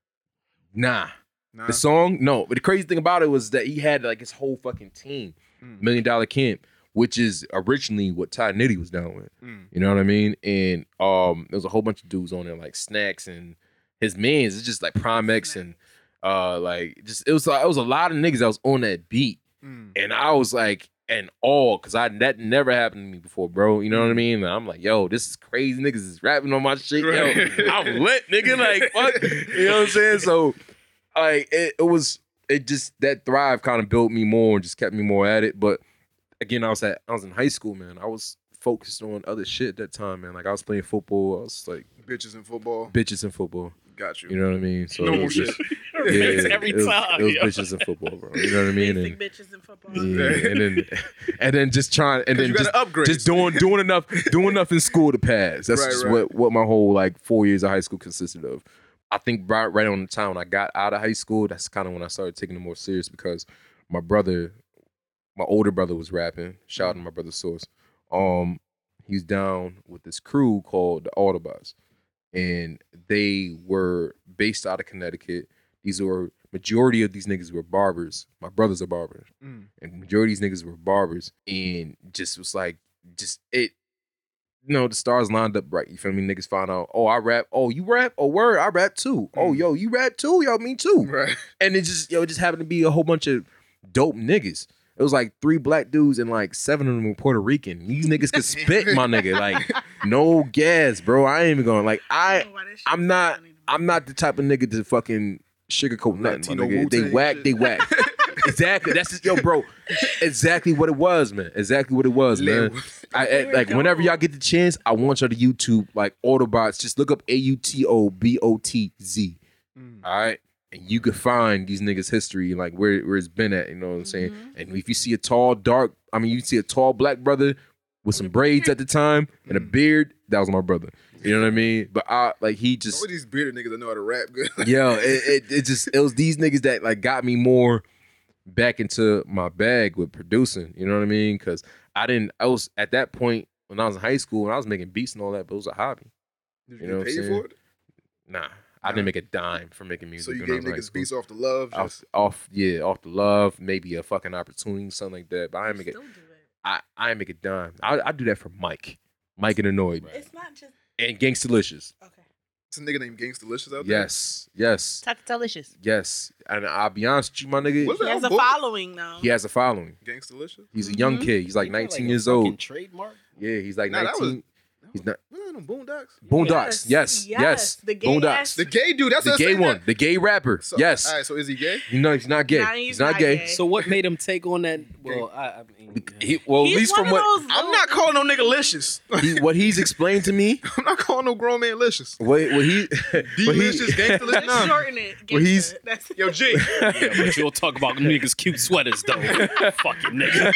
Speaker 4: Nah.
Speaker 3: Nah.
Speaker 4: The song, no. But the crazy thing about it was that he had like his whole fucking team,
Speaker 3: Hmm.
Speaker 4: Million Dollar Camp, which is originally what Ty Nitty was down with.
Speaker 3: Mm.
Speaker 4: You know what I mean? And um, there was a whole bunch of dudes on there like Snacks and his man's. It's just like Primex and uh, like just it was like it was a lot of niggas that was on that beat,
Speaker 3: Mm.
Speaker 4: and I was like in awe because I that never happened to me before, bro. You know
Speaker 3: Mm.
Speaker 4: what I mean? And I'm like, yo, this is crazy. Niggas is rapping on my shit. Yo, I'm lit, nigga. Like fuck, you know what I'm saying? So like it, it was it just that thrive kind of built me more and just kept me more at it. But again, I was at I was in high school, man. I was focused on other shit at that time, man. Like I was playing football. I was like
Speaker 3: Bitches in football.
Speaker 4: bitches in football.
Speaker 3: Got you.
Speaker 4: You know what I mean? So
Speaker 3: Normal
Speaker 4: it was just-
Speaker 3: shit.
Speaker 4: yeah,
Speaker 3: It's every
Speaker 4: it was,
Speaker 3: time,
Speaker 4: It was
Speaker 3: yo.
Speaker 4: bitches in football, bro. You know what I mean?
Speaker 3: Basic
Speaker 4: And,
Speaker 8: bitches in football.
Speaker 4: yeah, and then and then just trying and
Speaker 3: 'Cause
Speaker 4: then
Speaker 3: you gotta
Speaker 4: just,
Speaker 3: upgrade.
Speaker 4: just doing doing enough doing enough in school to pass. That's
Speaker 3: Right,
Speaker 4: just
Speaker 3: right.
Speaker 4: what what my whole like four years of high school consisted of. I think right, right on the time when I got out of high school, that's kind of when I started taking it more serious because my brother, my older brother was rapping. Shout out to my brother Source. Um, he's down with this crew called the Autobots, and they were based out of Connecticut. These were majority of these niggas were barbers. My brother's a barber and majority of these niggas were barbers and just was like just it you know the stars lined up right you feel me niggas found out oh i rap oh you rap oh word i rap too oh yo you rap too yo me too
Speaker 3: Mm. right
Speaker 4: and it just yo it just happened to be a whole bunch of dope niggas it was like three black dudes and like seven of them were Puerto Rican. These niggas could spit, my nigga. Like no gas, bro. I ain't even going. Like I, I'm not, I'm not the type of nigga to fucking sugarcoat nothing. My
Speaker 3: Latino
Speaker 4: nigga. If They
Speaker 3: Wu-Tang
Speaker 4: whack,
Speaker 3: shit.
Speaker 4: they whack. exactly. That's just yo, bro. Exactly what it was, man. Exactly what it was, man. I, I- like whenever y'all get the chance, I want y'all to YouTube like Autobots. Just look up A U T O B O T Z. All right. And you could find these niggas' history and like where, where it's been at, you know what I'm saying? And if you see a tall, dark, I mean, you see a tall black brother with some braids at the time and a beard, that was my brother. You know what I mean? But I like he just
Speaker 3: What these bearded niggas that know how to rap good?
Speaker 4: yo, it, it it just it was these niggas that like got me more back into my bag with producing. You know what I mean? Because I didn't. I was at that point when I was in high school and I was making beats and all that, but it was a hobby.
Speaker 3: Did
Speaker 4: You
Speaker 3: you, get
Speaker 4: know what I'm
Speaker 3: paid
Speaker 4: saying?
Speaker 3: for it?
Speaker 4: Nah, I didn't make a dime from making music.
Speaker 3: So you
Speaker 4: when I
Speaker 3: gave
Speaker 4: was in high
Speaker 3: niggas
Speaker 4: school.
Speaker 3: beats off the love. Just,
Speaker 4: off, off, yeah, off the love, maybe a fucking opportunity, something like that. But I ain't make it. I I ain't make a dime. I I do that for Mike, Mike and Annoyed,
Speaker 8: It's not just
Speaker 4: and Gangstalicious.
Speaker 3: it's a nigga named Gangstalicious out there.
Speaker 4: Yes, yes,
Speaker 8: That's delicious.
Speaker 4: yes. And I'll be honest with you, my nigga.
Speaker 8: He has a following though.
Speaker 4: He has a following.
Speaker 3: Gangstalicious.
Speaker 4: He's a young kid. He's like 19 years old.
Speaker 7: Trademark.
Speaker 4: Yeah, he's like
Speaker 3: Nah, that
Speaker 4: 19.
Speaker 3: was-
Speaker 4: he's not.
Speaker 3: What are them Boondocks?
Speaker 4: Boondocks. Yes. Yes.
Speaker 8: The gay
Speaker 4: Boondocks.
Speaker 8: ass-
Speaker 3: The gay dude. That's
Speaker 4: the
Speaker 3: what I
Speaker 4: gay
Speaker 3: said
Speaker 4: one.
Speaker 3: that-
Speaker 4: The gay rapper.
Speaker 3: So,
Speaker 4: yes.
Speaker 3: All right. So is he gay?
Speaker 4: You know, he's not gay.
Speaker 8: Nah,
Speaker 4: he's,
Speaker 8: he's
Speaker 4: not,
Speaker 8: not
Speaker 4: gay.
Speaker 8: gay.
Speaker 7: So what made him take on that? Well, I, I mean,
Speaker 4: He, well,
Speaker 8: He's
Speaker 4: at least
Speaker 8: one
Speaker 4: from
Speaker 8: of
Speaker 4: what
Speaker 8: those
Speaker 3: I'm
Speaker 8: little-
Speaker 3: not calling no nigga licious.
Speaker 4: he, what he's explained to me,
Speaker 3: I'm not calling no grown man licious.
Speaker 4: what, what he, what he
Speaker 3: Delicious, gangstalicious.
Speaker 8: Let's
Speaker 3: Nah.
Speaker 8: shorten it.
Speaker 4: Well, he's-
Speaker 8: Gangsta. That's
Speaker 3: Yo, G.
Speaker 7: yeah, but you'll talk about niggas cute sweaters though. Fucking nigga,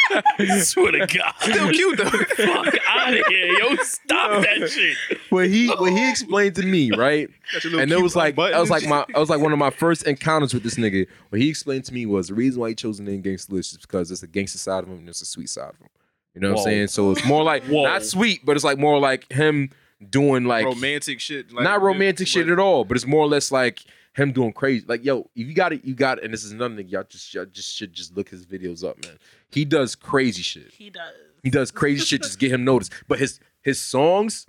Speaker 7: swear to God, still cute though. Fuck out of here, yo! Stop that shit.
Speaker 4: what he what he explained to me, right?
Speaker 3: Got your little
Speaker 4: And it
Speaker 3: cute
Speaker 4: was like
Speaker 3: button.
Speaker 4: I was like my I was like one of my first encounters with this nigga. What he explained to me was the reason why he chose the name Gangstalicious is because it's a gangster side of him and there's a sweet side of him. You know what
Speaker 7: Whoa.
Speaker 4: I'm saying? So it's more like
Speaker 7: Whoa.
Speaker 4: not sweet, but it's like more like him doing like
Speaker 3: romantic shit. Like,
Speaker 4: not romantic shit at all, but it's more or less like him doing crazy. Like, yo, if you got it, you got it. And this is another thing, y'all just y'all just should just look his videos up, man. He does crazy shit.
Speaker 8: he does.
Speaker 4: He does crazy shit just get him noticed. But his his songs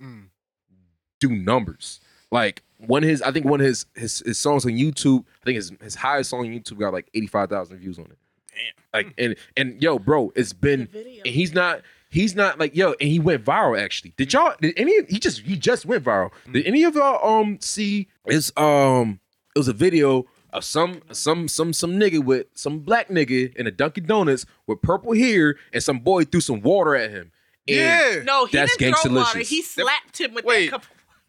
Speaker 4: do numbers. Like one of his, I think one of his his, his songs on YouTube, I think his his highest song on YouTube got like eighty five thousand views on it. Like and and yo, bro, it's been
Speaker 8: video.
Speaker 4: and he's not he's not like yo, and he went viral actually. Did y'all did any he just he just went viral. Did any of y'all um see his um it was a video uh, some some some some nigga with some black nigga in a Dunkin' Donuts with purple hair, and some boy threw some water at him. And
Speaker 3: Yeah.
Speaker 8: No, he
Speaker 4: That's
Speaker 8: didn't throw water.
Speaker 4: gangstalicious.
Speaker 8: He slapped him with
Speaker 3: Wait.
Speaker 8: that cup.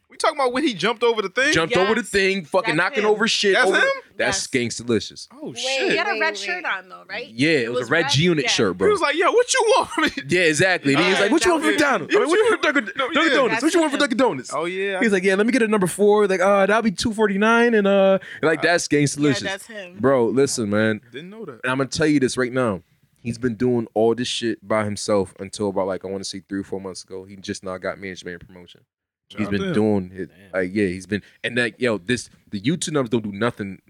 Speaker 3: We talking about when he jumped over the thing?
Speaker 4: jumped over the
Speaker 8: Yes.
Speaker 4: thing, fucking
Speaker 8: That's
Speaker 4: knocking
Speaker 8: him.
Speaker 4: over shit.
Speaker 3: That's
Speaker 4: over the-
Speaker 3: him?
Speaker 4: that's gangstalicious.
Speaker 3: Oh
Speaker 8: He
Speaker 3: shit.
Speaker 8: had a
Speaker 6: Wait,
Speaker 8: red
Speaker 6: wait.
Speaker 8: shirt on though, right?
Speaker 4: Yeah, it, was, a red G unit
Speaker 8: yeah.
Speaker 4: shirt,
Speaker 3: He
Speaker 4: bro.
Speaker 3: was like, yo, what you want from me?
Speaker 4: yeah, exactly. And he was
Speaker 3: Alright,
Speaker 4: like, "What you
Speaker 8: that
Speaker 4: want from
Speaker 8: was-
Speaker 4: McDonald's? I mean, what you want from Dunkin'
Speaker 3: No,
Speaker 4: Dunkin'
Speaker 3: yeah.
Speaker 4: Donuts? What
Speaker 8: That's
Speaker 4: you want from
Speaker 8: him.
Speaker 4: Dunkin' Donuts?"
Speaker 3: Oh yeah.
Speaker 4: He's like, "Yeah, let me get a number four. Like, uh, that'll be two forty nine, and uh, and like that's
Speaker 8: Yeah,
Speaker 4: gangstalicious,
Speaker 8: that's him.
Speaker 4: bro. Listen, man,
Speaker 3: Didn't know that.
Speaker 4: and I'm gonna tell you this right now. He's been doing all this shit by himself until about like I want to say three or four months ago. He just now got management and promotion. he's
Speaker 3: Shout out
Speaker 4: been
Speaker 3: to him.
Speaker 4: doing it. Like yeah, he's been and like yo, this the YouTube numbers don't do nothing.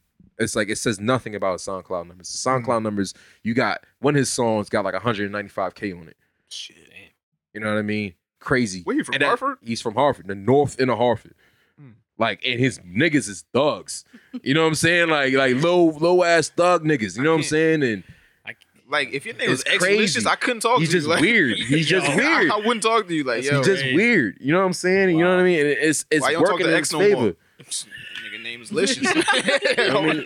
Speaker 4: It's like it says nothing about his SoundCloud numbers. The
Speaker 3: Mm-hmm.
Speaker 4: SoundCloud numbers you got one of his songs got like 195k on it.
Speaker 3: Shit.
Speaker 4: You know what I mean? Crazy.
Speaker 3: Where he from,
Speaker 4: And that-
Speaker 3: Hartford? Hmm.
Speaker 4: he's from Harford, the north end of Harford. Like and his niggas is thugs. You know what I'm saying? Like like low low ass thug niggas. You know what I'm
Speaker 3: can't-
Speaker 4: saying? And
Speaker 3: Like if your name
Speaker 4: It's
Speaker 3: was
Speaker 4: crazy.
Speaker 3: ex I couldn't talk
Speaker 4: he's
Speaker 3: to you.
Speaker 4: just
Speaker 3: like-
Speaker 4: weird. He's just
Speaker 3: I-
Speaker 4: weird.
Speaker 3: I, wouldn't talk to you like yo.
Speaker 4: he's just
Speaker 7: man.
Speaker 4: weird. You know what I'm saying? You know what I mean? And it's it's
Speaker 3: Why you don't talk
Speaker 4: working
Speaker 3: to
Speaker 4: in
Speaker 3: X
Speaker 4: his
Speaker 3: no
Speaker 4: favor.
Speaker 3: more? nigga name is Licious.
Speaker 4: I mean,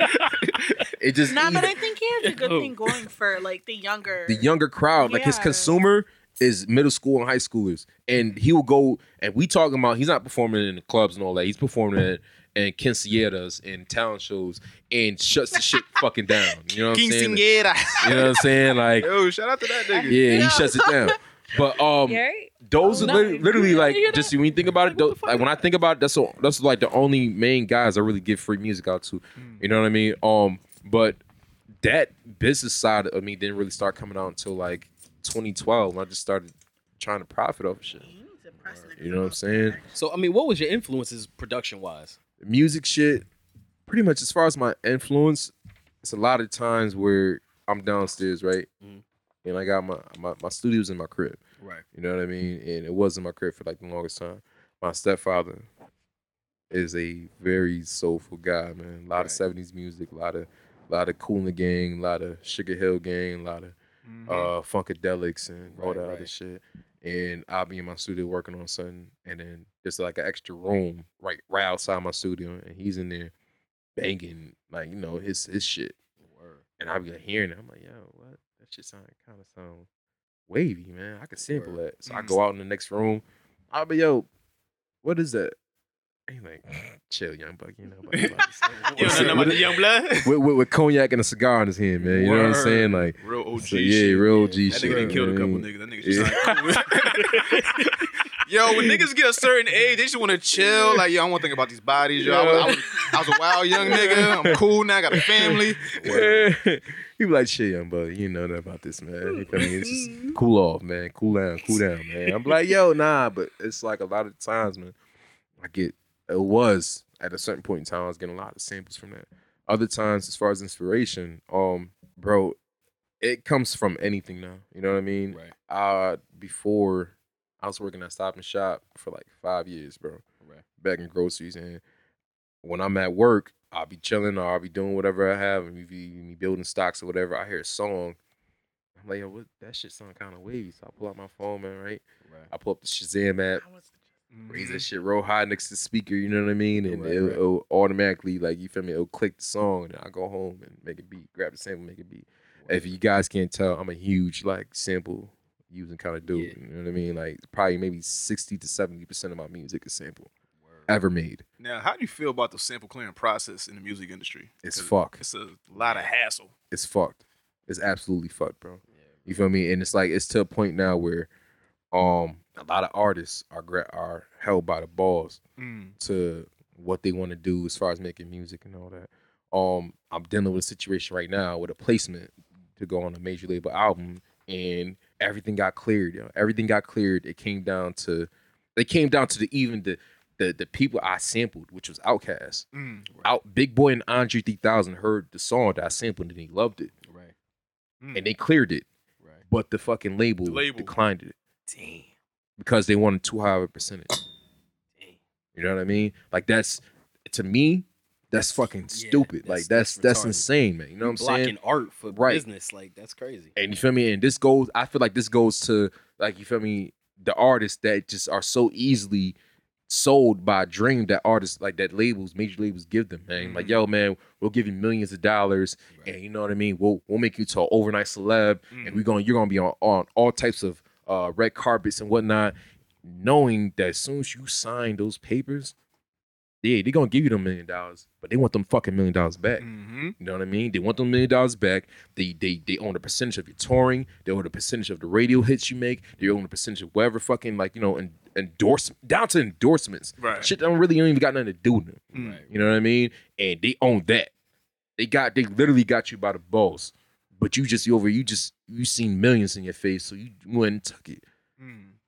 Speaker 4: it just
Speaker 8: Nah, but
Speaker 4: easy-
Speaker 8: I think he has a good thing going for like the younger.
Speaker 4: the younger crowd. Like his
Speaker 8: Yeah.
Speaker 4: consumer is middle school and high schoolers, and he will go. And we talking about he's not performing in the clubs and all that. He's performing at and quinceañeras and talent shows and shuts the shit fucking down. You know what I'm saying? You know what I'm saying? Like
Speaker 3: Yo, shout out to that nigga.
Speaker 4: yeah, he shuts it down. But um,
Speaker 6: Yeah, right?
Speaker 4: those are
Speaker 6: Oh,
Speaker 4: literally,
Speaker 6: nice.
Speaker 4: literally like
Speaker 6: You know?
Speaker 4: just when you think about it, tho- like when I think about it, that's all, that's like the only main guys I really give free music out to. You know what I mean? Um, but that business side of me didn't really start coming out until like 2012 when I just started trying to profit off of shit. You know what I'm saying?
Speaker 7: So I mean, what was your influences production wise?
Speaker 4: music shit, pretty much as far as my influence, it's a lot of times where I'm downstairs, right? And I got my, my my studio's in my crib.
Speaker 7: Right.
Speaker 4: You know what I mean? And it was in my crib for like the longest time. My stepfather is a very soulful guy, man. A lot of seventies music, a lot of lot of Cooler Gang, a lot of Sugar Hill Gang, a lot of
Speaker 3: Mm-hmm.
Speaker 4: uh Funkadelics and all
Speaker 7: Right,
Speaker 4: that
Speaker 7: right.
Speaker 4: other shit. And I'll be in my studio working on something, and then there's like an extra room right right outside my studio, and he's in there banging like you know his his shit. And I'll be like, hearing it. I'm like, yo, what? That shit sound kind of sound wavy, man. I can sample that. So I go out in the next room. I'll be yo, what is that? And he's like, chill, young buck. You know, about you about this."
Speaker 3: You don't know nothing about the young blood?
Speaker 4: with, with, with cognac and a cigar in his hand, man. You know what I'm saying? Like,
Speaker 3: Real OG
Speaker 4: so, yeah,
Speaker 3: shit.
Speaker 4: real OG shit.
Speaker 3: That nigga done killed a
Speaker 4: you know
Speaker 3: couple
Speaker 4: what I
Speaker 3: niggas.
Speaker 4: mean?
Speaker 3: That nigga just
Speaker 4: Yeah.
Speaker 3: like, yo, when niggas get a certain age, they just want to chill. Like, yo, I want to think about these bodies. Yo, I, was, I, was, I was a wild young nigga. I'm cool now. I got a family.
Speaker 4: Yeah. he be like, shit, young buddy, you know nothing about this, man. You feel me? It's just cool off, man. Cool down, cool down, man. I'm like, yo, nah, but it's like a lot of times, man. I get it was at a certain point in time, I was getting a lot of samples from that. Other times, as far as inspiration, um, bro, it comes from anything now. You know what I mean?
Speaker 7: Right.
Speaker 4: Uh before I was working at Stop and Shop for like five years, bro.
Speaker 7: Right.
Speaker 4: Bagging groceries and when I'm at work, I'll be chilling or I'll be doing whatever I have and be, be building stocks or whatever. I hear a song. I'm like, yo, what that shit sound kind of wavy. So I pull out my phone, man, right?
Speaker 7: Right. Mm-hmm.
Speaker 4: I pull up the Shazam app,
Speaker 8: I was-
Speaker 4: raise that shit real high next to the speaker, you know what I mean? And
Speaker 7: Right,
Speaker 4: it'll,
Speaker 7: right.
Speaker 4: it'll automatically, like, you feel me? It'll click the song, and I'll go home and make a beat, grab the sample, make a beat. If you guys can't tell, I'm a huge, like, sample using kind of dude, you know what I mean? Like, probably maybe 60 to 70% of my music is sample ever made.
Speaker 3: Now, how do you feel about the sample clearing process in the music industry?
Speaker 4: It's
Speaker 3: 'Cause
Speaker 4: fuck.
Speaker 3: It's a lot of hassle.
Speaker 4: it's fucked. It's absolutely fucked, bro. You feel me? And it's like it's to a point now where um a lot of artists are gra- are held by the balls
Speaker 3: Mm,
Speaker 4: to what they want to do as far as making music and all that. Um I'm dealing with a situation right now with a placement to go on a major label album and everything got cleared, yo. Everything got cleared. It came down to they came down to the even the the, the people I sampled, which was Outkast.
Speaker 3: mm,
Speaker 4: Out Big Boy and Andre 3000 heard the song that I sampled and he loved it
Speaker 7: Right.
Speaker 4: and they cleared it.
Speaker 7: Right.
Speaker 4: But the fucking label,
Speaker 3: The label.
Speaker 4: declined it
Speaker 7: Damn.
Speaker 4: because they wanted too high of a percentage. You know what I mean? Like that's to me, that's fucking stupid.
Speaker 7: that's-
Speaker 4: like that's
Speaker 7: that's
Speaker 4: that's,
Speaker 7: retarded.
Speaker 4: insane, man. You know what I'm
Speaker 7: Blocking
Speaker 4: saying?
Speaker 7: art for
Speaker 4: Right.
Speaker 7: business, like that's crazy.
Speaker 4: And you feel me? And this goes. I feel like this goes to like you feel me. The artists that just are so easily sold by a dream that artists like that labels, major labels give them, man. Like, yo, man, we'll give you millions of dollars, and you know what I mean. We'll we'll make you to an overnight celeb, and we're going you're gonna be on, on all types of uh, red carpets and whatnot, knowing that as soon as you sign those papers, yeah, they're gonna give you the million dollars, but they want them fucking million dollars back. You know what I mean? They want them million dollars back. They they they own a percentage of your touring. They own a percentage of the radio hits you make. They own a percentage of whatever fucking like you know and endorse down to endorsements.
Speaker 3: Right.
Speaker 4: Shit that don't really even got nothing to do with them. You know what I mean? And they own that. They got they literally got you by the balls. But you just you over you just you seen millions in your face, so you went and took it.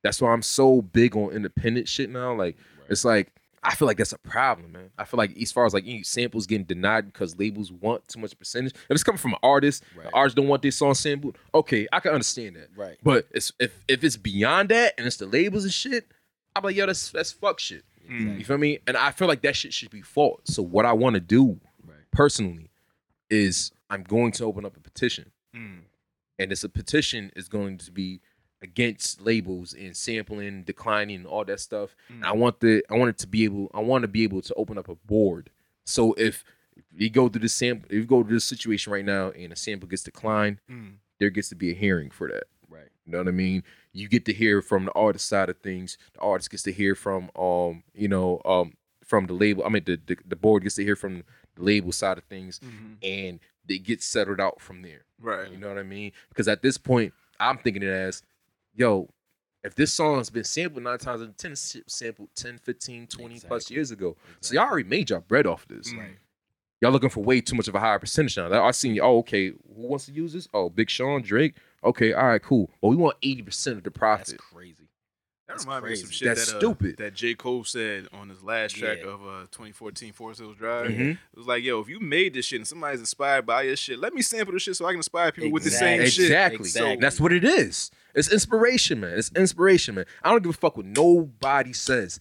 Speaker 4: That's why I'm so big on independent shit now. Like it's like I feel like that's a problem, man. I feel like as far as like any samples getting denied because labels want too much percentage. If it's coming from an artist, the artists don't want their song sampled. Okay, I can understand that.
Speaker 5: Right.
Speaker 4: But it's, if if it's beyond that and it's the labels and shit, I'm like, yo, that's that's fuck shit. You feel me? And I feel like that shit should be fought. So what I want to do personally is I'm going to open up a petition and it's a petition is going to be against labels and sampling, declining, and all that stuff. And I want the I want it to be able I want to be able to open up a board. So if you go through the sample, if you go through this situation right now, and a sample gets declined, there gets to be a hearing for that.
Speaker 5: Right.
Speaker 4: You know what I mean? You get to hear from the artist side of things. The artist gets to hear from um, you know, um from the label. I mean the the, the board gets to hear from the label side of things
Speaker 3: mm.
Speaker 4: and they get settled out from there.
Speaker 3: Right.
Speaker 4: You know what I mean? Because at this point, I'm thinking it as, yo, if this song's been sampled nine times out of ten, it's sampled 10, 15, 20 plus years ago. So y'all already made y'all bread off this.
Speaker 3: Right.
Speaker 4: Y'all looking for way too much of a higher percentage now. I seen, oh, okay, who wants to use this? Oh, Big Sean, Drake. Okay, all right, cool. Well, we want 80% of the profit.
Speaker 5: That's crazy.
Speaker 3: That
Speaker 5: That's
Speaker 3: reminds me of some
Speaker 5: crazy.
Speaker 3: shit
Speaker 4: That's
Speaker 3: that, uh,
Speaker 4: stupid.
Speaker 3: that J. Cole said on his last track
Speaker 5: Yeah.
Speaker 3: of uh, 2014 Forest Hills Drive.
Speaker 4: Mhm.
Speaker 3: It was like, yo, if you made this shit and somebody's inspired by your shit, let me sample the shit so I can inspire people with the same
Speaker 5: Exactly.
Speaker 3: shit.
Speaker 4: Exactly.
Speaker 5: Exactly.
Speaker 4: That's what it is. It's inspiration, man. It's inspiration, man. I don't give a fuck what nobody says.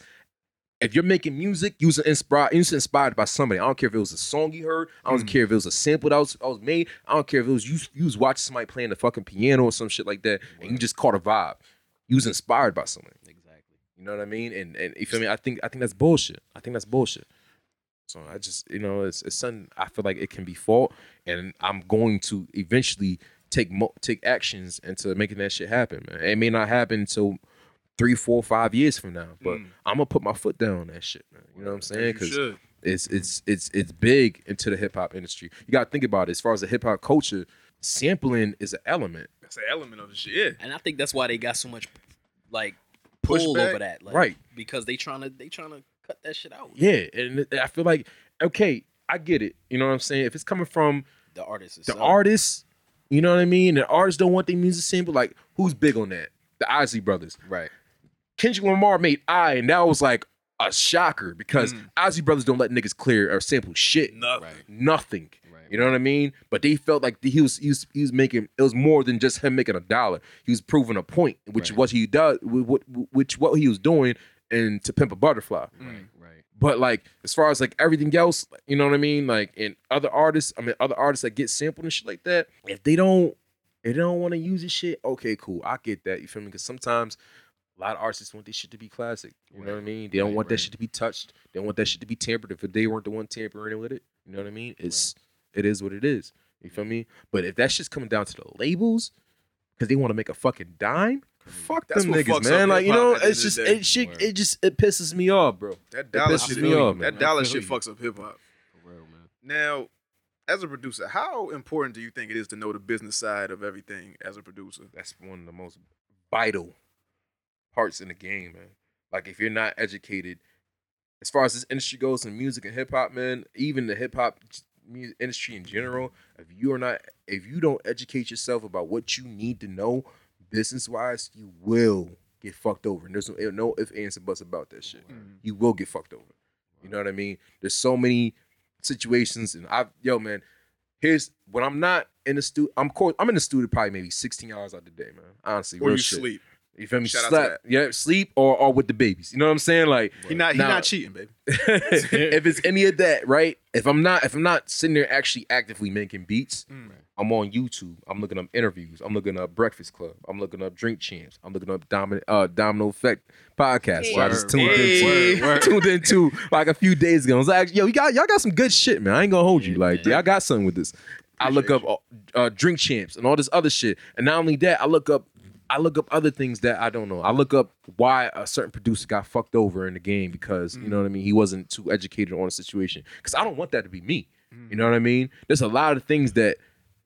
Speaker 4: If you're making music, you was inspired. You was inspired by somebody. I don't care if it was a song you heard. I
Speaker 3: Hmm.
Speaker 4: don't care if it was a sample that was, I was made. I don't care if it was you. You was watching somebody playing the fucking piano or some shit like that, and you just caught a vibe. You was inspired by something.
Speaker 5: Exactly.
Speaker 4: You know what I mean? And and you feel me? I think I think that's bullshit. I think that's bullshit. So I just you know it's, it's something I feel like it can be fought, and I'm going to eventually take mo- take actions into making that shit happen, man. It may not happen until three, four, five years from now, but I'm gonna put my foot down on that shit, man. You know what I'm saying?
Speaker 3: Mm. You should.
Speaker 4: it's it's it's it's big into the hip hop industry. You gotta think about it. As far as the hip hop culture, sampling is an element.
Speaker 3: That's an element of the shit.
Speaker 5: And I think that's why they got so much like pull
Speaker 3: Pushback?
Speaker 5: over that. Like,
Speaker 4: Right.
Speaker 5: Because they trying to they trying to cut that shit out.
Speaker 4: Yeah, and it- I feel like okay, I get it. You know what I'm saying? If it's coming from
Speaker 5: The artists.
Speaker 4: the uh. artists, you know what I mean? The artists don't want their music sampled. Like, who's big on that? The Isley Brothers.
Speaker 5: Right.
Speaker 4: Kendrick Lamar made I, and that was like a shocker because
Speaker 5: Mm.
Speaker 4: Isley Brothers don't let niggas clear or sample shit.
Speaker 3: Nothing.
Speaker 4: Nothing.
Speaker 5: Right.
Speaker 4: You know what I mean? But they felt like he was, he was he was making it was more than just him making a dollar. He was proving a point, which what he does, what which what he was doing, and to pimp a butterfly.
Speaker 5: Right.
Speaker 4: But like as far as like everything else, like, you know what I mean? Like in other artists, I mean other artists that get sampled and shit like that, if they don't if they don't want to use this shit, okay, cool. I get that. You feel me? Because sometimes a lot of artists want this shit to be classic. You know what I mean? They don't want that shit to be touched. They don't want that shit to be tampered. If they weren't the one tampering with it, you know what I mean? It's it is what it is. You feel me? But if that shit's coming down to the labels, because they want to make a fucking dime, fuck
Speaker 3: That's
Speaker 4: them
Speaker 3: what
Speaker 4: niggas,
Speaker 3: fucks
Speaker 4: man.
Speaker 3: up
Speaker 4: Like you
Speaker 3: hip-hop
Speaker 4: know,
Speaker 3: at the end
Speaker 4: it's
Speaker 3: of
Speaker 4: just
Speaker 3: the day.
Speaker 4: it shit. It just it pisses me off, bro.
Speaker 3: That dollar
Speaker 4: pisses
Speaker 3: shit.
Speaker 4: me off, man.
Speaker 3: That dollar shit fucks up hip hop.
Speaker 5: For real, man.
Speaker 3: Now, as a producer, how important do you think it is to know the business side of everything as a producer?
Speaker 4: that's one of the most vital parts in the game, man. Like if you're not educated, as far as this industry goes in music and hip hop, man, even the hip hop mu- industry in general, if you are not, if you don't educate yourself about what you need to know business wise, you will get fucked over. And there's no, eh, no if ands and buts about that shit. You will get fucked over. You know what I mean? There's so many situations, and I, yo, man, here's when I'm not in the studio. I'm co- I'm in the studio probably maybe 16 hours out the day, man. Honestly,
Speaker 3: Or
Speaker 4: real
Speaker 3: you
Speaker 4: shit.
Speaker 3: sleep?
Speaker 4: You feel me?
Speaker 3: Shout out to
Speaker 4: Slap- Yeah, sleep or, or with the babies. You know what I'm saying? Like
Speaker 3: He not he
Speaker 4: now-
Speaker 3: not cheating, baby.
Speaker 4: if it's any of that, right? If I'm not if I'm not sitting there actually actively making beats,
Speaker 3: Mm.
Speaker 4: I'm on YouTube. I'm looking up interviews. I'm looking up Breakfast Club. I'm looking up Drink Champs. I'm looking up Domino uh, Domino Effect podcast. Where I just tuned
Speaker 3: Hey.
Speaker 4: into
Speaker 3: Word, word.
Speaker 4: tuned into like a few days ago. I was like, yo, you got y'all got some good shit, man. I ain't gonna hold you. Like, y'all got something with this. I look up uh, uh, Drink Champs and all this other shit. And not only that, I look up I look up other things that I don't know. I look up why a certain producer got fucked over in the game because you
Speaker 3: Mm.
Speaker 4: know what I mean. He wasn't too educated on the situation because I don't want that to be me.
Speaker 3: Mm.
Speaker 4: You know what I mean? There's a lot of things that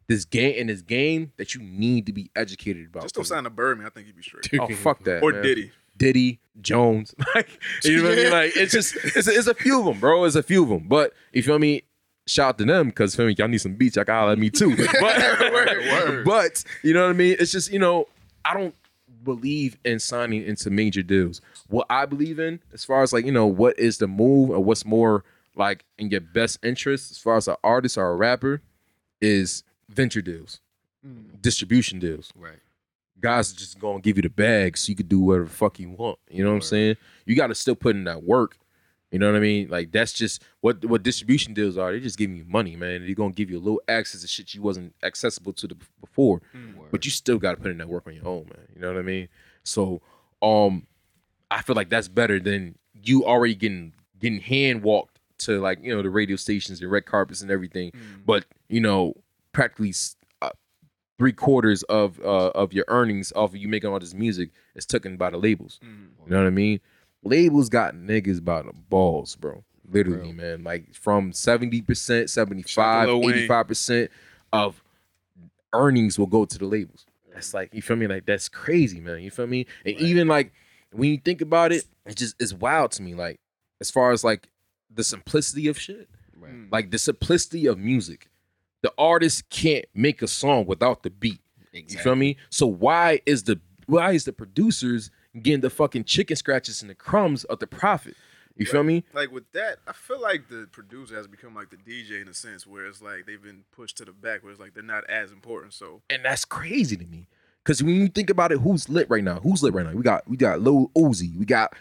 Speaker 4: this game in this game that you need to be educated about.
Speaker 3: Just don't sign a Birdman. I think he'd be straight.
Speaker 4: Oh fuck that.
Speaker 3: Or
Speaker 4: man.
Speaker 3: Diddy.
Speaker 4: Diddy Jones. Like you know what I mean?
Speaker 3: Yeah.
Speaker 4: Like it's just it's, it's a few of them, bro. It's a few of them. But you feel me? Shout out to them because feel me? Y'all need some beats. Y'all gotta let me too. But, but you know what I mean? It's just you know I don't believe in signing into major deals. What I believe in as far as like you know what is the move or what's more like in your best interest as far as an artist or a rapper is venture deals, distribution deals. Right guys are just gonna give you the bag so you can do whatever the fuck you want. You know what I'm saying? You gotta still put in that work. You know what I mean? Like that's just what what distribution deals are. They just giving you money, man. They're gonna give you a little access to shit you wasn't accessible to the before. But you still gotta put in that work on your own, man. You know what I mean? So um I feel like that's better than you already getting getting hand walked to like, you know, the radio stations and red carpets and everything.
Speaker 3: Mm-hmm.
Speaker 4: But, you know, practically s- uh, three quarters of uh, of your earnings off of you making all this music is taken by the labels.
Speaker 3: Mm-hmm.
Speaker 4: You know what I mean? Labels got niggas by the balls, bro. Literally, man. Like from 70%, 75,
Speaker 3: Lil Wayne.
Speaker 4: 85% of earnings will go to the labels. That's like, you feel me? Like that's crazy, man. You feel me? And even like when you think about it, it just it's wild to me. Like, as far as like the simplicity of shit. Like the simplicity of music. The artist can't make a song without the beat. You feel me? So why is the why is the producers getting the fucking chicken scratches and the crumbs of the profit? You feel me?
Speaker 3: Like with that, I feel like the producer has become like the DJ in a sense, where it's like they've been pushed to the back, where it's like they're not as important. So
Speaker 4: And that's crazy to me. Cause when you think about it, who's lit right now? Who's lit right now? We got we got Lil Uzi, we got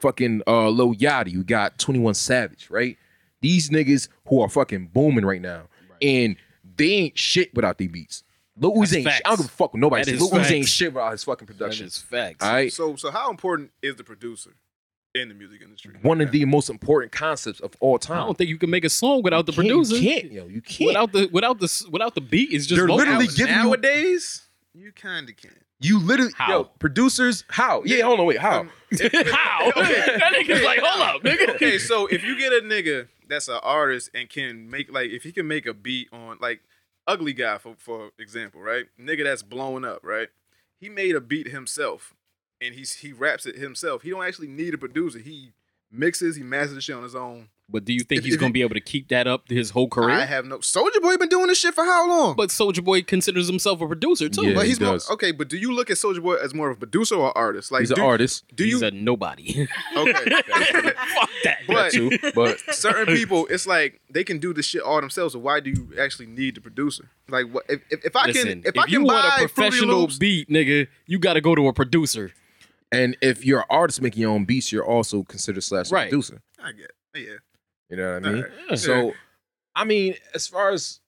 Speaker 4: fucking uh Lil Yachty, we got 21 Savage, right? These niggas who are fucking booming right now. And they ain't shit without their beats. Lil
Speaker 7: That's
Speaker 4: Uzi ain't shit. I
Speaker 7: facts.
Speaker 4: don't give a fuck what nobody
Speaker 7: That
Speaker 4: says.
Speaker 7: is
Speaker 4: Lil Uzi ain't
Speaker 7: facts.
Speaker 4: shit without his fucking production.
Speaker 7: facts.
Speaker 4: All right.
Speaker 3: so so how important is the producer in the music industry?
Speaker 4: One of the most important concepts of all time.
Speaker 7: I don't think you can make a song without the
Speaker 4: You can't-
Speaker 7: producer.
Speaker 4: You can't, yo. You can't.
Speaker 7: Without the without the s- without the beat is just
Speaker 4: They're
Speaker 7: vocals.
Speaker 4: literally giving you
Speaker 3: Nowadays, you kind of can.
Speaker 4: You literally,
Speaker 7: How? Um,
Speaker 4: yo, producers, how? Yeah, hold on, wait, how?
Speaker 7: how that nigga's like, hold up, nigga.
Speaker 3: okay, so if you get a nigga that's an artist and can make like if he can make a beat on like Ugly Guy for for example, right? Nigga that's blowing up, right? He made a beat himself and he's he raps it himself. He don't actually need a producer. He mixes, he masters the shit on his own.
Speaker 7: But do you think
Speaker 3: If-
Speaker 7: he's
Speaker 3: if
Speaker 7: gonna
Speaker 3: you-
Speaker 7: be able to keep that up his whole career?
Speaker 3: I have no Soldier Boy been doing this shit for how long?
Speaker 7: but Soldier Boy considers himself a producer too.
Speaker 4: Yeah.
Speaker 3: But
Speaker 4: he
Speaker 3: he's more,
Speaker 4: does.
Speaker 3: okay, but do you look at Soldier Boy as more of a producer or artist? Like
Speaker 4: He's an
Speaker 3: do,
Speaker 4: artist.
Speaker 3: Do
Speaker 7: he's
Speaker 3: you
Speaker 7: a nobody.
Speaker 3: okay?
Speaker 7: Fuck that.
Speaker 3: But-
Speaker 4: too, but
Speaker 3: certain people, it's like they can do the shit all themselves. So why do you actually need the producer? Like, what if, if, if I can
Speaker 7: Listen,
Speaker 3: if, I
Speaker 7: you
Speaker 3: can
Speaker 7: want
Speaker 3: buy
Speaker 7: a
Speaker 3: Fruity
Speaker 7: professional
Speaker 3: Loops,
Speaker 7: beat, nigga, you got to go to a producer.
Speaker 4: and if you're an artist making your own beats, you're also considered slash
Speaker 7: Right.
Speaker 4: producer.
Speaker 3: I get yeah.
Speaker 4: You know what I mean?
Speaker 3: Alright.
Speaker 4: So, I mean, as far as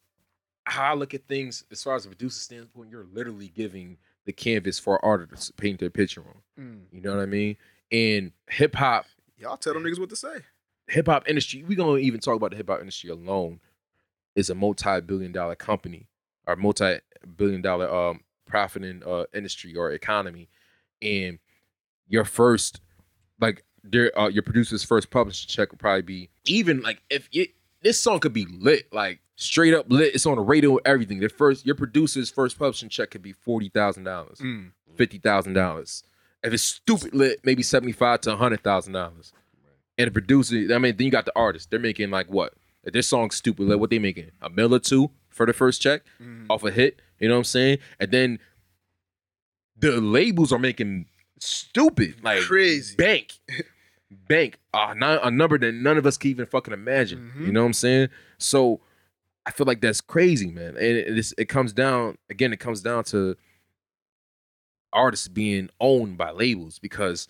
Speaker 4: how I look at things, as far as a producer standpoint, you're literally giving the canvas for artists to paint their picture on.
Speaker 3: Mm.
Speaker 4: You know what I mean? And hip hop
Speaker 3: Y'all tell them niggas what to say.
Speaker 4: hip hop industry, we're gonna even talk about the hip hop industry alone, is a multi billion dollar company or multi billion dollar um profiting uh industry or economy. And your first like their uh, your producer's first publishing check would probably be even like if it this song could be lit, like straight up lit, it's on the radio, everything. Their first your producer's first publishing check could be forty thousand dollars, fifty thousand dollars. If it's stupid lit, maybe seventy five to hundred thousand dollars and the producer. I mean, then you got the artist. They're making like what? If their song's stupid, like what they making? A mill or two for the first check off a hit. You know what I'm saying? And then the labels are making stupid, like
Speaker 3: Crazy.
Speaker 4: bank, bank, a, nu- a number that none of us can even fucking imagine. You know what I'm saying? So I feel like that's crazy, man. And it, it's- it comes down again. It comes down to artists being owned by labels because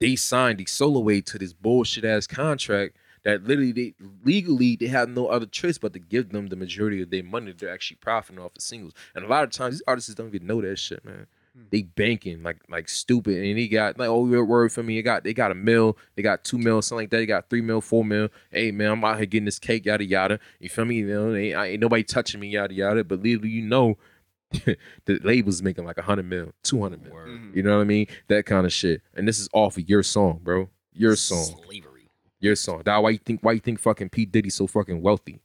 Speaker 4: they signed the solo aid to this bullshit ass contract that literally they legally they have no other choice but to give them the majority of their money that they're actually profiting off the singles. And a lot of times these artists don't even know that shit, man. They banking like like stupid, and he got like oh your word for me. They got they got a mill, they got two mil, something like that. They got three mil, four mil. Hey man, I'm out here getting this cake, yada yada. You feel me? You know, ain't, ain't nobody touching me, yada yada. But literally, you know, the label's making like 100 mil, 200 mil. You know what I mean? That kind of shit. And this is off of your song, bro. Your song. Slavery. Your song. That why you think why you think fucking P Diddy so fucking wealthy?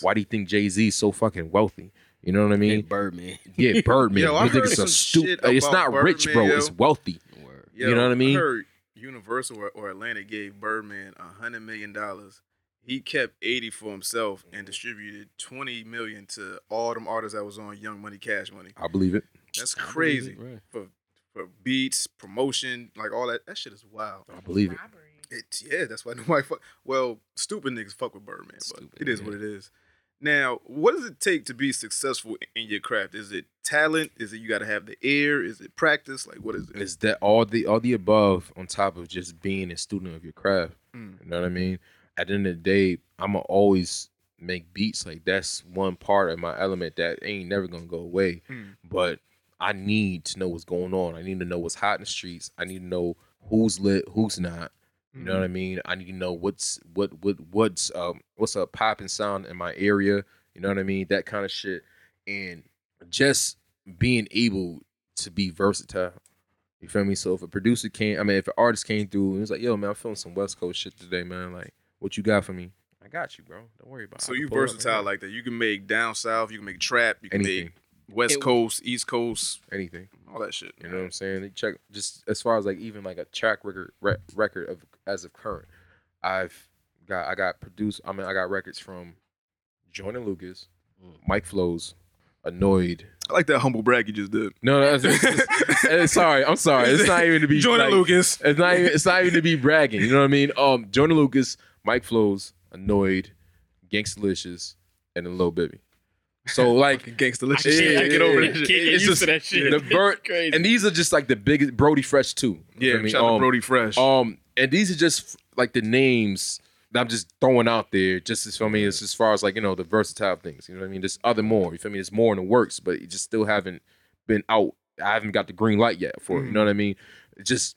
Speaker 4: Why do you think Jay Z so fucking wealthy? You know what I mean? Birdman. Yeah, Birdman.
Speaker 3: Yo, I
Speaker 4: You think
Speaker 3: heard
Speaker 4: it's
Speaker 3: some
Speaker 4: a stu-
Speaker 3: shit
Speaker 4: It's
Speaker 3: about
Speaker 4: not rich, bro.
Speaker 3: Birdman, yo.
Speaker 4: It's wealthy. you
Speaker 3: Yo,
Speaker 4: know what I mean?
Speaker 3: heard Universal or, or Atlantic gave Birdman a hundred million dollars. He kept eighty for himself and distributed twenty million to all them artists that was on Young Money, Cash Money.
Speaker 4: I believe it.
Speaker 3: That's crazy for for beats, promotion, like all that. That shit is wild. I
Speaker 4: believe it.
Speaker 3: It's yeah, that's why nobody. Fuck, well, stupid niggas fuck with Birdman, but it is what it is. Now, what does it take to be successful in your craft? Is it talent? Is it you got to have the ear? Is it practice? Like what is it?
Speaker 4: Is that all the all the above on top of just being a student of your craft?
Speaker 3: Mm.
Speaker 4: You know what I mean? At the end of the day, I'ma always make beats. Like that's one part of my element that ain't never gonna go away.
Speaker 3: Mm.
Speaker 4: But I need to know what's going on. I need to know what's hot in the streets. I need to know who's lit, who's not. You
Speaker 3: Mm-hmm.
Speaker 4: know what I mean? I need to know what's what what what's um what's a popping sound in my area. You know what I mean? That kind of shit. And just being able to be versatile. You feel me? So if a producer came, I mean, if an artist came through and was like, "Yo, man, I'm feeling some West Coast shit today, man. Like, what you got for me?" I got you, bro. Don't worry about it.
Speaker 3: So
Speaker 4: I can
Speaker 3: you
Speaker 4: pull up,
Speaker 3: versatile like that. You can make down south. You can make trap. You can
Speaker 4: Anything.
Speaker 3: make west
Speaker 4: It-
Speaker 3: coast, east coast,
Speaker 4: anything,
Speaker 3: all that shit.
Speaker 4: You know what I'm saying? They check just as far as like even like a track record re- record of as of current. I've got I got produced. I mean, I got records from Jordan Lucas, Mike Flows, Annoyed.
Speaker 3: I like that humble brag you just did.
Speaker 4: No, no that's, Eh, sorry, I'm sorry. It's not even to be
Speaker 3: Jordan
Speaker 4: like-
Speaker 3: Lucas.
Speaker 4: It's not even it's not even to be bragging. You know what I mean? Um, Jordan Lucas, Mike Flows, Annoyed, Gangstalicious, and a little baby. So like
Speaker 3: Gangstalicious,
Speaker 7: I can't- I get over that shit. Can't get used to that shit.
Speaker 4: The bir-
Speaker 7: It's crazy.
Speaker 4: and these are just like the biggest Brody Fresh too.
Speaker 3: Yeah,
Speaker 4: You feel me?
Speaker 3: shout out to Brody Fresh.
Speaker 4: Um, and these are just like the names that I'm just throwing out there, just as for me, as, as far as like you know the versatile things. You know what I mean? There's other more. You feel me? There's more in the works, but you just still haven't been out. I haven't got the green light yet for it. You know what I mean? It just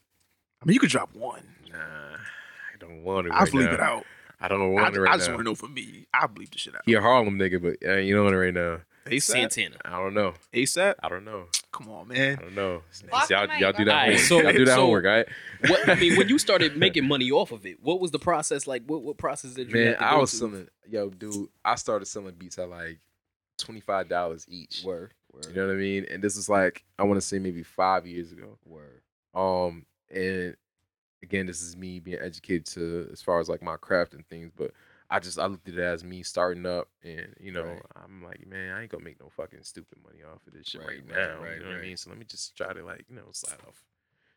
Speaker 3: I mean, you could drop one.
Speaker 4: Nah, I don't want it.
Speaker 3: I'll
Speaker 4: right
Speaker 3: bleep
Speaker 4: now.
Speaker 3: it out.
Speaker 4: I don't
Speaker 3: I,
Speaker 4: want it right
Speaker 3: I just
Speaker 4: now.
Speaker 3: want to know for me. I bleep the shit out.
Speaker 4: He a Harlem nigga, but uh, you know it right now.
Speaker 3: ASAP? Santana.
Speaker 4: I don't know.
Speaker 3: ASAP.
Speaker 4: I don't know.
Speaker 3: Come on, man.
Speaker 4: I don't know.
Speaker 5: Lock
Speaker 4: y'all,
Speaker 5: the mic,
Speaker 4: y'all do
Speaker 5: lock the
Speaker 4: that.
Speaker 5: mic.
Speaker 4: homework.
Speaker 5: So-
Speaker 4: y'all do that
Speaker 5: so-
Speaker 4: homework, all right?
Speaker 5: What I mean, when you started making money off of it, what was the process like? What what process did you?
Speaker 4: Man,
Speaker 5: have to
Speaker 4: I
Speaker 5: go
Speaker 4: was
Speaker 5: to?
Speaker 4: selling, yo, dude, I started selling beats at like $25 each. Word. You know what I mean? And this is like, I want to say maybe five years ago.
Speaker 5: Word.
Speaker 4: Um, and again, this is me being educated to as far as like my craft and things, but I just I looked at it as me starting up, and you know I'm like, man, I ain't gonna make no fucking stupid money off of this shit right,
Speaker 5: Right, right,
Speaker 4: now.
Speaker 5: right,
Speaker 4: you know what I
Speaker 5: right.
Speaker 4: mean? So let me just try to like you know slide off.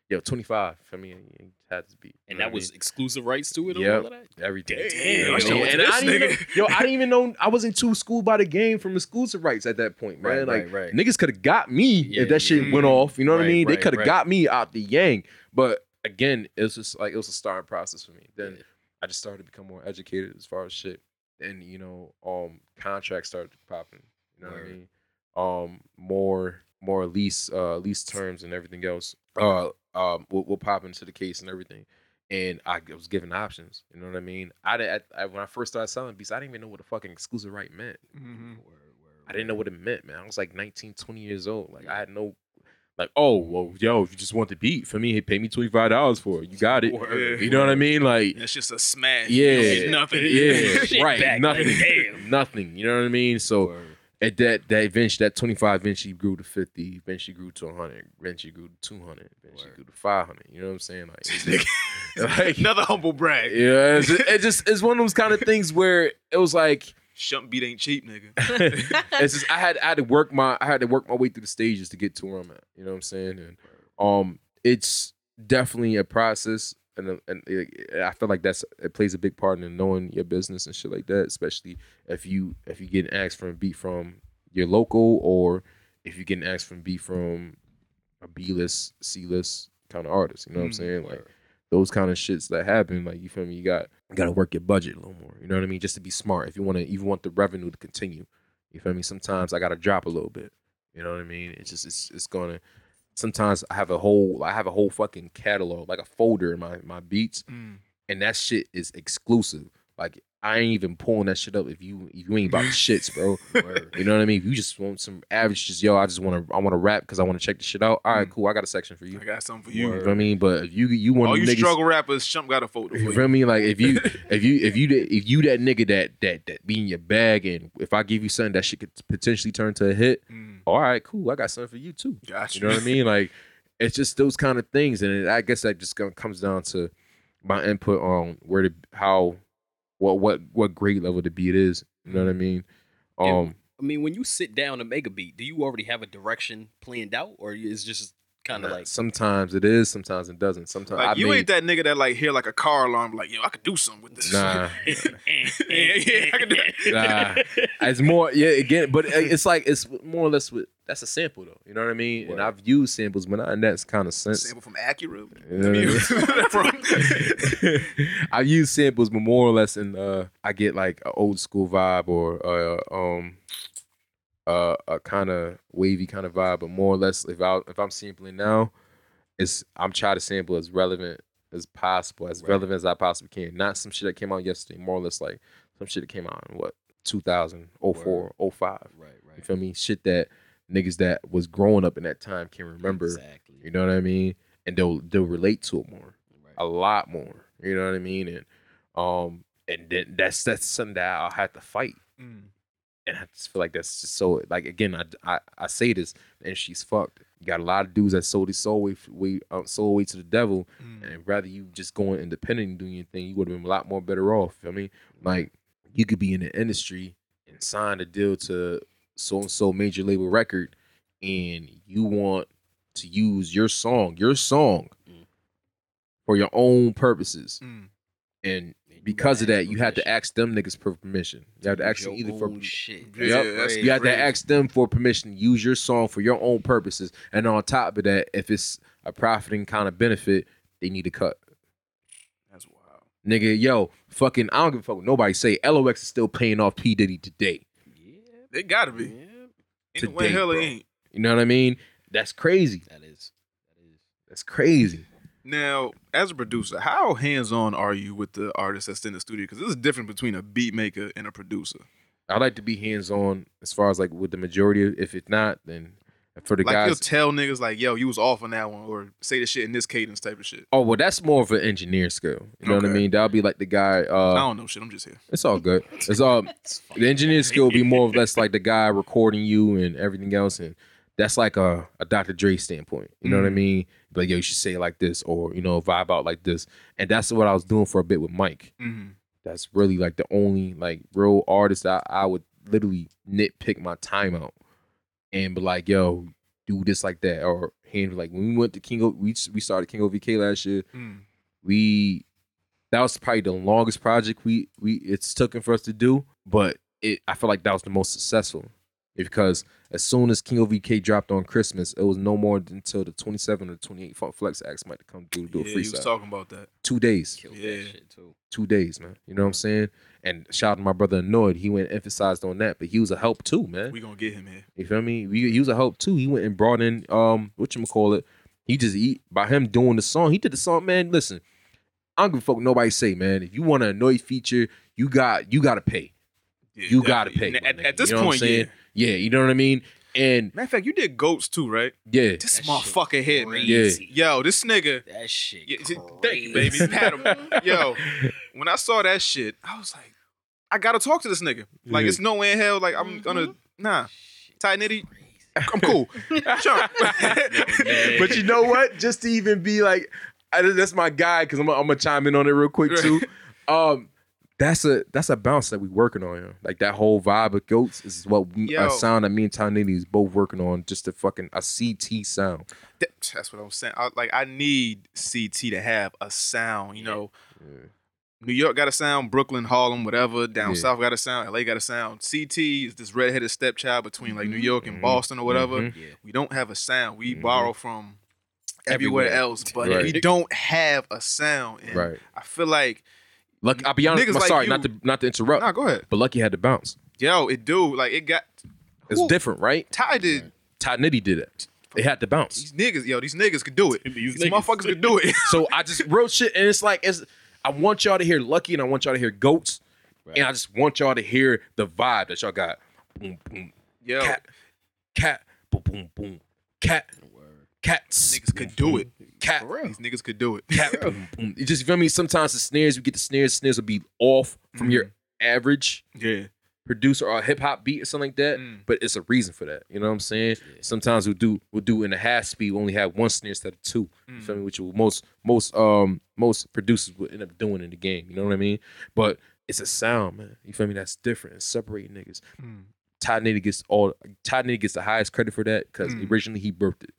Speaker 4: Yo, 25 for me, and you had this beat.
Speaker 7: And that was exclusive rights to it and all
Speaker 4: Yep,
Speaker 7: of that?
Speaker 4: everything.
Speaker 7: Damn,
Speaker 4: Yeah,
Speaker 7: yo,
Speaker 4: yeah, and
Speaker 7: this
Speaker 4: I didn't even
Speaker 7: nigga.
Speaker 4: know, yo, I didn't even know I wasn't too schooled by the game from exclusive rights at that point, man.
Speaker 5: Right,
Speaker 4: like
Speaker 5: right, right.
Speaker 4: niggas could have got me if that shit went off. You know what I
Speaker 5: Right,
Speaker 4: mean?
Speaker 5: right,
Speaker 4: they could have
Speaker 5: right.
Speaker 4: got me out the yang. But again, it was just like it was a starting process for me. Then I just started to become more educated as far as shit. And you know, um, contracts started popping. You know
Speaker 5: Word.
Speaker 4: what I mean? Um, more more lease uh lease terms and everything else. Uh, um, will, will pop into the case and everything. And I g- was given options. You know what I mean? I, did, I when I first started selling beats, I didn't even know what a fucking exclusive right meant. I didn't know what it meant, man. I was like 19, 20 years old. Like I had no like, oh, well, yo, if you just want the beat for me, hey, pay me twenty five dollars for it. You got it.
Speaker 3: Word.
Speaker 4: You know what I mean? Like
Speaker 3: It's just a smash. You don't
Speaker 4: yeah,
Speaker 3: get nothing.
Speaker 4: Yeah,
Speaker 3: Shit
Speaker 4: right.
Speaker 3: back, like,
Speaker 4: Nothing.
Speaker 3: damn.
Speaker 4: Nothing. You know what I mean? So at that that eventually that twenty five eventually grew to fifty, eventually grew to hundred, eventually grew to two hundred, eventually grew to five hundred. You know what I'm saying? Like, it's just- like
Speaker 3: Another humble brag.
Speaker 4: yeah, it's just, it just it's one of those kind of things where it was like
Speaker 3: Shump beat ain't cheap, nigga.
Speaker 4: it's just I had I had to work my I had to work my way through the stages to get to where I'm at. You know what I'm saying? And um, it's definitely a process, and a- and it- I feel like that's it plays a big part in knowing your business and shit like that. Especially if you if you getting asked for a beat from your local or if you getting asked for a beat from a B list, C list kind of artist. You know what I'm
Speaker 3: Mhm.
Speaker 4: saying? Like those kind of shits that happen. Like you feel me? You got you got to work your budget a little more. You know what I mean? Just to be smart. If you want to, if you want the revenue to continue, you feel me? Sometimes I got to drop a little bit. You know what I mean? It's just it's it's gonna. Sometimes I have a whole I have a whole fucking catalog like a folder in my my beats,
Speaker 3: Mm,
Speaker 4: and that shit is exclusive. Like I ain't even pulling that shit up if you if you ain't about the shits, bro. you know what I mean? If you just want some average, just yo, I just want to I want to rap because I want to check the shit out. All right, cool. I got a section for you.
Speaker 3: Mm. I got something for
Speaker 4: You
Speaker 3: you.
Speaker 4: know what I mean? But if you you want
Speaker 3: All
Speaker 4: them
Speaker 3: you
Speaker 4: niggas,
Speaker 3: struggle rappers, Shump got a photo for
Speaker 4: you
Speaker 3: you.
Speaker 4: feel me? Like if you if you if you that- if you that nigga that that that be in your bag, and if I give you something that shit could potentially turn to a hit,
Speaker 3: Mm,
Speaker 4: all right, cool. I got something for you too.
Speaker 3: Gotcha.
Speaker 4: You know what I mean? Like it's just those kind of things, and it, I guess that just gonna, comes down to my input on where to how what what what grade level the beat is. You know what I
Speaker 3: Mm-hmm.
Speaker 4: mean? Um,
Speaker 5: And- I mean, when you sit down and make a beat, do you already have a direction planned out, or it's just kind of like
Speaker 4: sometimes it is, sometimes it doesn't. Sometimes
Speaker 3: Like
Speaker 4: I
Speaker 3: you
Speaker 4: made-
Speaker 3: ain't that nigga that like hear like a car alarm, like yo, I could do something with this.
Speaker 4: Nah.
Speaker 7: Eh,
Speaker 3: yeah, yeah, I could do it.
Speaker 4: nah, it's more yeah again, but it- it's like it's more or less with that's a sample though. You know what I mean? And I've used samples, but not in that kind of sense.
Speaker 3: Sample from Acura.
Speaker 4: You know what I mean?
Speaker 3: From-
Speaker 4: I use samples, but more or less, in uh, I get like an old school vibe or uh, um, uh, a kind of wavy kind of vibe. But more or less, if I if I'm sampling now, it's I'm trying to sample as relevant as possible, as relevant as I possibly can. Not some shit that came out yesterday. More or less, like some shit that came out in what 2000, 04, 05. Right, right. You feel me? Shit that niggas that was growing up in that time can remember. Exactly. You know what I mean? And they'll they'll relate to it more a lot more. You know what I mean? And um, and then that's that's something that I'll have to fight.
Speaker 3: Mm.
Speaker 4: And I just feel like that's just so like again, I I, I say this and she's fucked. You got a lot of dudes that sold his soul way way um, soul away to the devil, and rather you just going independent and doing your thing, you would have been a lot more better off. I mean, like you could be in the industry and sign a deal to so and so major label record, and you want to use your song, your song, for your own purposes. And because of that, Mm. you have to ask them niggas for permission. You have to ask them either for
Speaker 5: shit.
Speaker 4: Yep. you have to ask them for permission to use your song for your own purposes. And on top of that, if it's a profiting kind of benefit, they need to cut.
Speaker 3: That's wild.
Speaker 4: Nigga, yo, fucking, I don't give a fuck what nobody say. LOX is still paying off P Diddy today.
Speaker 3: They gotta be. Ain't no way
Speaker 4: Today,
Speaker 3: hell
Speaker 4: bro.
Speaker 3: it ain't.
Speaker 4: You know what I mean? That's crazy. That is. That is. That's crazy.
Speaker 3: Now, as a producer, how hands on are you with the artist that's in the studio? Because this is different between a beat maker and a producer.
Speaker 4: I like to be hands on as far as like with the majority. of- If it's not, then for the
Speaker 3: like
Speaker 4: guys,
Speaker 3: you'll tell niggas like, "Yo, you was off on that one," or say the shit in this cadence type of shit.
Speaker 4: Oh well, that's more of an engineer skill. You know what I
Speaker 3: Okay.
Speaker 4: mean? That'll be like the guy. Uh,
Speaker 3: I don't know shit. I'm just here.
Speaker 4: It's all good. It's all the engineer skill will be more or less like the guy recording you and everything else, and that's like a, a Dr. Dre standpoint. You know what I
Speaker 3: Mhm.
Speaker 4: mean? Like yo, you should say it like this, or you know, vibe out like this, and that's what I was doing for a bit with Mike.
Speaker 3: Mhm.
Speaker 4: That's really like the only like real artist I, I would literally nitpick my time out and be like, yo, do this like that, or hand like when we went to King, o, we we started King OVK last year we that was probably the longest project we we it's taken for us to do, but it I feel like that was the most successful because as soon as King OVK dropped on Christmas, it was no more than until the 27th or 28th Funk Flex asked Mike to come through to do
Speaker 3: Yeah,
Speaker 4: a
Speaker 3: he
Speaker 4: free
Speaker 3: was
Speaker 4: side.
Speaker 3: talking about that.
Speaker 4: Two days
Speaker 3: yeah.
Speaker 4: two days, man. You know what I'm saying? And shout out to my brother Annoyed. He went and emphasized on that, but he was a help too, man.
Speaker 3: We gonna get him here.
Speaker 4: You feel me? We, he was a help too. He went and brought in um what you call it. He just he, by him doing the song, he did the song, man. Listen, I don't give a fuck what nobody say, man. If you want an annoyed feature, you got you gotta pay. you gotta pay.
Speaker 3: At-
Speaker 4: my
Speaker 3: at
Speaker 4: nigga.
Speaker 3: this
Speaker 4: You know what I'm
Speaker 3: point,
Speaker 4: saying? yeah, you know what I mean? And
Speaker 3: Matter of fact, you did goats too, right?
Speaker 4: Yeah.
Speaker 3: This motherfucker hit man. Yo, this nigga.
Speaker 5: That shit.
Speaker 3: thank you, baby. Pat him. Yo, when I saw that shit, I was like, I gotta talk to this nigga. Like
Speaker 4: Yeah.
Speaker 3: it's no way in hell. Like I'm gonna
Speaker 5: Mm-hmm.
Speaker 3: nah. Tight nitty. I'm cool. Chunk.
Speaker 4: but you know what? Just to even be like, I, that's my guy because I'm gonna chime in on it real quick too. Um, that's a that's a bounce that we working on. Here. Like that whole vibe of goats is what we,
Speaker 3: Yo.
Speaker 4: a sound that me and Tom Nitty is both working on. Just a fucking a CT sound.
Speaker 3: That- that's what I'm saying. I, like I need CT to have a sound, you know. New York got a sound, Brooklyn, Harlem, whatever. Down
Speaker 4: Yeah.
Speaker 3: south got a sound, LA got a sound. CT is this redheaded stepchild between like New
Speaker 4: Mm-hmm.
Speaker 3: York and Boston or whatever.
Speaker 4: Mhm.
Speaker 3: We don't have a sound. We borrow from everywhere,
Speaker 4: Mm-hmm. Everywhere.
Speaker 3: else, but
Speaker 4: Right.
Speaker 3: we don't have a sound. And
Speaker 4: Right.
Speaker 3: I feel like
Speaker 4: Look, I'll be honest.
Speaker 3: Niggas
Speaker 4: I'm
Speaker 3: like
Speaker 4: sorry,
Speaker 3: you-
Speaker 4: not to not to interrupt.
Speaker 3: Nah, go ahead.
Speaker 4: But Lucky had to bounce.
Speaker 3: yo, it do like it got
Speaker 4: It's
Speaker 3: Who-
Speaker 4: different, right?
Speaker 3: Ty did.
Speaker 4: Ty Nitty did it. It had to
Speaker 3: These
Speaker 4: bounce.
Speaker 3: niggas, yo, these niggas could do it. These, motherfuckers could do it.
Speaker 4: so I just real shit, and it's like it's. I want y'all to hear Lucky, and I want y'all to hear Goats, and I just want y'all to hear the vibe that y'all got. Boom, boom,
Speaker 3: Yo,
Speaker 4: cat, cat, boom, boom, boom, cat, cats.
Speaker 3: Niggas could do it.
Speaker 4: Cat,
Speaker 3: these niggas could do it.
Speaker 4: cat, boom, boom. You just feel me? Sometimes the snares we get the snares, snares will be off from
Speaker 3: Mm.
Speaker 4: your average
Speaker 3: yeah
Speaker 4: producer or hip hop beat or something like that.
Speaker 5: Mm.
Speaker 4: But it's a reason for that. You know what I'm saying? Sometimes we'll do we'll do in a half speed, we only have one snare instead of two. You
Speaker 5: Mm.
Speaker 4: feel me? Which will most most um most producers will end up doing in the game. You know what I mean? But it's a sound, man. You feel me? That's different. It's separating niggas.
Speaker 5: Mm.
Speaker 4: Todd Nitty gets all Todd Nitty gets the highest credit for that because
Speaker 5: Mm.
Speaker 4: originally he birthed it.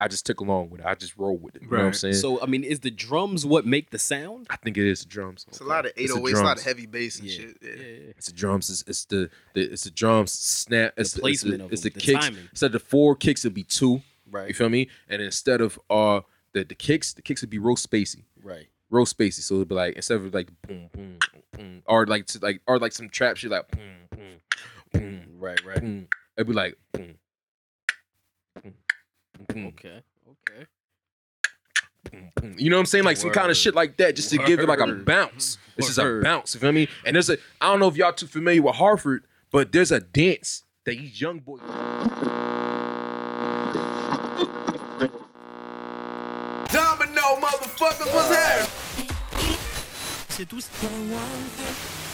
Speaker 4: I just took along with it. I just rolled with it. You know what I'm
Speaker 5: Right.
Speaker 4: saying?
Speaker 5: So I mean, is the drums what make the sound?
Speaker 4: I think it is the drums.
Speaker 3: It's a lot of
Speaker 4: It's the
Speaker 3: 808s, a lot
Speaker 4: drums.
Speaker 3: of heavy bass and shit. Yeah.
Speaker 4: It's the drums. It's, it's the, the it's the drums snap. It's the
Speaker 5: placement
Speaker 4: It's the,
Speaker 5: of them,
Speaker 4: it's the
Speaker 5: the
Speaker 4: kicks.
Speaker 5: timing.
Speaker 4: Instead of four kicks, it'd be two.
Speaker 5: Right.
Speaker 4: You feel me? And instead of uh the, the kicks, the kicks would be real spacey.
Speaker 5: Right.
Speaker 4: Real spacey. So it'd be like instead of like boom boom boom or like to, like or like some trap shit like boom boom boom
Speaker 5: right right.
Speaker 4: boom. Mm. It'd be like mm. boom.
Speaker 5: Okay. Okay.
Speaker 4: Mm, You know what I'm saying? Like some kind of shit like that, just to give it like a
Speaker 5: Word.
Speaker 4: bounce. This is a
Speaker 5: Word.
Speaker 4: bounce. You feel me? And there's a I don't know if y'all too familiar with Harford, but there's a dance that these young boys.
Speaker 12: Domino motherfuckers, what's happening?